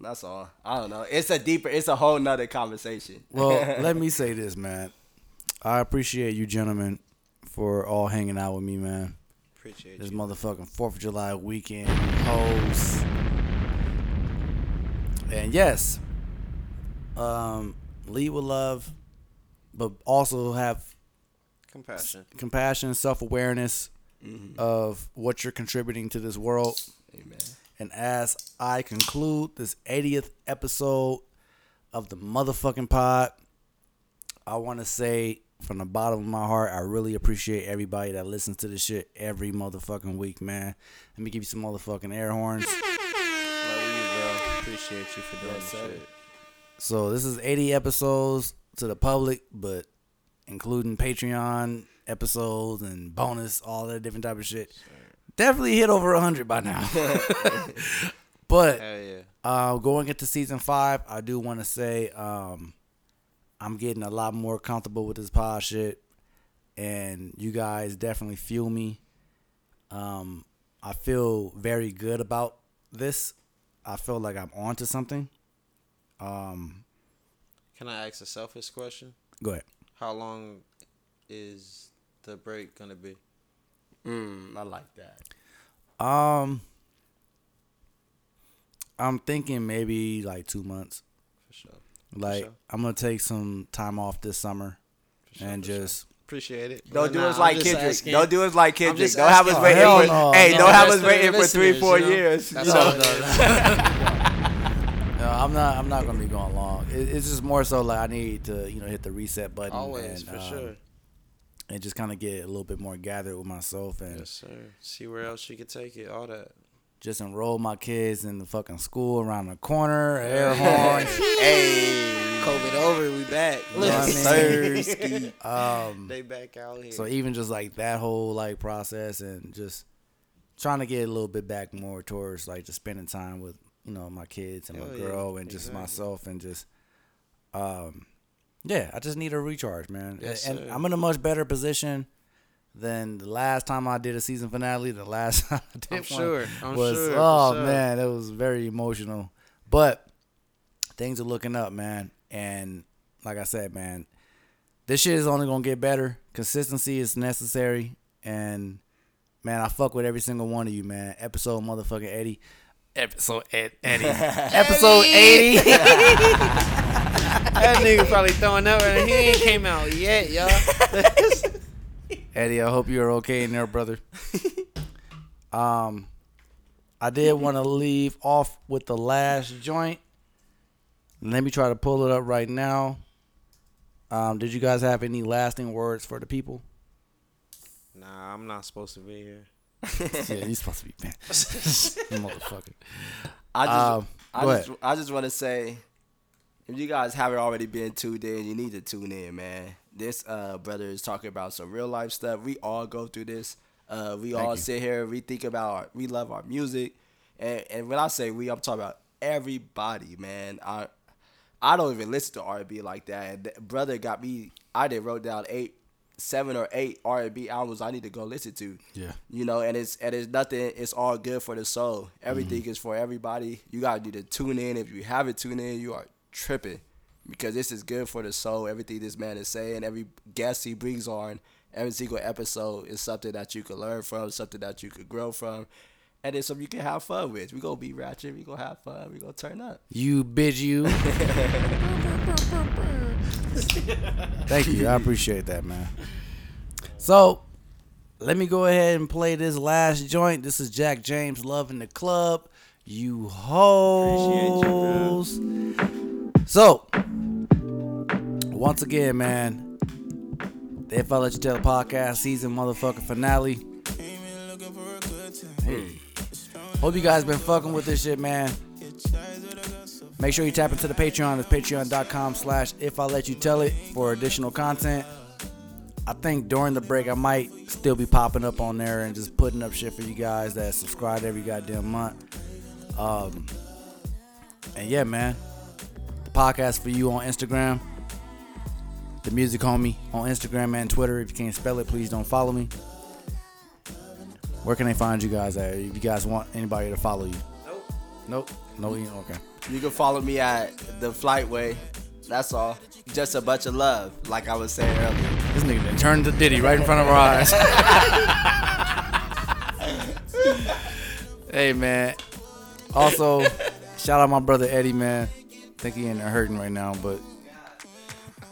That's all. I don't know. It's a deeper it's a whole nother conversation. Well, let me say this, man. I appreciate you gentlemen for all hanging out with me, man. Appreciate this motherfucking Fourth of July weekend, hoes. And yes, um, lead with love, but also have Compassion. Mm-hmm. compassion, self awareness of what you're contributing to this world. Amen. And as I conclude this 80th episode of the motherfucking pod, I want to say from the bottom of my heart, I really appreciate everybody that listens to this shit every motherfucking week, man. Let me give you some motherfucking air horns. Appreciate you for doing this shit. So this is 80 episodes to the public, but including Patreon episodes and bonus, all that different type of shit. Definitely hit over 100 by now. but Hell yeah. uh, going into season five, I do want to say um, I'm getting a lot more comfortable with this pod shit, and you guys definitely fuel me. Um, I feel very good about this. I feel like I'm onto something. Um, Can I ask a selfish question? Go ahead. How long is the break gonna be? Mm, I like that. um, I'm thinking maybe like two months. For sure. Like I'm gonna take some time off this summer and just. Appreciate it. Don't do Nah, us like I'm just Kendrick. asking. Don't do us like I'm Kendrick. just Don't have us asking. waiting Hell for. no. Hey, No, don't have that's us waiting for three, listeners, four you know? years. That's you know? all, No, I'm not. I'm not gonna be going long. It, it's just more so like I need to, you know, hit the reset button. Always, and, for um, sure. And just kind of get a little bit more gathered with myself and Yes, sir. See where else you could take it. All that. Just enroll my kids in the fucking school around the corner, air horn. hey, COVID over, we back. You know what I mean? Thirsty. Um, they back out here. So even just like that whole like process and just trying to get a little bit back more towards like just spending time with you know my kids and my Hell yeah, girl and just exactly. myself and just um yeah I just need a recharge man Yes, and sir. I'm in a much better position than the last time I did a season finale the last time I did I'm one sure, I'm was sure, for oh sure. man it was very emotional but things are looking up man and like I said man this shit is only gonna get better. Consistency is necessary, and man, I fuck with every single one of you, man. Episode motherfucking eighty, episode Ed, Eddie, episode eighty. that nigga probably throwing up and he ain't came out yet, y'all. Eddie, I hope you are okay in there, brother. um, I did want to leave off with the last joint. Let me try to pull it up right now. Um, did you guys have any lasting words for the people? nah, I'm not supposed to be here. yeah, he's supposed to be man. Motherfucker. I just, Um, I go just, ahead. I just want to say, if you guys haven't already been tuned in, you need to tune in, man. This uh, brother is talking about some real life stuff. We all go through this. Uh, we Thank all you. sit here. We think about. Our, we love our music, and and when I say we, I'm talking about everybody, man. I I don't even listen to R&B like that. And that brother got me. I did wrote down eight, seven or eight R&B albums I need to go listen to. Yeah. You know, and it's and it's nothing. It's all good for the soul. Everything is for everybody. You gotta need to tune in. If you haven't tuned in, you are tripping, because this is good for the soul. Everything this man is saying, every guest he brings on, every single episode is something that you can learn from, something that you could grow from, and it's something you can have fun with. We gonna be ratchet. We gonna have fun. We gonna turn up. You bitch, you. Thank you. I appreciate that, man. So, let me go ahead and play this last joint. This is Jack James Love in the Club. You hoes. so, once again, man, the If I Let You Tell podcast season motherfucking finale. Hey. Hope you guys been fucking with this shit, man. Make sure you tap into the Patreon. It's patreon.com slash if I let you tell it for additional content. I think during the break I might still be popping up on there and just putting up shit for you guys that subscribe every goddamn month. Um and yeah, man. The podcast for you on Instagram. The music homie on Instagram and Twitter. If you can't spell it, please don't follow me. Where can they find you guys at? If you guys want anybody to follow you. Nope. Nope. No. Okay. You can follow me at the Flightway. That's all. Just a bunch of love, like I was saying earlier. This nigga done turned to Diddy right in front of our eyes. hey man. Also, shout out my brother Eddie, man. think he in there hurting right now, but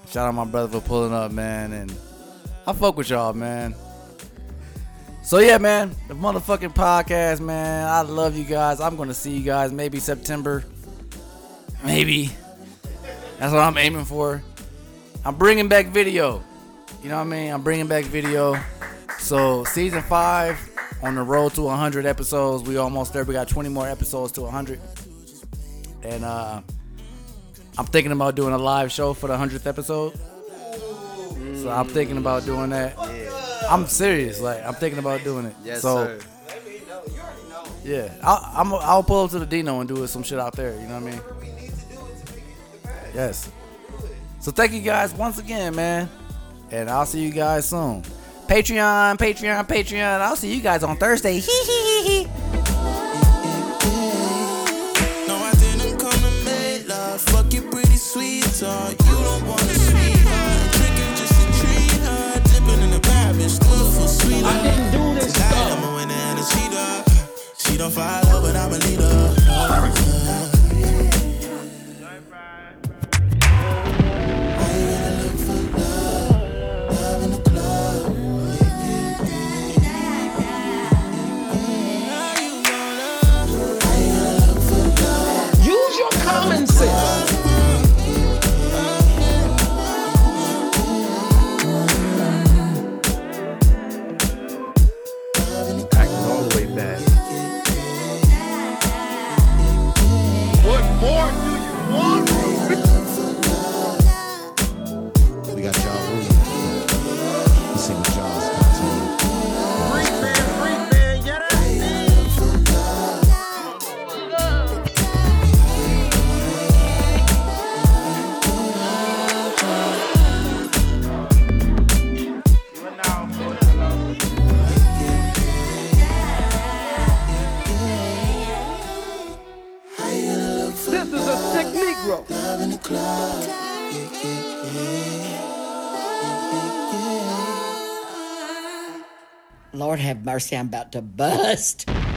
shout out my brother for pulling up, man. And I fuck with y'all, man. So yeah, man, the motherfucking podcast, man. I love you guys. I'm gonna see you guys maybe September, maybe. That's what I'm aiming for. I'm bringing back video. You know what I mean? I'm bringing back video. So season five on the road to 100 episodes. We almost there. We got 20 more episodes to 100. And uh, I'm thinking about doing a live show for the 100th episode. So I'm thinking about doing that. I'm serious. Like I'm thinking about doing it. Yes, so, sir. Yeah, I'll, I'm, I'll pull up to the Dino and do some shit out there. You know what I mean? Yes. So thank you guys once again, man. And I'll see you guys soon. Patreon, Patreon, Patreon. I'll see you guys on Thursday. Hee hee hee hee. No, I didn't come to make love. Fuck you, pretty sweetheart. You don't want a sweetheart. Drinking just to treat her. Dipping in the bath, bitch, good for sweet. I didn't do this Tonight, I'm a winner and a cheater. She don't follow, but I'm a leader. Use your common sense. club. Yeah, yeah, yeah. Lord have mercy, I'm about to bust.